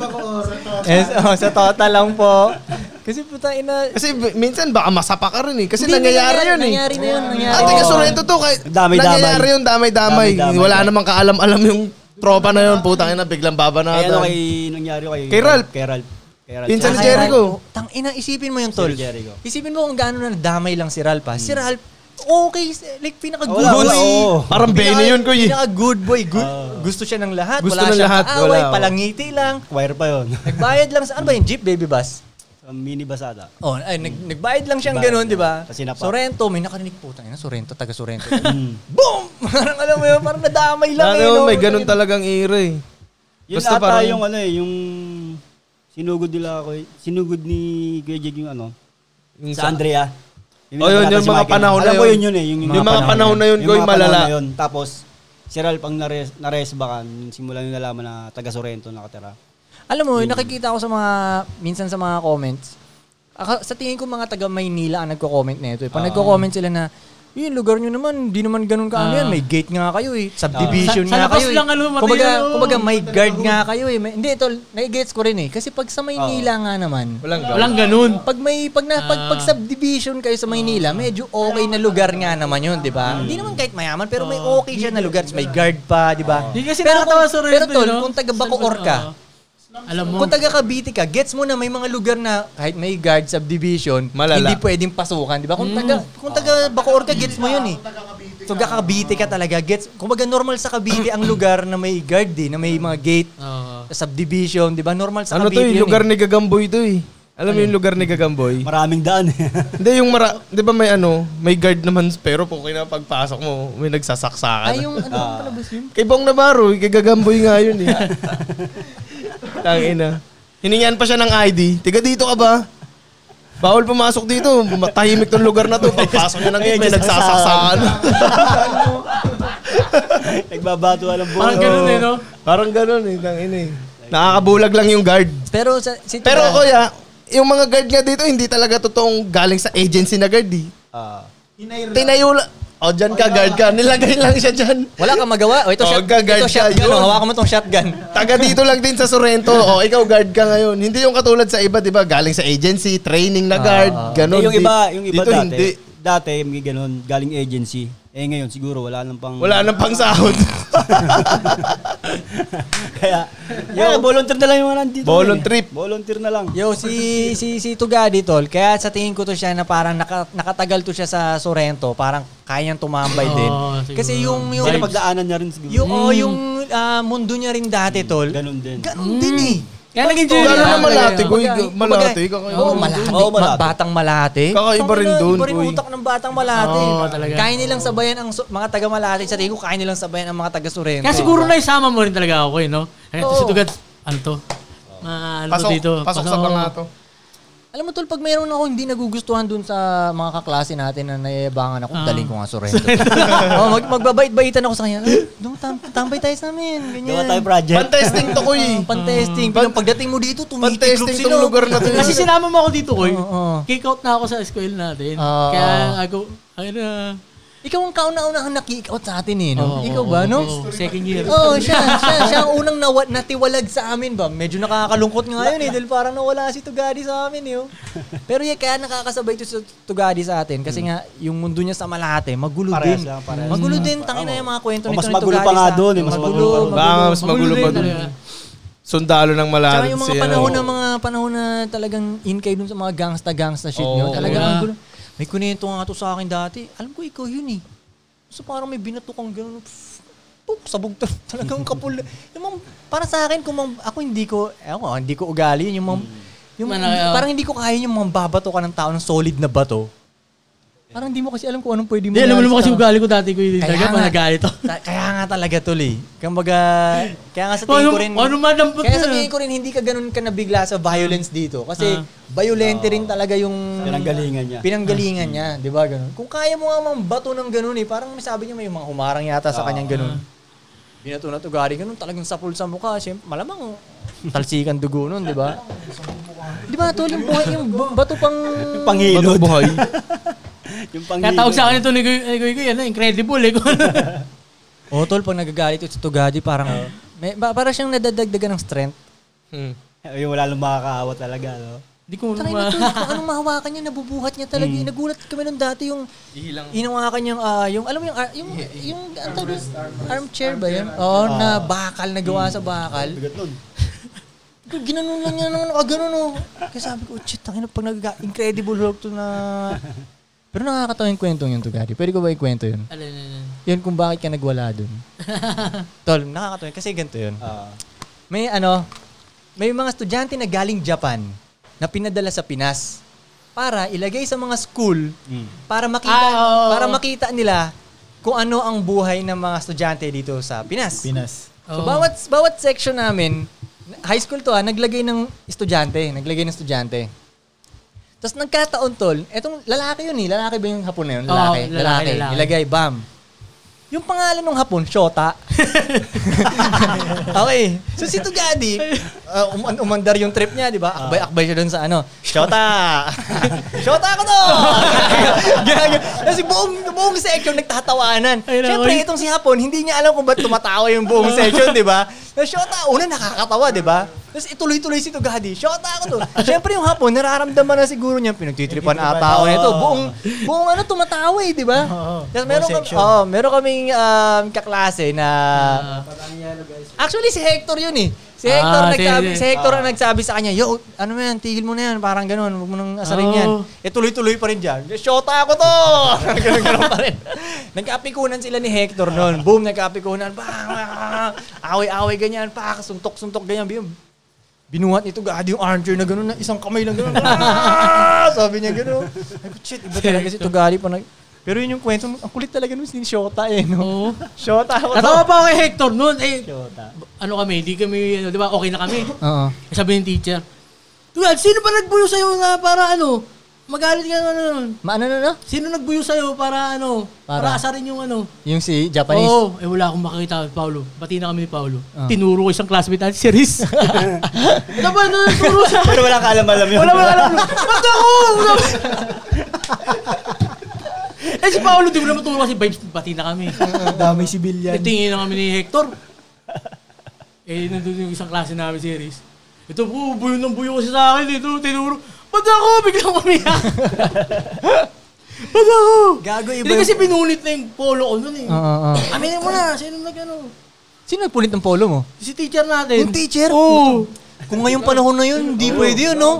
[SPEAKER 7] yes, oh, sa total lang po. Kasi puta ina.
[SPEAKER 6] Kasi b- minsan baka masapa ka rin eh. Kasi
[SPEAKER 7] Hindi,
[SPEAKER 6] nangyayari yun eh.
[SPEAKER 7] Nangyayari na yun. Nangyayari
[SPEAKER 6] Ah, tiga
[SPEAKER 7] na yun.
[SPEAKER 6] Sorrento to. Kahit
[SPEAKER 5] Damay-damay.
[SPEAKER 6] nangyayari yun, damay-damay.
[SPEAKER 5] Damay-damay.
[SPEAKER 6] Wala namang kaalam-alam yung tropa na yun. Putang ina, biglang
[SPEAKER 5] Kaya ano
[SPEAKER 6] babanatan.
[SPEAKER 5] kay nangyari kay...
[SPEAKER 6] Kay Ralph.
[SPEAKER 5] Kay Ralph. Kay Ralph.
[SPEAKER 6] Pinsan ni
[SPEAKER 7] Tsaka
[SPEAKER 6] Jericho.
[SPEAKER 7] Ralph, Tang ina, isipin mo yung tol.
[SPEAKER 5] Si Jericho.
[SPEAKER 7] Isipin mo kung gaano na damay lang si Ralph. ah. Si Ralph, okay, like pinaka-good
[SPEAKER 5] Wala,
[SPEAKER 7] boy.
[SPEAKER 5] wala, oo.
[SPEAKER 6] Parang Benny yun, Kuy.
[SPEAKER 7] Pinaka-good boy. Good, gusto siya ng lahat.
[SPEAKER 6] Gusto
[SPEAKER 7] wala
[SPEAKER 6] ng
[SPEAKER 7] siyang
[SPEAKER 6] lahat,
[SPEAKER 7] kaaway,
[SPEAKER 6] wala, oo.
[SPEAKER 7] palangiti lang.
[SPEAKER 5] Wire pa yun.
[SPEAKER 7] Nagbayad lang sa, ano ba yung jeep, baby bus?
[SPEAKER 5] Sa mini basada.
[SPEAKER 7] Oh, ay, nag, nagbayad lang siyang
[SPEAKER 5] Nagbayad
[SPEAKER 7] ganun, di ba?
[SPEAKER 5] lang. Kasi napa-
[SPEAKER 7] Sorrento, may nakarinig po. Tangina, Sorrento, taga Sorrento.
[SPEAKER 5] Mm.
[SPEAKER 7] Boom! Parang alam mo yun, parang nadamay lang. eh, no?
[SPEAKER 6] Ano, may ganun talagang ira eh.
[SPEAKER 5] Yun
[SPEAKER 6] Basta
[SPEAKER 5] ata
[SPEAKER 6] parang-
[SPEAKER 5] yung ano eh, yung sinugod nila ako, eh. sinugod ni Kuya Jake yung ano,
[SPEAKER 6] Yung
[SPEAKER 5] sa Andrea.
[SPEAKER 6] Oh, yun,
[SPEAKER 5] pinakata
[SPEAKER 6] yung mga
[SPEAKER 5] Michael.
[SPEAKER 6] panahon na
[SPEAKER 5] Alam ko
[SPEAKER 6] yun.
[SPEAKER 5] yun yun eh. Yung,
[SPEAKER 6] Yung mga panahon na yun,
[SPEAKER 5] Yung
[SPEAKER 6] Goy,
[SPEAKER 5] mga panahon
[SPEAKER 6] malala.
[SPEAKER 5] na yun. Tapos, si Ralph ang nares, nares baka, nung simula nung nalaman na taga Sorrento nakatira.
[SPEAKER 7] Alam mo, nakikita ko sa mga, minsan sa mga comments, ako, sa tingin ko mga taga Maynila ang nagko-comment nito. Eh. Pag nagko-comment sila na, yun, lugar nyo naman, di naman ganun ka ano yan, may gate nga kayo eh. Subdivision
[SPEAKER 4] Sa- sa
[SPEAKER 7] nga
[SPEAKER 4] labas
[SPEAKER 7] kayo
[SPEAKER 4] lang,
[SPEAKER 7] eh.
[SPEAKER 4] ano, matay
[SPEAKER 7] kumbaga,
[SPEAKER 4] yun.
[SPEAKER 7] kumbaga, may guard nga kayo eh. May- hindi, tol, nai-gets ko rin eh. Kasi pag sa Maynila nga naman,
[SPEAKER 6] Walang gawa.
[SPEAKER 4] Walang ganun.
[SPEAKER 7] pag may pag na pag,
[SPEAKER 6] Ah.
[SPEAKER 7] pag subdivision kayo sa Maynila, medyo okay na lugar nga naman 'yun, 'di
[SPEAKER 6] Hmm.
[SPEAKER 7] ba? Hindi naman kahit mayaman, pero may okay siya na lugar, may guard pa, 'di ba?
[SPEAKER 4] Di kasi
[SPEAKER 7] Pero
[SPEAKER 4] nakatawa
[SPEAKER 7] kung-
[SPEAKER 4] sa Sorrento.
[SPEAKER 7] Pero tol,
[SPEAKER 4] yun, no?
[SPEAKER 7] kung taga Bacoor ka,
[SPEAKER 4] Oo. Alam mo.
[SPEAKER 7] kung taga Cavite ka, gets mo na may mga lugar na kahit may guard subdivision,
[SPEAKER 6] Malala. Hmm.
[SPEAKER 7] hindi pwedeng pasukan, 'di ba? Kung taga kung taga Bacoor ka, gets mo 'yun eh. So taga Cavite ka talaga, gets. Kumbaga normal sa Cavite ang lugar na may guard, eh, na may mga gate,
[SPEAKER 4] Oo.
[SPEAKER 7] subdivision, 'di ba? Normal sa
[SPEAKER 6] Ano to
[SPEAKER 7] Cavite.
[SPEAKER 6] eh,
[SPEAKER 7] yun
[SPEAKER 6] lugar
[SPEAKER 7] eh. Ano?
[SPEAKER 6] ni Gagamboy to eh. Alam mo yung lugar ni Gagamboy?
[SPEAKER 5] Maraming daan eh.
[SPEAKER 6] Hindi, yung mara... Di ba may ano, may guard naman, pero po na pagpasok mo, may nagsasaksakan.
[SPEAKER 7] Ay, yung ano pala boss yun?
[SPEAKER 6] Kay Bong Navarro, kay Gagamboy nga yun eh. Tangina. Hiningan pa siya ng ID. Tiga dito ka ba? Bawal pumasok dito. Matahimik tong lugar na to. Pagpasok niya ng gate, may nagsasaksakan.
[SPEAKER 5] Nagbabato ng buhay.
[SPEAKER 4] Parang ganun eh, no?
[SPEAKER 6] Parang ganun eh, tang ina eh. Nakakabulag lang yung guard.
[SPEAKER 7] Pero sa, si
[SPEAKER 6] Pero kuya, yung mga guard nga dito, hindi talaga totoong galing sa agency na guard eh.
[SPEAKER 5] Ah.
[SPEAKER 6] Tinayo lang. O, dyan ka, guard ka. Nilagay lang siya dyan.
[SPEAKER 7] wala kang magawa. O, ito,
[SPEAKER 6] Oh,
[SPEAKER 7] shot,
[SPEAKER 6] gagard
[SPEAKER 7] ito shotgun.
[SPEAKER 6] ka, yun.
[SPEAKER 7] O, hawakan mo tong shotgun.
[SPEAKER 6] Taga dito lang din sa Sorrento. O, ikaw guard ka ngayon. Hindi yung katulad sa iba, di ba? Galing sa agency, training na guard, ganun.
[SPEAKER 5] Ah. Hindi, yung
[SPEAKER 6] Di-
[SPEAKER 5] iba, yung iba
[SPEAKER 6] dito,
[SPEAKER 5] dati.
[SPEAKER 6] hindi.
[SPEAKER 5] Dati, may ganun, galing agency. Eh ngayon, siguro wala nang pang...
[SPEAKER 6] Wala nang pangsahod.
[SPEAKER 5] Kaya, yeah, volunteer na lang yung mga nandito.
[SPEAKER 6] Volunteer.
[SPEAKER 5] Eh. Volunteer na lang.
[SPEAKER 7] Yo, si si si Tugadi tol, kaya sa tingin ko to siya na parang naka, nakatagal to siya sa Sorrento, parang kayang tumambay din.
[SPEAKER 4] Oo, siguro.
[SPEAKER 7] Kasi yung yung
[SPEAKER 5] Kasi napagdaanan niya rin siguro.
[SPEAKER 7] yung, oh, yung ah, mundo niya rin dati tol.
[SPEAKER 5] Ganun din.
[SPEAKER 7] Ganun din eh.
[SPEAKER 4] Kaya naging eh. journey
[SPEAKER 6] Lalo
[SPEAKER 4] lang
[SPEAKER 6] na malati,
[SPEAKER 4] talaga
[SPEAKER 6] Goy.
[SPEAKER 7] Kumbaga,
[SPEAKER 6] Malati.
[SPEAKER 7] kumbaga,
[SPEAKER 6] Kakayo.
[SPEAKER 7] Oo, malati.
[SPEAKER 5] Oo, Malate.
[SPEAKER 7] Ma- Batang malati.
[SPEAKER 6] Kakaiba rin
[SPEAKER 7] Tangina,
[SPEAKER 6] dun,
[SPEAKER 7] Iba rin
[SPEAKER 6] Goy.
[SPEAKER 7] utak ng batang malati.
[SPEAKER 4] Oo, talaga.
[SPEAKER 7] Kaya nilang sabayan ang so- mga taga malati. Sa tingin ko, kaya nilang sabayan ang mga taga Sorrento.
[SPEAKER 4] Kaya siguro na isama mo rin talaga ako eh, no? Kaya
[SPEAKER 7] Oo.
[SPEAKER 4] si Tugat, ano to? Ma, ano
[SPEAKER 9] Pasok,
[SPEAKER 4] to dito?
[SPEAKER 9] pasok sa pangato.
[SPEAKER 7] Alam mo tol, pag mayroon ako hindi nagugustuhan dun sa mga kaklase natin na nayayabangan ako,
[SPEAKER 4] Ah.
[SPEAKER 7] daling ko nga Sorrento. oh, mag, magbabait-baitan ako sa kanya. Ay, Dong, tam- tambay tayo sa amin. Ganyan.
[SPEAKER 5] Gawa tayo project.
[SPEAKER 6] Pantesting to, Kuy.
[SPEAKER 7] Oh, pantesting. Pinang pagdating mo dito, tumitigrup
[SPEAKER 6] Pantesting
[SPEAKER 7] sila.
[SPEAKER 6] tong lugar na to.
[SPEAKER 4] Kasi sinama mo ako dito, Koy.
[SPEAKER 7] Oo, oo.
[SPEAKER 4] Kick out na ako sa school natin.
[SPEAKER 9] Ah,
[SPEAKER 7] Oo.
[SPEAKER 4] Kaya ako, ayun na.
[SPEAKER 7] Ikaw ang kauna-unahang nakick out sa atin eh. No?
[SPEAKER 4] Oo,
[SPEAKER 7] Ikaw
[SPEAKER 4] oo,
[SPEAKER 7] ba, no?
[SPEAKER 4] oo. Second year.
[SPEAKER 7] Oo, oh, siya, siya, siya ang unang nawa, natiwalag sa amin ba? Medyo nakakalungkot nga yun eh, dahil parang nawala si Tugadi sa amin eh. oh. Pero yeah, kaya nakakasabay ito sa Tugadi sa atin kasi nga yung mundo niya sa Malate, magulo
[SPEAKER 5] Hmm. Parehas
[SPEAKER 7] din.
[SPEAKER 5] lang, parehas.
[SPEAKER 7] magulo din, tangin na yung mga kwento
[SPEAKER 5] O,
[SPEAKER 7] nito
[SPEAKER 5] mas
[SPEAKER 7] ni
[SPEAKER 5] magulo
[SPEAKER 7] Tugadi
[SPEAKER 5] pa nga
[SPEAKER 7] sa-
[SPEAKER 5] doon eh, mas magulo pa doon.
[SPEAKER 6] Baka mas magulo pa dun.
[SPEAKER 4] talaga.
[SPEAKER 6] Sundalo ng ano.
[SPEAKER 7] Tsaka
[SPEAKER 6] malati.
[SPEAKER 7] yung mga
[SPEAKER 6] siya,
[SPEAKER 7] panahon
[SPEAKER 4] ano.
[SPEAKER 6] no?
[SPEAKER 7] na mga panahon na talagang in kayo dun sa mga gangsta-gangsta shit nyo. Talagang
[SPEAKER 4] yeah.
[SPEAKER 7] ang gulo. May kunento nga to sa akin dati. Alam ko ikaw yun eh. So parang may binato kang gano'n. Pff, Pup, sabog tal- talagang kapul. Yung mga, para sa akin, kung mga- ako hindi ko, eh ako, hindi ko ugali yun. Yung mga, yung,
[SPEAKER 4] Mana-
[SPEAKER 7] hindi- parang hindi ko kaya yung mga babato ka ng tao ng solid na bato. Parang hindi mo kasi alam kung anong pwede mo.
[SPEAKER 4] Hindi, alam mo
[SPEAKER 7] yan
[SPEAKER 4] naman
[SPEAKER 7] sa
[SPEAKER 4] kasi
[SPEAKER 7] tao.
[SPEAKER 4] ugali ko dati ko yun. Talaga, mga nagalit ako.
[SPEAKER 7] Ta- kaya nga talaga tol eh. Kumbaga, kaya nga sa
[SPEAKER 4] Kung
[SPEAKER 7] tingin
[SPEAKER 4] ano-
[SPEAKER 7] ko rin.
[SPEAKER 4] kung ano man ang puto
[SPEAKER 7] Kaya sa
[SPEAKER 4] na.
[SPEAKER 7] tingin ko rin hindi ka ganun ka nabigla sa violence dito kasi
[SPEAKER 4] Ah.
[SPEAKER 7] violente rin talaga yung
[SPEAKER 5] Pinanggalingan niya.
[SPEAKER 7] pinanggalingan
[SPEAKER 4] Ah.
[SPEAKER 7] niya, 'di ba ganun? Kung kaya mo nga mang bato ng ganun eh, parang may sabi niya may mga humarang yata
[SPEAKER 5] Ah.
[SPEAKER 7] sa kanyang ganun. Binato na to gari ganun talagang sapul sa mukha, siyempre malamang talsikan dugo nun, 'di ba? 'Di ba tol yung buhay yung bu- bato pang
[SPEAKER 5] Yung panghilod.
[SPEAKER 6] buhay.
[SPEAKER 5] yung
[SPEAKER 4] Kaya
[SPEAKER 5] panghilod.
[SPEAKER 4] tawag sa akin ito ni Koy- ni Koy Koy, ano, incredible eh. Kung ano.
[SPEAKER 7] Oh, tol pag nagagalit ito sa Tugadi parang
[SPEAKER 5] Ah.
[SPEAKER 7] may, ba- parang siyang nadadagdagan ng strength.
[SPEAKER 6] Hmm.
[SPEAKER 5] Ay, wala nang makakaawa talaga, no?
[SPEAKER 4] Hindi ko
[SPEAKER 7] Tangay na to, kung anong mahawakan niya, nabubuhat niya talaga. eh. Nagulat kami nung dati yung inawakan niyang, ah, yung, alam mo yung, ar- yung, yung, ang tawag doon? armchair ba yun? Oo, na bakal, nagawa sa bakal.
[SPEAKER 5] Bigat nun.
[SPEAKER 7] Kung Ginanon lang niya naman ako, ganun oh. Kaya sabi ko, shit, tangin na pag nag- incredible hulk to na... Pero nakakatawa yung kwentong yun to, Gary. Pwede ko ba ikwento yun?
[SPEAKER 4] Alin, alin, alin.
[SPEAKER 7] Yun kung bakit ka nagwala dun. Tol, nakakatawa yun. Kasi ganito yun.
[SPEAKER 5] Ah.
[SPEAKER 7] May ano, may mga estudyante na galing Japan na pinadala sa Pinas para ilagay sa mga school para makita
[SPEAKER 4] Ah, oo, oo.
[SPEAKER 7] para makita nila kung ano ang buhay ng mga estudyante dito sa Pinas.
[SPEAKER 5] Pinas.
[SPEAKER 7] So
[SPEAKER 4] Oo.
[SPEAKER 7] bawat bawat section namin, high school to ah, naglagay ng estudyante, naglagay ng estudyante. Tapos nagkataon tol, etong lalaki yun eh, lalaki ba yung Hapon na yun?
[SPEAKER 4] Oo,
[SPEAKER 7] Lalaki,
[SPEAKER 4] lalaki,
[SPEAKER 7] lalaki,
[SPEAKER 4] lalaki.
[SPEAKER 7] Nilagay, bam. Yung pangalan ng Hapon, Shota. okay. So si Tugadi, uh, um- umandar yung trip niya, di ba? Akbay-akbay siya doon sa ano. Shota! Shota ako to! Gag- Kasi buong, buong section nagtatawanan.
[SPEAKER 4] Ay, nako.
[SPEAKER 7] Siyempre, itong si Hapon, hindi niya alam kung ba't tumatawa yung buong section, di ba? Na Shota, una nakakatawa, di ba? Tapos ituloy-tuloy si Tugadi, Shota ako to. Siyempre yung Hapon, nararamdaman na siguro niya, pinagtitripan ata ako nito. Buong, buong ano, tumatawa eh, di ba? Tapos meron, kami, oh, meron kaming um, kaklase na... Actually, si Hector yun eh. Si Hector,
[SPEAKER 4] Ah,
[SPEAKER 7] nagsabi,
[SPEAKER 4] si-
[SPEAKER 7] si Hector ang nagsabi sa kanya, yo, ano mo yan, tigil mo na yan, parang ganun, huwag mo nang asarin
[SPEAKER 4] Oh.
[SPEAKER 7] yan. Eh, tuloy-tuloy pa rin dyan. Shota ako to! Ganun-ganun pa rin. Nagkapikunan sila ni Hector noon. Boom, nagkapikunan. Bang! ah, Away-away ganyan. Pak! Suntok-suntok ganyan. Bim. Binuhat nito gadi yung armchair na gano'n na isang kamay lang gano'n. Ah! Sabi niya gano'n. Ay, shit, iba talaga si Tugari pa nag... Pero yun yung kwento, ang kulit talaga nun si Shota eh, no?
[SPEAKER 4] Oo.
[SPEAKER 7] Shota ako to.
[SPEAKER 4] Natawa Oh, pa ako kay Hector noon. Eh, ano kami, hindi kami, ano, di ba, okay na kami.
[SPEAKER 7] Oo.
[SPEAKER 4] Sabi ng teacher, Tugal, sino ba nagbuyo sa'yo na para ano? Magalit ka ano nun.
[SPEAKER 7] Maano na no?
[SPEAKER 4] Sino nagbuyo sa'yo para ano,
[SPEAKER 7] Para?
[SPEAKER 4] para, asarin yung ano.
[SPEAKER 7] Yung si Japanese.
[SPEAKER 4] Oo, eh wala akong makakita kay Paolo. Bati na kami ni Paolo. Tinuro ko isang classmate natin, si Riz. Dapat na tinuro siya.
[SPEAKER 5] Pero wala ka alam-alam yun.
[SPEAKER 4] Wala wala alam. Ba't ako? eh si Paolo, di mo naman turo kasi vibes, bati na kami.
[SPEAKER 5] Dami sibilyan.
[SPEAKER 4] Eh, tingin na kami ni Hector. Eh, nandun yung isang klase namin si Riz. Ito po, buyo ng buyo kasi sa akin. eh. Ito, tinuro. Ba't ako? Biglang umiyak. Ba't ako?
[SPEAKER 5] Gago iba
[SPEAKER 4] Hindi kasi pinulit na yung polo ko nun eh.
[SPEAKER 7] Oo, oo.
[SPEAKER 4] Aminin mo na, sino nag-ano?
[SPEAKER 7] Sino nagpulit ng polo mo?
[SPEAKER 4] Si teacher natin.
[SPEAKER 7] Yung Oh. teacher? Oo. Kung ngayong panahon na yun, hindi pwede yun, no?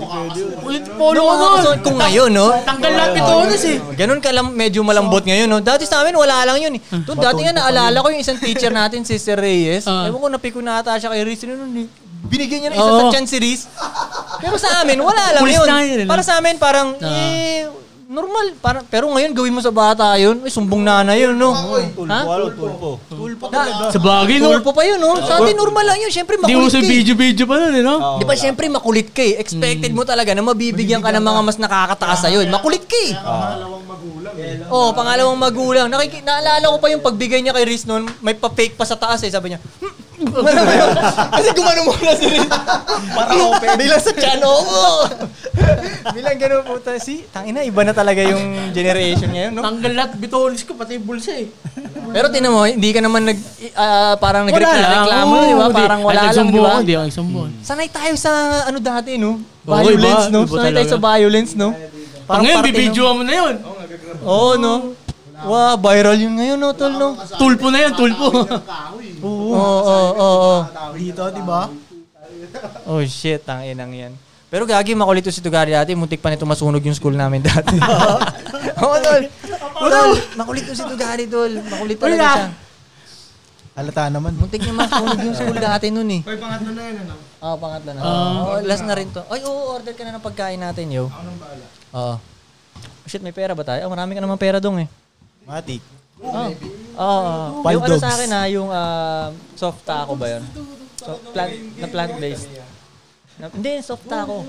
[SPEAKER 4] Ulit polo ko nun.
[SPEAKER 7] Kung ngayon, no?
[SPEAKER 4] Tanggal lang pitones eh.
[SPEAKER 7] Ganun ka lang medyo malambot ngayon, no? Dati sa amin, wala lang yun. eh. To, dati nga naalala ko yung isang teacher natin, si Sir Reyes.
[SPEAKER 4] Ah.
[SPEAKER 7] Ewan ko, napiko na ata siya kay Riz. Yun, yun, Binigyan niya ng isa sa
[SPEAKER 4] Oo.
[SPEAKER 7] chance si Riz. Pero sa amin, wala lang
[SPEAKER 4] Pulis
[SPEAKER 7] yun.
[SPEAKER 4] na yun, eh, no?
[SPEAKER 7] Para sa amin, parang, eh, normal. Parang, pero ngayon, gawin mo sa bata yun. Ay, sumbong na na yun, no? Ha?
[SPEAKER 5] Tulpo, ano, tulpo. Tulpo talaga.
[SPEAKER 4] Sa bagay no.
[SPEAKER 7] Tulpo pa yun, no? Sa atin, normal lang yun. Siyempre,
[SPEAKER 4] Hindi
[SPEAKER 7] makulit
[SPEAKER 4] uso
[SPEAKER 7] ka.
[SPEAKER 4] yung
[SPEAKER 7] eh.
[SPEAKER 4] video-video pa nun eh, no?
[SPEAKER 7] Di ba, siyempre, makulit ka eh. Expected mo talaga na mabibigyan ka ng mga mas nakakataas sa'yo. eh. Makulit ka eh.
[SPEAKER 9] Pangalawang magulang. eh.
[SPEAKER 7] Oo, oh, pangalawang magulang. Nakik- naalala ko pa yung pagbigay niya kay Riz noon, may pa-fake pa sa taas eh. Sabi niya, "Hmm." Alam mo yun? Kasi gumano muna si Riz. Para open. Bilang sa tiyan, oo. Bilang ganun po tayo. Si, tangina, iba na talaga yung generation ngayon, no?
[SPEAKER 4] Tanggal lahat bitones ko, pati yung bulsa eh.
[SPEAKER 7] Pero tinan mo, hindi ka naman nag, ah, parang nagreklamo,
[SPEAKER 4] oo,
[SPEAKER 7] di ba?
[SPEAKER 4] hindi.
[SPEAKER 7] Parang wala
[SPEAKER 4] Ay,
[SPEAKER 7] lang, di
[SPEAKER 4] nagsumbong
[SPEAKER 7] ba?
[SPEAKER 4] ako, Hindi ako nagsumbong.
[SPEAKER 7] Sanay tayo sa ano dati, no?
[SPEAKER 4] Oo,
[SPEAKER 7] Violence,
[SPEAKER 4] iba.
[SPEAKER 7] no?
[SPEAKER 4] Iba
[SPEAKER 7] Sanay tayo
[SPEAKER 4] talaga.
[SPEAKER 7] sa violence, no?
[SPEAKER 4] Pag ngayon,
[SPEAKER 7] parte ng-
[SPEAKER 4] bibidyoan mo na yun.
[SPEAKER 7] Oo, no? Wow, viral yun ngayon, no, tol, no?
[SPEAKER 4] Tulpo na yun, tulpo.
[SPEAKER 7] Oo, oo, oo, oo.
[SPEAKER 8] Dito, di ba?
[SPEAKER 7] Oh shit, ang inang yan. Pero gagi, makulito si Tugari dati. Muntik pa nito masunog yung school namin dati. Oo, tol. Tol, makulito si Tugari, tol. Makulit talaga siya.
[SPEAKER 8] Halata naman.
[SPEAKER 7] Muntik niya masunog yung school dati nun eh. Oy, pangatlo na yan, ano? Oo, pangatlo na. Oo, last na rin to. Ay, oo, order ka na ng pagkain natin, yo. Ako nang baala. Oo. Oh, shit, may pera ba tayo? Oh, marami ka naman pera dong eh. Oh.
[SPEAKER 8] Matik.
[SPEAKER 7] Oo. Oo.
[SPEAKER 8] Wild
[SPEAKER 7] Yung ano sa
[SPEAKER 8] dogs.
[SPEAKER 7] akin ha, yung ah, soft taco ba yun? So, plant, na plant-based. Na, hindi, soft taco.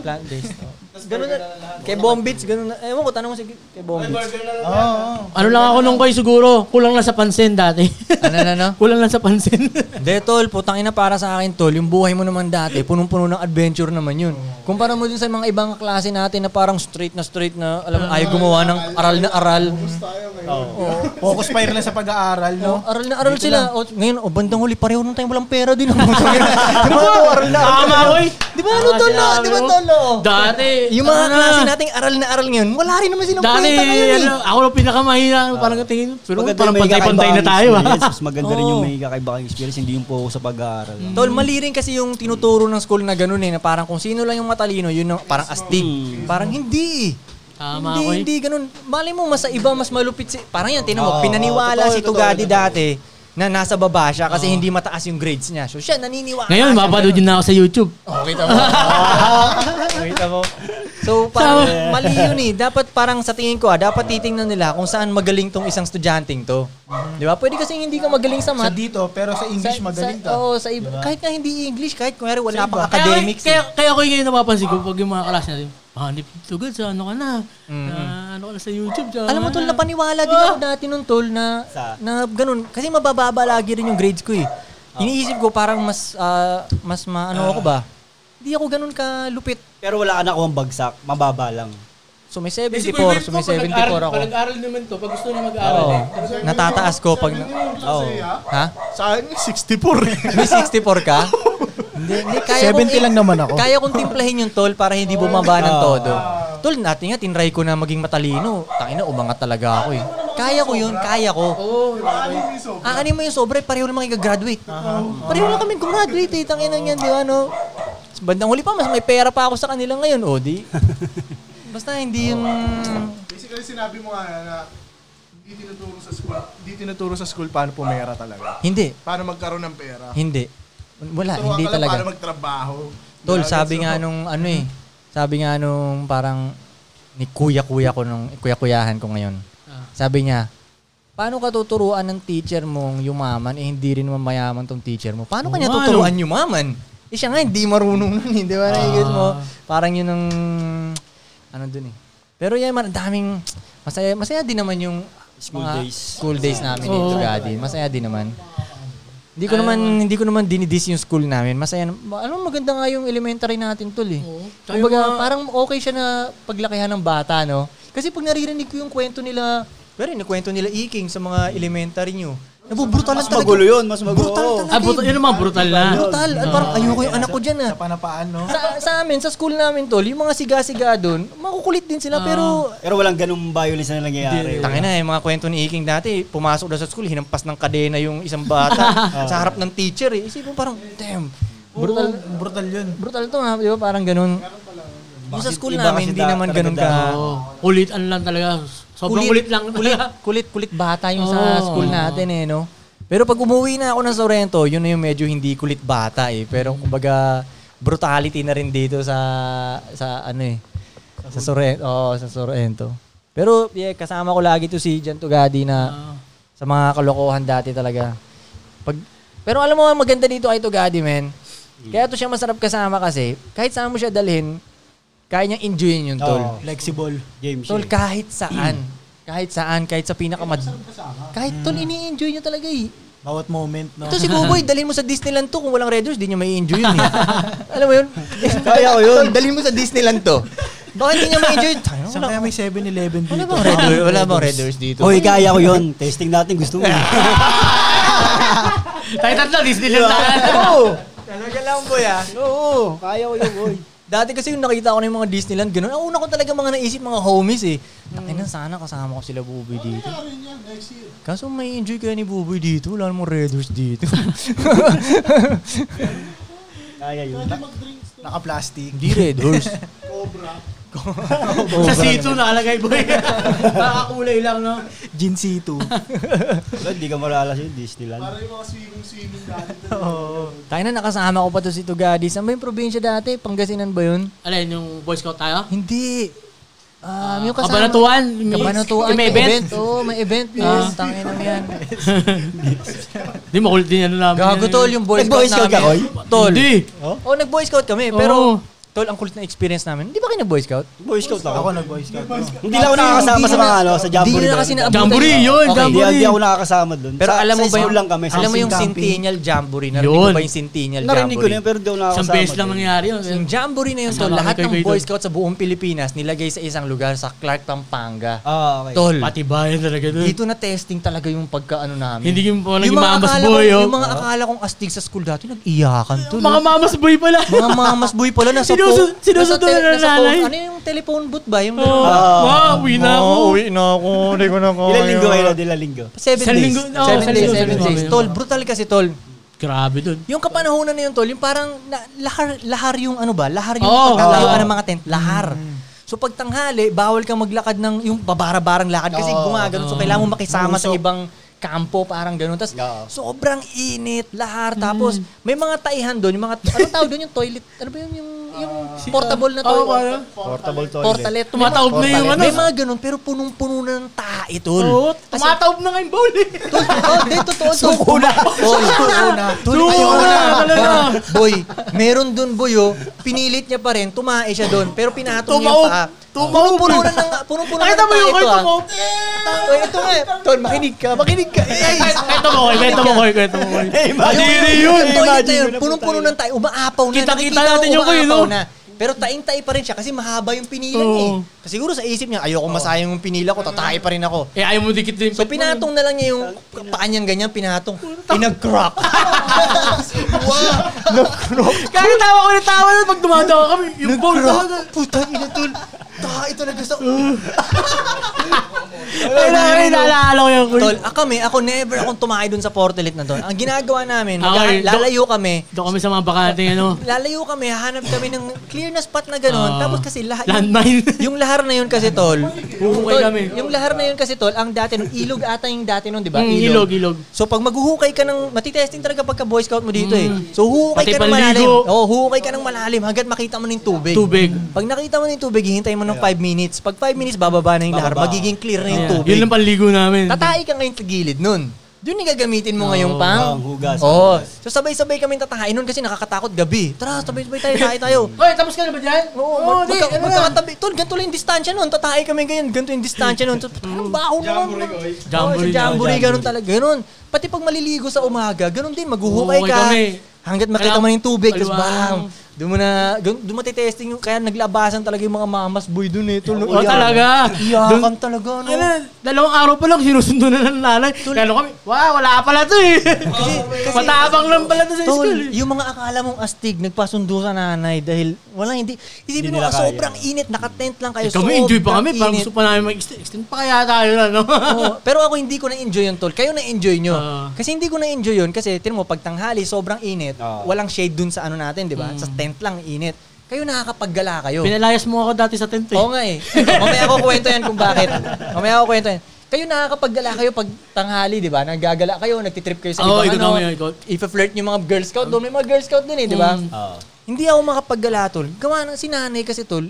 [SPEAKER 7] Plant-based. Oh. Ganun na, kay Bombits, ganun na. Ewan ko, tanong mo si kay Bombits.
[SPEAKER 4] Ano lang ako nung kayo siguro, kulang lang sa pansin dati.
[SPEAKER 7] Ano na no?
[SPEAKER 4] kulang lang sa pansin.
[SPEAKER 7] Hindi, tol, putang ina para sa akin, tol. Yung buhay mo naman dati, punong-puno ng adventure naman yun. Kumpara mo dun sa mga ibang klase natin na parang straight na straight na, alam mo, ayaw gumawa ng aral na aral.
[SPEAKER 8] Focus pa rin lang sa pag-aaral, no?
[SPEAKER 7] Oh, aral na aral sila. O, ngayon, o, bandang huli, pareho nung tayo walang pera din. Ano
[SPEAKER 4] Ano Aral na. Tama, oy.
[SPEAKER 7] Di ba ano tol no? Di ba tol no?
[SPEAKER 4] Dati.
[SPEAKER 7] Yung mga
[SPEAKER 4] ano na,
[SPEAKER 7] klase nating aral na aral ngayon, wala rin naman silang
[SPEAKER 4] Dati,
[SPEAKER 7] kwenta ngayon eh. Ah.
[SPEAKER 4] ano, ako lang pinakamahina. Parang tingin, pero
[SPEAKER 5] Maganda
[SPEAKER 4] parang
[SPEAKER 5] yung may
[SPEAKER 4] pantay-pantay na
[SPEAKER 5] kakaibang
[SPEAKER 4] tayo. ah.
[SPEAKER 5] experience, Mas maganda rin yung
[SPEAKER 7] Oo.
[SPEAKER 5] may kakaibang experience, hindi yung focus sa pag-aaral.
[SPEAKER 7] Tol, mali rin kasi yung tinuturo ng school na ganun eh, na parang kung sino lang yung matalino, yun ang parang astig. Parang hindi eh.
[SPEAKER 4] Hmm. Tama, eh.
[SPEAKER 7] hindi,
[SPEAKER 4] oy.
[SPEAKER 7] hindi ganun. Mali mo, mas sa iba, mas malupit si... Parang yan, tinan mo, pinaniwala si Tugadi dati na nasa baba siya kasi hindi mataas yung grades niya. So siya, naniniwala
[SPEAKER 4] Ngayon,
[SPEAKER 7] siya.
[SPEAKER 4] mapapanood yun na ako sa YouTube.
[SPEAKER 7] Okay, tama. okay, tama. So, parang mali yun eh. Dapat parang sa tingin ko ah, dapat titingnan nila kung saan magaling tong isang estudyanteng to. Di ba? Pwede kasi hindi ka magaling sa
[SPEAKER 8] Mm-hmm. Sa
[SPEAKER 7] math.
[SPEAKER 8] dito, pero sa English
[SPEAKER 7] Oh. Sa- oh.
[SPEAKER 8] magaling
[SPEAKER 7] sa-
[SPEAKER 8] ka.
[SPEAKER 7] Oo, sa iba. Kahit nga hindi English, kahit kung wala pang
[SPEAKER 4] Kaya,
[SPEAKER 7] academics.
[SPEAKER 4] Kaya,
[SPEAKER 7] eh.
[SPEAKER 4] kaya ko yung ngayon napapansin ko pag yung mga klase natin, Hanip tugad sa ano ka na. na ano ka na sa YouTube. Sa,
[SPEAKER 7] Mm-hmm. Alam mo tol, napaniwala din ako dati nung tol na, na ganun. Kasi mabababa lagi rin yung grades ko eh. Iniisip ko parang mas, ah, mas maano ako
[SPEAKER 8] Ah.
[SPEAKER 7] ba? Hindi ako ganun kalupit.
[SPEAKER 5] Pero wala ka na kuhang bagsak, mababa lang.
[SPEAKER 7] So may 74, so may 74 ako.
[SPEAKER 4] Pag-aral naman to, pag gusto eh. na mag-aral.
[SPEAKER 7] Oo. Natataas ko pag... Oo. Ha?
[SPEAKER 9] Sa akin, 64 eh.
[SPEAKER 7] May 64 ka? hindi, hindi. Kaya
[SPEAKER 8] 70 lang naman ako. Ah.
[SPEAKER 7] Kaya kong timplahin yung tol para hindi bumaba ng todo. Tol, natin nga, tinry ko na maging matalino. Tangina, umangat talaga ako eh. Kaya ko yun, kaya ko. Aanin mo yung sobra, eh, pareho naman kayo-graduate. Pareho lang kami gumraduate eh. Tangina yan, di ba no? Sa Bandang huli pa, mas may pera pa ako sa kanila ngayon, o di. Basta hindi yung...
[SPEAKER 9] Basically, sinabi mo nga na hindi tinuturo sa school, hindi tinuturo sa school paano pumera talaga.
[SPEAKER 7] Hindi,
[SPEAKER 9] Paano magkaroon ng pera.
[SPEAKER 7] hindi. Wala,
[SPEAKER 6] Ah,
[SPEAKER 9] Turuan
[SPEAKER 7] hindi
[SPEAKER 9] ka lang
[SPEAKER 7] talaga.
[SPEAKER 9] Paano magtrabaho.
[SPEAKER 7] Tol,
[SPEAKER 9] Gagets
[SPEAKER 7] sabi nga
[SPEAKER 9] mo.
[SPEAKER 7] nung ano eh. Sabi nga nung parang ni kuya-kuya ko nung kuya-kuyahan ko ngayon. Sabi niya, paano ka tuturuan ng teacher mong yumaman eh hindi rin naman mayaman tong teacher mo? Paano kanya
[SPEAKER 4] Oo nga,
[SPEAKER 7] tuturuan yumaman? Ah. Eh siya nga hindi marunong nun, hindi ba? Naiigit mo. Parang yun ang ano dun eh. Pero yan, man, daming, masaya, masaya din naman yung school days. School days namin dito, Gadi. Masaya din naman. Hindi ko naman hindi ko naman dinidis yung school namin. Masaya nam- ba- alam mo maganda nga yung elementary natin tol eh. Kumbaga, parang okay siya na paglakihan ng bata no. Kasi pag naririnig ko yung kwento nila, pero yung kwento nila iking sa mga elementary nyo. Nabubrutal
[SPEAKER 5] Mas
[SPEAKER 7] talaga.
[SPEAKER 5] magulo yun, mas magulo.
[SPEAKER 7] Brutal
[SPEAKER 5] Oo.
[SPEAKER 7] talaga.
[SPEAKER 4] Ah, brutal, yun naman, brutal na.
[SPEAKER 7] Brutal. Ay, parang ayoko yung anak ko dyan ah.
[SPEAKER 8] Sa panapaan, no?
[SPEAKER 7] Sa, sa amin, sa school namin tol, yung mga siga-siga doon, makukulit din
[SPEAKER 5] Ah.
[SPEAKER 7] sila pero
[SPEAKER 5] Pero walang ganung violence na nangyayari.
[SPEAKER 7] Tangin na, yung mga kwento ni Iking dati, pumasok daw sa school, hinampas ng kadena yung isang bata sa harap ng teacher. Eh. Isipin mo parang, damn, brutal,
[SPEAKER 8] Brutal yun.
[SPEAKER 7] brutal to ha, di ba? Parang ganun. Yung sa school
[SPEAKER 5] iba
[SPEAKER 7] namin,
[SPEAKER 5] kasi
[SPEAKER 7] hindi
[SPEAKER 5] da-
[SPEAKER 7] naman ganun ka.
[SPEAKER 5] talaga
[SPEAKER 4] Ulitan lang talaga. Sobrang ulit lang.
[SPEAKER 7] Kulit, kulit, kulit bata yung sa
[SPEAKER 4] Oo.
[SPEAKER 7] school natin eh, no? Pero pag umuwi na ako ng Sorrento, yun na yung medyo hindi kulit bata eh. Pero kumbaga, brutality na rin dito sa, sa ano eh, sa Sorrento. Oo, sa Sorrento. Pero yeah, kasama ko lagi to si Jan Tugadi na
[SPEAKER 4] Ah.
[SPEAKER 7] sa mga kalokohan dati talaga. Pag, pero alam mo, ang maganda dito ay Tugadi, men. Kaya to siya masarap kasama kasi, kahit saan mo siya dalhin, kaya niyang enjoyin yung tol.
[SPEAKER 5] Oo. Flexible. James.
[SPEAKER 7] Tol,
[SPEAKER 5] eh.
[SPEAKER 7] kahit saan. kahit saan, kahit sa pinakamad... Kahit tol, ini-enjoy nyo talaga eh.
[SPEAKER 8] Bawat moment, no?
[SPEAKER 7] Ito si Buboy, dalhin mo sa Disneyland to. Kung walang Red Horse, di nyo may enjoy yun eh. Alam mo yun?
[SPEAKER 6] Kaya ko yun. Dalhin mo sa Disneyland to.
[SPEAKER 7] Baka hindi niya may enjoy. Tayo,
[SPEAKER 8] Saan
[SPEAKER 7] wala,
[SPEAKER 8] kaya may 7-Eleven dito?
[SPEAKER 7] wala bang Red Horse? Wala bang Red Horse dito?
[SPEAKER 5] Hoy, kaya ko yun. Testing natin, gusto mo.
[SPEAKER 4] Tayo tatlo, Disney lang tayo.
[SPEAKER 5] Talaga lang, boy, ah. Oo, kaya ko yun, boy.
[SPEAKER 7] Dati kasi yung nakita ko na yung mga Disneyland, ganun. Ang una ko talaga mga naisip, mga homies eh. Takin na sana kasama ko sila Buboy dito. Kaso may enjoy kaya ni Buboy dito. Wala namang Red Horse dito.
[SPEAKER 5] Kaya yun.
[SPEAKER 8] Naka-plastic.
[SPEAKER 7] Hindi Red Horse.
[SPEAKER 4] Sa sito nakalagay, boy. Nakakulay lang, no?
[SPEAKER 7] Gin C2.
[SPEAKER 5] Wala, Hindi ka malalas yun, Disneyland.
[SPEAKER 9] yung mga swimming-swimming dati.
[SPEAKER 7] Tayo na nakasama ko pa to si Tugadi. Saan ba yung probinsya dati? Pangasinan ba yun?
[SPEAKER 4] Alin, yung Boy Scout tayo?
[SPEAKER 7] Hindi. Um, yung kasama.
[SPEAKER 4] Kabanatuan.
[SPEAKER 7] Kabanatuan.
[SPEAKER 4] Yung may event.
[SPEAKER 7] Oo, may event.
[SPEAKER 4] Ah.
[SPEAKER 7] Yes. Tangin na yan.
[SPEAKER 4] Hindi, makulit din ano namin.
[SPEAKER 7] Gago tol, yung boy scout
[SPEAKER 5] Nag-Boy Scout ka, Koy?
[SPEAKER 7] namin. Tol.
[SPEAKER 4] Hindi.
[SPEAKER 7] Oh, nag-boy scout kami.
[SPEAKER 4] Oo.
[SPEAKER 7] Pero, tol, ang kulit na experience namin. Hindi ba kayo nag-boy scout?
[SPEAKER 5] Boy Scout ako.
[SPEAKER 8] Ako nag-boy scout. no?
[SPEAKER 5] Hindi lang ako nakakasama sa mga ano, sa
[SPEAKER 7] Hindi
[SPEAKER 5] Jamboree.
[SPEAKER 7] na kasi
[SPEAKER 5] doon.
[SPEAKER 7] naabutan.
[SPEAKER 4] Jamboree, yun,
[SPEAKER 7] Okay.
[SPEAKER 5] Hindi,
[SPEAKER 4] Jamboree.
[SPEAKER 5] hindi ako nakakasama doon.
[SPEAKER 7] Pero
[SPEAKER 5] Sa-
[SPEAKER 7] alam mo
[SPEAKER 5] sa
[SPEAKER 7] ba
[SPEAKER 5] school lang kami. sa
[SPEAKER 7] alam mo yung
[SPEAKER 5] camping.
[SPEAKER 7] Centennial Jamboree? Narinig mo
[SPEAKER 4] Yun.
[SPEAKER 7] ba yung Centennial Jamboree?
[SPEAKER 5] Narinig ko na yun, pero hindi ako nakakasama.
[SPEAKER 4] Isang beses lang
[SPEAKER 5] doon.
[SPEAKER 4] nangyari yun.
[SPEAKER 7] Yung jamboree na yun, tol,
[SPEAKER 4] Kasama
[SPEAKER 7] lahat
[SPEAKER 4] kami kay
[SPEAKER 7] ng
[SPEAKER 4] Kuya
[SPEAKER 7] Boy
[SPEAKER 4] Idol.
[SPEAKER 7] Scout sa buong Pilipinas nilagay sa isang lugar sa Clark, Pampanga.
[SPEAKER 5] Ah, okay.
[SPEAKER 7] Tol,
[SPEAKER 4] Patibayan talaga doon.
[SPEAKER 7] dito na testing talaga yung pagkaano namin.
[SPEAKER 4] Hindi yung
[SPEAKER 7] mga
[SPEAKER 4] walang mamas
[SPEAKER 7] akala
[SPEAKER 4] boy,
[SPEAKER 7] kong-
[SPEAKER 4] oh.
[SPEAKER 7] Yung mga akala kong astig sa school dati, nag-iyakan tol.
[SPEAKER 4] Mga mamas boy pala.
[SPEAKER 7] mga mamas boy pala, nasa
[SPEAKER 4] Sinusu-
[SPEAKER 7] po-
[SPEAKER 4] sinusunod
[SPEAKER 7] nasa
[SPEAKER 4] na
[SPEAKER 7] nasa
[SPEAKER 4] nanay.
[SPEAKER 7] phone- Ano yung telephone booth ba? Yung
[SPEAKER 4] Oh,
[SPEAKER 7] ganun.
[SPEAKER 4] wow, uwi na ako.
[SPEAKER 6] uwi na ako. Hindi ko na kaya.
[SPEAKER 5] Ilang linggo kayo, ilang linggo.
[SPEAKER 7] Seven
[SPEAKER 4] Sa
[SPEAKER 7] days.
[SPEAKER 4] linggo- oh,
[SPEAKER 7] seven
[SPEAKER 4] sa
[SPEAKER 7] days,
[SPEAKER 4] linggo,
[SPEAKER 7] seven
[SPEAKER 4] sa linggo.
[SPEAKER 7] days. Tol, brutal kasi tol.
[SPEAKER 4] Grabe doon.
[SPEAKER 7] Yung kapanahonan na yun, tol, yung parang na- lahar, lahar yung ano ba? Lahar yung
[SPEAKER 4] Oo.
[SPEAKER 7] pagtatayuan
[SPEAKER 4] Oo. Mm.
[SPEAKER 7] ng mga tent. Lahar. So pag tanghali, bawal kang maglakad ng yung babara-barang lakad kasi gumagano. So kailangan mo makisama sa ibang kampo, parang ganun. Tapos sobrang init, lahar. Tapos
[SPEAKER 4] Mm.
[SPEAKER 7] may mga taihan doon, yung mga, ano tawag doon yung toilet? Ano ba yun? Yung, yung portable na
[SPEAKER 4] Ah. Oo,
[SPEAKER 7] toilet?
[SPEAKER 4] parang
[SPEAKER 5] Portable toilet.
[SPEAKER 7] Portalet.
[SPEAKER 4] Tumataob na yung ano.
[SPEAKER 7] May mga ganun, pero punong-puno na ng tae, tol.
[SPEAKER 4] Oo,
[SPEAKER 7] As in,
[SPEAKER 4] tumataob na nga yung bowl eh.
[SPEAKER 7] Tol, tol, di, totoo, tol. Suko na. Tol, suko na. Tol,
[SPEAKER 4] Suko
[SPEAKER 7] ayoko
[SPEAKER 4] na, talaga.
[SPEAKER 7] Boy, meron dun, boy, oh. Pinilit niya pa rin, tumae siya dun, pero pinatong niya yung
[SPEAKER 4] Tumaob.
[SPEAKER 7] paa.
[SPEAKER 4] Tumaob.
[SPEAKER 7] Puno-puno na ng, puno-puno na ng
[SPEAKER 4] Nakita mo yung
[SPEAKER 7] tae
[SPEAKER 4] kwento
[SPEAKER 7] to,
[SPEAKER 4] mo?
[SPEAKER 7] ah. Tol, ito nga. Tol, makinig ka, makinig ka. Ay,
[SPEAKER 4] Kwento mo, Koy. Kwento mo, Koy. Kwento mo, Koy.
[SPEAKER 7] Madiri Toilet
[SPEAKER 5] yun.
[SPEAKER 7] na yun,
[SPEAKER 5] Imagine,
[SPEAKER 7] punong-puno ng tae, umaapaw na.
[SPEAKER 4] Kita-kita
[SPEAKER 7] Nakikita mo,
[SPEAKER 4] natin yung kuy, no?
[SPEAKER 7] umaapaw na. Pero taing-tay pa rin siya kasi mahaba yung pinila niya eh.
[SPEAKER 4] Oo.
[SPEAKER 7] Kasi Siguro sa isip niya, ayoko masayang yung pinila ko, tatae pa rin ako.
[SPEAKER 4] Eh, ayaw mo dikit din.
[SPEAKER 7] So pinatong na lang niya yung paa niyang ganyan, pinatong. Pinag-crack.
[SPEAKER 4] Kaya tawa ko na tawa nun pag dumadaw kami. Yung bowl talaga.
[SPEAKER 7] Putang ina tol. Ta, ito nagkasa.
[SPEAKER 4] Ay, nari, naalala ko yun, Koy.
[SPEAKER 7] tol, ah, kami, ako never akong tumakay dun sa portalet na tol. Ang ginagawa namin,
[SPEAKER 4] Ah, Okay,
[SPEAKER 7] magla- lalayo kami.
[SPEAKER 4] Doon kami sa mga bakanting ano.
[SPEAKER 7] Lalayo kami, hahanap kami ng clear na spot na gano'n.
[SPEAKER 4] Ah.
[SPEAKER 7] Tapos kasi lahat...
[SPEAKER 4] Landmine.
[SPEAKER 7] yung lahar na yun kasi, tol.
[SPEAKER 4] Huhukay
[SPEAKER 7] Tol,
[SPEAKER 4] kami.
[SPEAKER 7] Yung lahar na yun kasi, tol, ang dati, nung ilog ata yung dati nun, di ba?
[SPEAKER 4] Mm, ilog, ilog.
[SPEAKER 7] So pag maghuhukay ka ng, matitesting talaga pagka boy scout mo dito
[SPEAKER 4] Mm.
[SPEAKER 7] eh. So huhukay
[SPEAKER 4] Pati
[SPEAKER 7] ka ng malalim.
[SPEAKER 4] panligo.
[SPEAKER 7] Oo, huhukay ka ng malalim hanggat makita mo ng tubig.
[SPEAKER 4] Tubig.
[SPEAKER 7] Pag nakita mo ng tubig, hihintayin mo ng 5 minutes. Pag 5 minutes, bababa na Ano yung lahar, magiging clear na yung
[SPEAKER 4] Yan.
[SPEAKER 7] tubig.
[SPEAKER 4] Yun ang panligo namin.
[SPEAKER 7] Tatay ka ngayon sa gilid nun. Doon yung gagamitin mo ngayong
[SPEAKER 5] Ah,
[SPEAKER 7] pang.
[SPEAKER 5] hugas.
[SPEAKER 7] Oo. So sabay-sabay kami tatahain nun kasi nakakatakot gabi. Tara, sabay-sabay tayo, tayo tayo.
[SPEAKER 4] Hoy, tapos ka na ba dyan?
[SPEAKER 7] Oo,
[SPEAKER 4] Oo,
[SPEAKER 7] mag-
[SPEAKER 4] di,
[SPEAKER 7] magka-
[SPEAKER 4] ano na?
[SPEAKER 7] magkakatabi. Tol, ganito lang yung distansya nun. Tatahay kami ganyan. Ganito yung distansya nun. So,
[SPEAKER 4] Mm.
[SPEAKER 7] Ang baho naman. Jamboree, Jamboree,
[SPEAKER 4] Jamboree,
[SPEAKER 7] jamboree,
[SPEAKER 4] jamboree.
[SPEAKER 7] ganun talaga. Ganun. Pati pag maliligo sa umaga, ganun din. Maghuhukay
[SPEAKER 4] Huhukay
[SPEAKER 7] ka.
[SPEAKER 4] kami.
[SPEAKER 7] Hanggat makita
[SPEAKER 4] Kailangan-
[SPEAKER 7] mo na yung tubig. Tapos
[SPEAKER 4] Kaliwa.
[SPEAKER 7] bam. Doon mo na, doon doon matitesting yung, kaya naglabasan talaga yung mga mamas boy doon eh. Tol,
[SPEAKER 4] Oo, talaga.
[SPEAKER 7] Iyakan talaga, no?
[SPEAKER 4] Ano, dalawang araw pa lang, sinusundo na ng nanay. Kaya kami, wow, wala pala to eh. Kasi, Matabang lang pala to sa
[SPEAKER 7] Tol,
[SPEAKER 4] school. eh.
[SPEAKER 7] yung mga akala mong astig, nagpasundo sa nanay dahil walang hindi. Isipin mo, ah, sobrang init, nakatent lang kayo.
[SPEAKER 4] Eh, kami, enjoy pa kami.
[SPEAKER 7] sobrang
[SPEAKER 4] Parang
[SPEAKER 7] init.
[SPEAKER 4] gusto pa namin mag-extend pa kaya tayo ano? na, no?
[SPEAKER 7] Oo, pero ako hindi ko na-enjoy yun, tol. Kayo na-enjoy nyo.
[SPEAKER 4] Ah.
[SPEAKER 7] kasi hindi ko na-enjoy yun kasi, tinan mo, pagtanghali, sobrang init. Walang shade dun sa ano natin, di
[SPEAKER 4] Hmm.
[SPEAKER 7] ba? Sa tent lang, init. Kayo nakakapaggala kayo.
[SPEAKER 4] Pinalayas mo ako dati sa tent eh.
[SPEAKER 7] Oo nga eh. Mamaya ako kwento yan kung bakit. Mamaya ako kwento yan. Kayo nakakapaggala kayo pag tanghali, di ba? Nagagala kayo, nagtitrip kayo sa ibang
[SPEAKER 4] Oo, ikaw
[SPEAKER 7] ano.
[SPEAKER 4] tama yun, ikaw. Mm.
[SPEAKER 7] Ipa-flirt yung mga Girl Scout doon. May mga Girl Scout doon eh, di ba?
[SPEAKER 5] Ah.
[SPEAKER 7] Hindi ako makapaggala, tol. Gawa ng si nanay kasi, tol.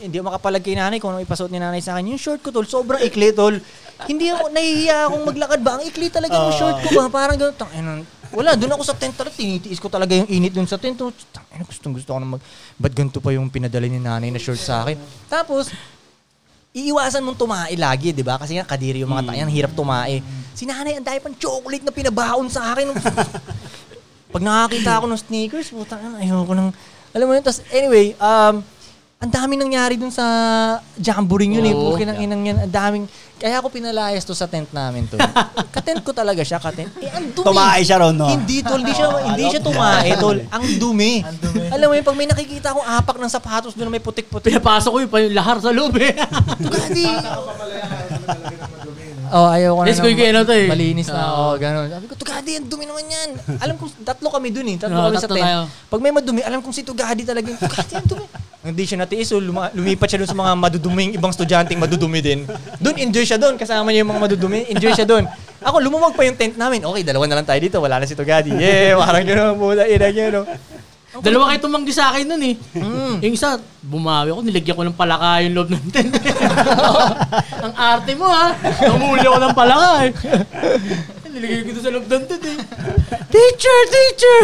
[SPEAKER 7] Hindi ako makapalag kay nanay kung ano ipasuot ni nanay sa akin. Yung short ko, tol, sobrang ikli, tol. Hindi ako, nahihiya akong maglakad ba? Ang ikli talaga yung short ko ba? Parang ganun. Tang, ano, wala, doon ako sa tent talaga. Tinitiis ko talaga yung init doon sa tent. Tang, ano, gustong gusto ko na mag... Ba't ganito pa yung pinadala ni nanay na short sa akin? Tapos, iiwasan mong tumae lagi, di ba? Kasi nga, kadiri yung
[SPEAKER 5] Hmm.
[SPEAKER 7] mga tayo, ang hirap tumae. Si nanay, ang dahil pang chocolate na pinabaon sa akin. Pag nakakita ako ng sneakers, putang ina, ayoko nang... Alam mo yun, tas anyway, um, ang daming nangyari dun sa jamboring yun eh.
[SPEAKER 5] Oh,
[SPEAKER 4] Oo.
[SPEAKER 7] Pukin ang inang yan. Ang daming... Kaya ako pinalayas to sa tent namin to. katent ko talaga siya, katent. Eh, ang dumi.
[SPEAKER 5] Tumae siya ron, no?
[SPEAKER 7] Hindi, tol. Hindi siya, hindi siya tumae, tol. Ang dumi. Alam mo yun, pag may nakikita akong apak ng sapatos doon na may putik-putik.
[SPEAKER 4] Pinapasok ko yung pa- yung lahar sa loob eh.
[SPEAKER 7] Kasi... oh, ayaw ko na.
[SPEAKER 4] Yes,
[SPEAKER 7] nang
[SPEAKER 4] kuy, kuy, ano to eh.
[SPEAKER 7] Malinis na.
[SPEAKER 4] Oo.
[SPEAKER 7] Oo, ganun. Sabi ko, Tugadi, ang dumi naman yan. Alam kong tatlo kami dun eh. Tatlo
[SPEAKER 4] Oo,
[SPEAKER 7] kami sa
[SPEAKER 4] tatlo
[SPEAKER 7] tent.
[SPEAKER 4] tayo.
[SPEAKER 7] Pag may madumi, alam kong si Tugadi talaga. yung, Tugadi, ang dumi. Hindi siya natiis, so luma- lumipat siya dun sa mga maduduming ibang estudyanteng madudumi din. Doon, enjoy siya doon. Kasama niya yung mga madudumi. Enjoy siya doon. Ako, lumuwag pa yung tent namin. Okay, dalawa na lang tayo dito. Wala na si Tugadi. Yeah, parang gano'n. Mula, ina gano'n.
[SPEAKER 4] Dalawa kayo tumanggi sa akin nun eh.
[SPEAKER 7] Hmm.
[SPEAKER 4] Yung isa, bumawi ako, nilagyan ko ng palaka yung loob ng tent. Ang arte mo ha. Namuli ako ng palaka eh. Nilagay ko doon sa loob ng tent eh. Teacher, teacher!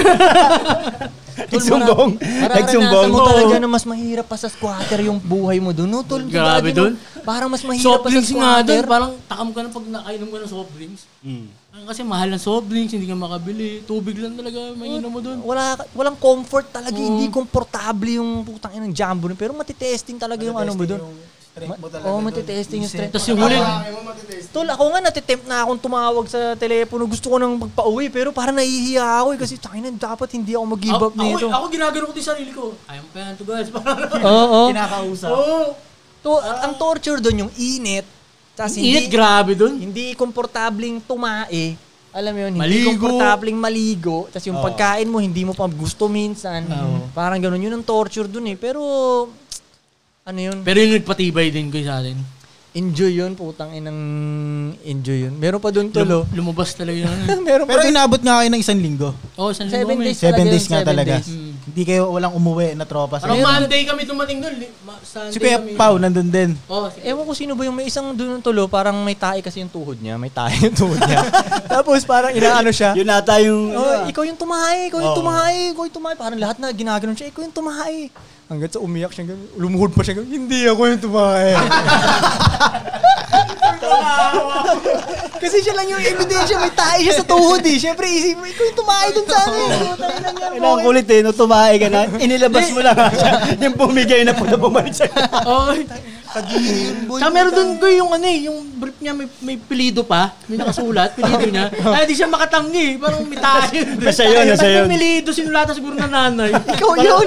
[SPEAKER 5] Nagsumbong. Nagsumbong.
[SPEAKER 7] Parang mo talaga na mas mahirap pa sa squatter yung buhay mo doon. No, tol,
[SPEAKER 4] Grabe
[SPEAKER 7] Tugadi,
[SPEAKER 4] dun.
[SPEAKER 7] no? Parang mas mahirap
[SPEAKER 4] soft
[SPEAKER 7] pa sa
[SPEAKER 4] drinks nga
[SPEAKER 7] squatter.
[SPEAKER 4] doon, parang takam ka na pag nakainom ka ng soft drinks.
[SPEAKER 5] Mm.
[SPEAKER 4] Ah, Kasi mahal ang soft drinks, hindi ka makabili. Tubig lang talaga, mainom mo doon.
[SPEAKER 7] wala ka- walang comfort talaga, hindi komportable yung putang inang jumbo nun, pero matitesting talaga yung ano mo doon. Oo, oh, matitesting yung strength.
[SPEAKER 4] Tapos yung huli,
[SPEAKER 7] Tol, ako nga natitempt na akong tumawag sa telepono. Gusto ko nang magpa-uwi pero parang nahihiya ako eh, kasi tangina dapat hindi ako mag-give up
[SPEAKER 4] ako,
[SPEAKER 7] nito.
[SPEAKER 4] ako, ako ginagano ko din sarili ko. Ayaw pa yan to guys. Parang,
[SPEAKER 7] Oo.
[SPEAKER 4] Kinakausap. Oo.
[SPEAKER 7] To, ang torture doon yung init. Tapos
[SPEAKER 4] Ang Init,
[SPEAKER 7] hindi,
[SPEAKER 4] grabe doon.
[SPEAKER 7] hindi komportableng tumae. Alam mo yun, hindi
[SPEAKER 4] Maligo.
[SPEAKER 7] komportableng maligo. Tapos yung pagkain mo, hindi mo pa gusto minsan. Parang ganun. Yun ang torture dun eh. Pero, ano yun?
[SPEAKER 4] Pero yun nagpatibay din ko sa atin.
[SPEAKER 7] Enjoy yun, putang inang enjoy yun. Meron pa dun tulo.
[SPEAKER 4] Lum- lumabas talaga yun.
[SPEAKER 7] Meron pa
[SPEAKER 8] Pero
[SPEAKER 7] dun.
[SPEAKER 8] inabot nga kayo ng isang linggo.
[SPEAKER 4] Oo, oh, San
[SPEAKER 7] Seven
[SPEAKER 4] Simon.
[SPEAKER 7] days. Talaga
[SPEAKER 4] Days.
[SPEAKER 8] Seven
[SPEAKER 7] yun,
[SPEAKER 8] days nga
[SPEAKER 7] seven
[SPEAKER 8] talaga.
[SPEAKER 7] days.
[SPEAKER 8] Hindi kayo walang umuwi na tropa. Sa
[SPEAKER 4] Parang Monday kami dumating doon. li- ma- Sunday
[SPEAKER 8] si Kuya
[SPEAKER 4] kami.
[SPEAKER 8] Pau, nandun din.
[SPEAKER 4] Oo, si-
[SPEAKER 7] Ewan ko sino ba yung may isang dun ng tulo, parang may tae kasi yung tuhod niya, may tae yung tuhod niya. Tapos parang inaano siya.
[SPEAKER 5] Yun ata yung...
[SPEAKER 7] Oh, ikaw yung tumahay, ikaw yung tumahay, ikaw yung tumahay. Parang lahat na ginaganon siya, ikaw yung tumahay. Hanggat sa umiyak siya, ganun, lumuhod pa siya, ganun, hindi ako yung tumahay. Kasi siya lang yung ebidensya, may tahi siya sa tuhod eh. Siyempre, isip mo, ikaw yung tumahay dun sa amin. Putangina niya,
[SPEAKER 5] Ano ang
[SPEAKER 7] boy.
[SPEAKER 5] kulit eh, no, tumae ka na, inilabas mo lang yung bumigay na po na bumalik sa'yo.
[SPEAKER 4] Oo. Tsaka meron doon ko yung ano eh, yung brief niya may, may pilido pa, may nakasulat, pilido niya. Kaya di siya makatanggi, eh. parang may tayo.
[SPEAKER 5] Nasa yun, nasa yun.
[SPEAKER 4] May pilido, sinulatan siguro ng nanay. oh,
[SPEAKER 7] Ikaw yun!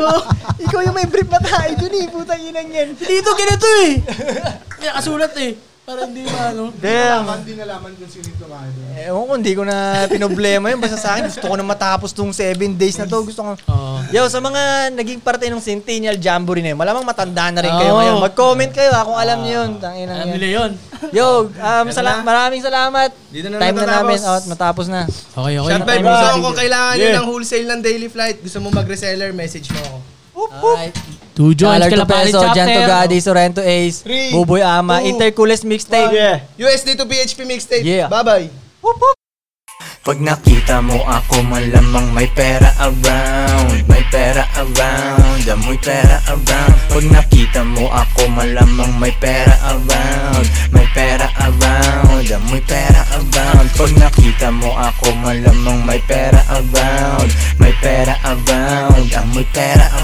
[SPEAKER 7] Ikaw yung may brief na tahi dun eh, putang ina niyan.
[SPEAKER 4] Dito, ganito eh. May nakasulat eh. Para hindi maano.
[SPEAKER 7] Damn! Eh,
[SPEAKER 9] Hindi nalaman kung sino ito kaya.
[SPEAKER 7] Ewan ko, hindi ko na pinoblema yun. Basta sa akin, gusto ko na matapos tong 7 days na to. Gusto ko,
[SPEAKER 4] Oo.
[SPEAKER 7] Yo, sa mga naging parte ng Centennial Jamboree na yun, malamang matanda na rin kayo
[SPEAKER 4] Oo.
[SPEAKER 7] ngayon. Mag-comment kayo ha, kung alam niyo yun. Tangin
[SPEAKER 4] Alam
[SPEAKER 7] yun.
[SPEAKER 4] nila yun.
[SPEAKER 7] Yo, um, sala- maraming salamat.
[SPEAKER 6] Dito na
[SPEAKER 7] Time na
[SPEAKER 6] natatapos.
[SPEAKER 7] namin. Out, matapos na.
[SPEAKER 4] Okay, okay.
[SPEAKER 6] Shot by
[SPEAKER 4] Time
[SPEAKER 6] Buso
[SPEAKER 4] is up.
[SPEAKER 6] kung kailangan nyo ng wholesale ng daily flight. Gusto mo mag-reseller, message mo ako.
[SPEAKER 7] Alright.
[SPEAKER 4] Two
[SPEAKER 7] Dollar
[SPEAKER 4] joints,
[SPEAKER 7] to
[SPEAKER 4] Kalapani
[SPEAKER 7] Peso,
[SPEAKER 4] chapter.
[SPEAKER 7] Jan to Gadi, Sorrento Ace,
[SPEAKER 6] Three,
[SPEAKER 7] Buboy Ama,
[SPEAKER 6] two,
[SPEAKER 7] Intercoolest Mixtape.
[SPEAKER 5] Yeah.
[SPEAKER 6] USD to PHP mixtape.
[SPEAKER 7] Yeah.
[SPEAKER 6] Bye-bye.
[SPEAKER 1] Pag nakita mo ako malamang may pera around May pera around, amoy pera around Pag nakita mo ako malamang may pera around May pera around, amoy pera around Pag nakita mo ako malamang may pera around May pera around, amoy pera around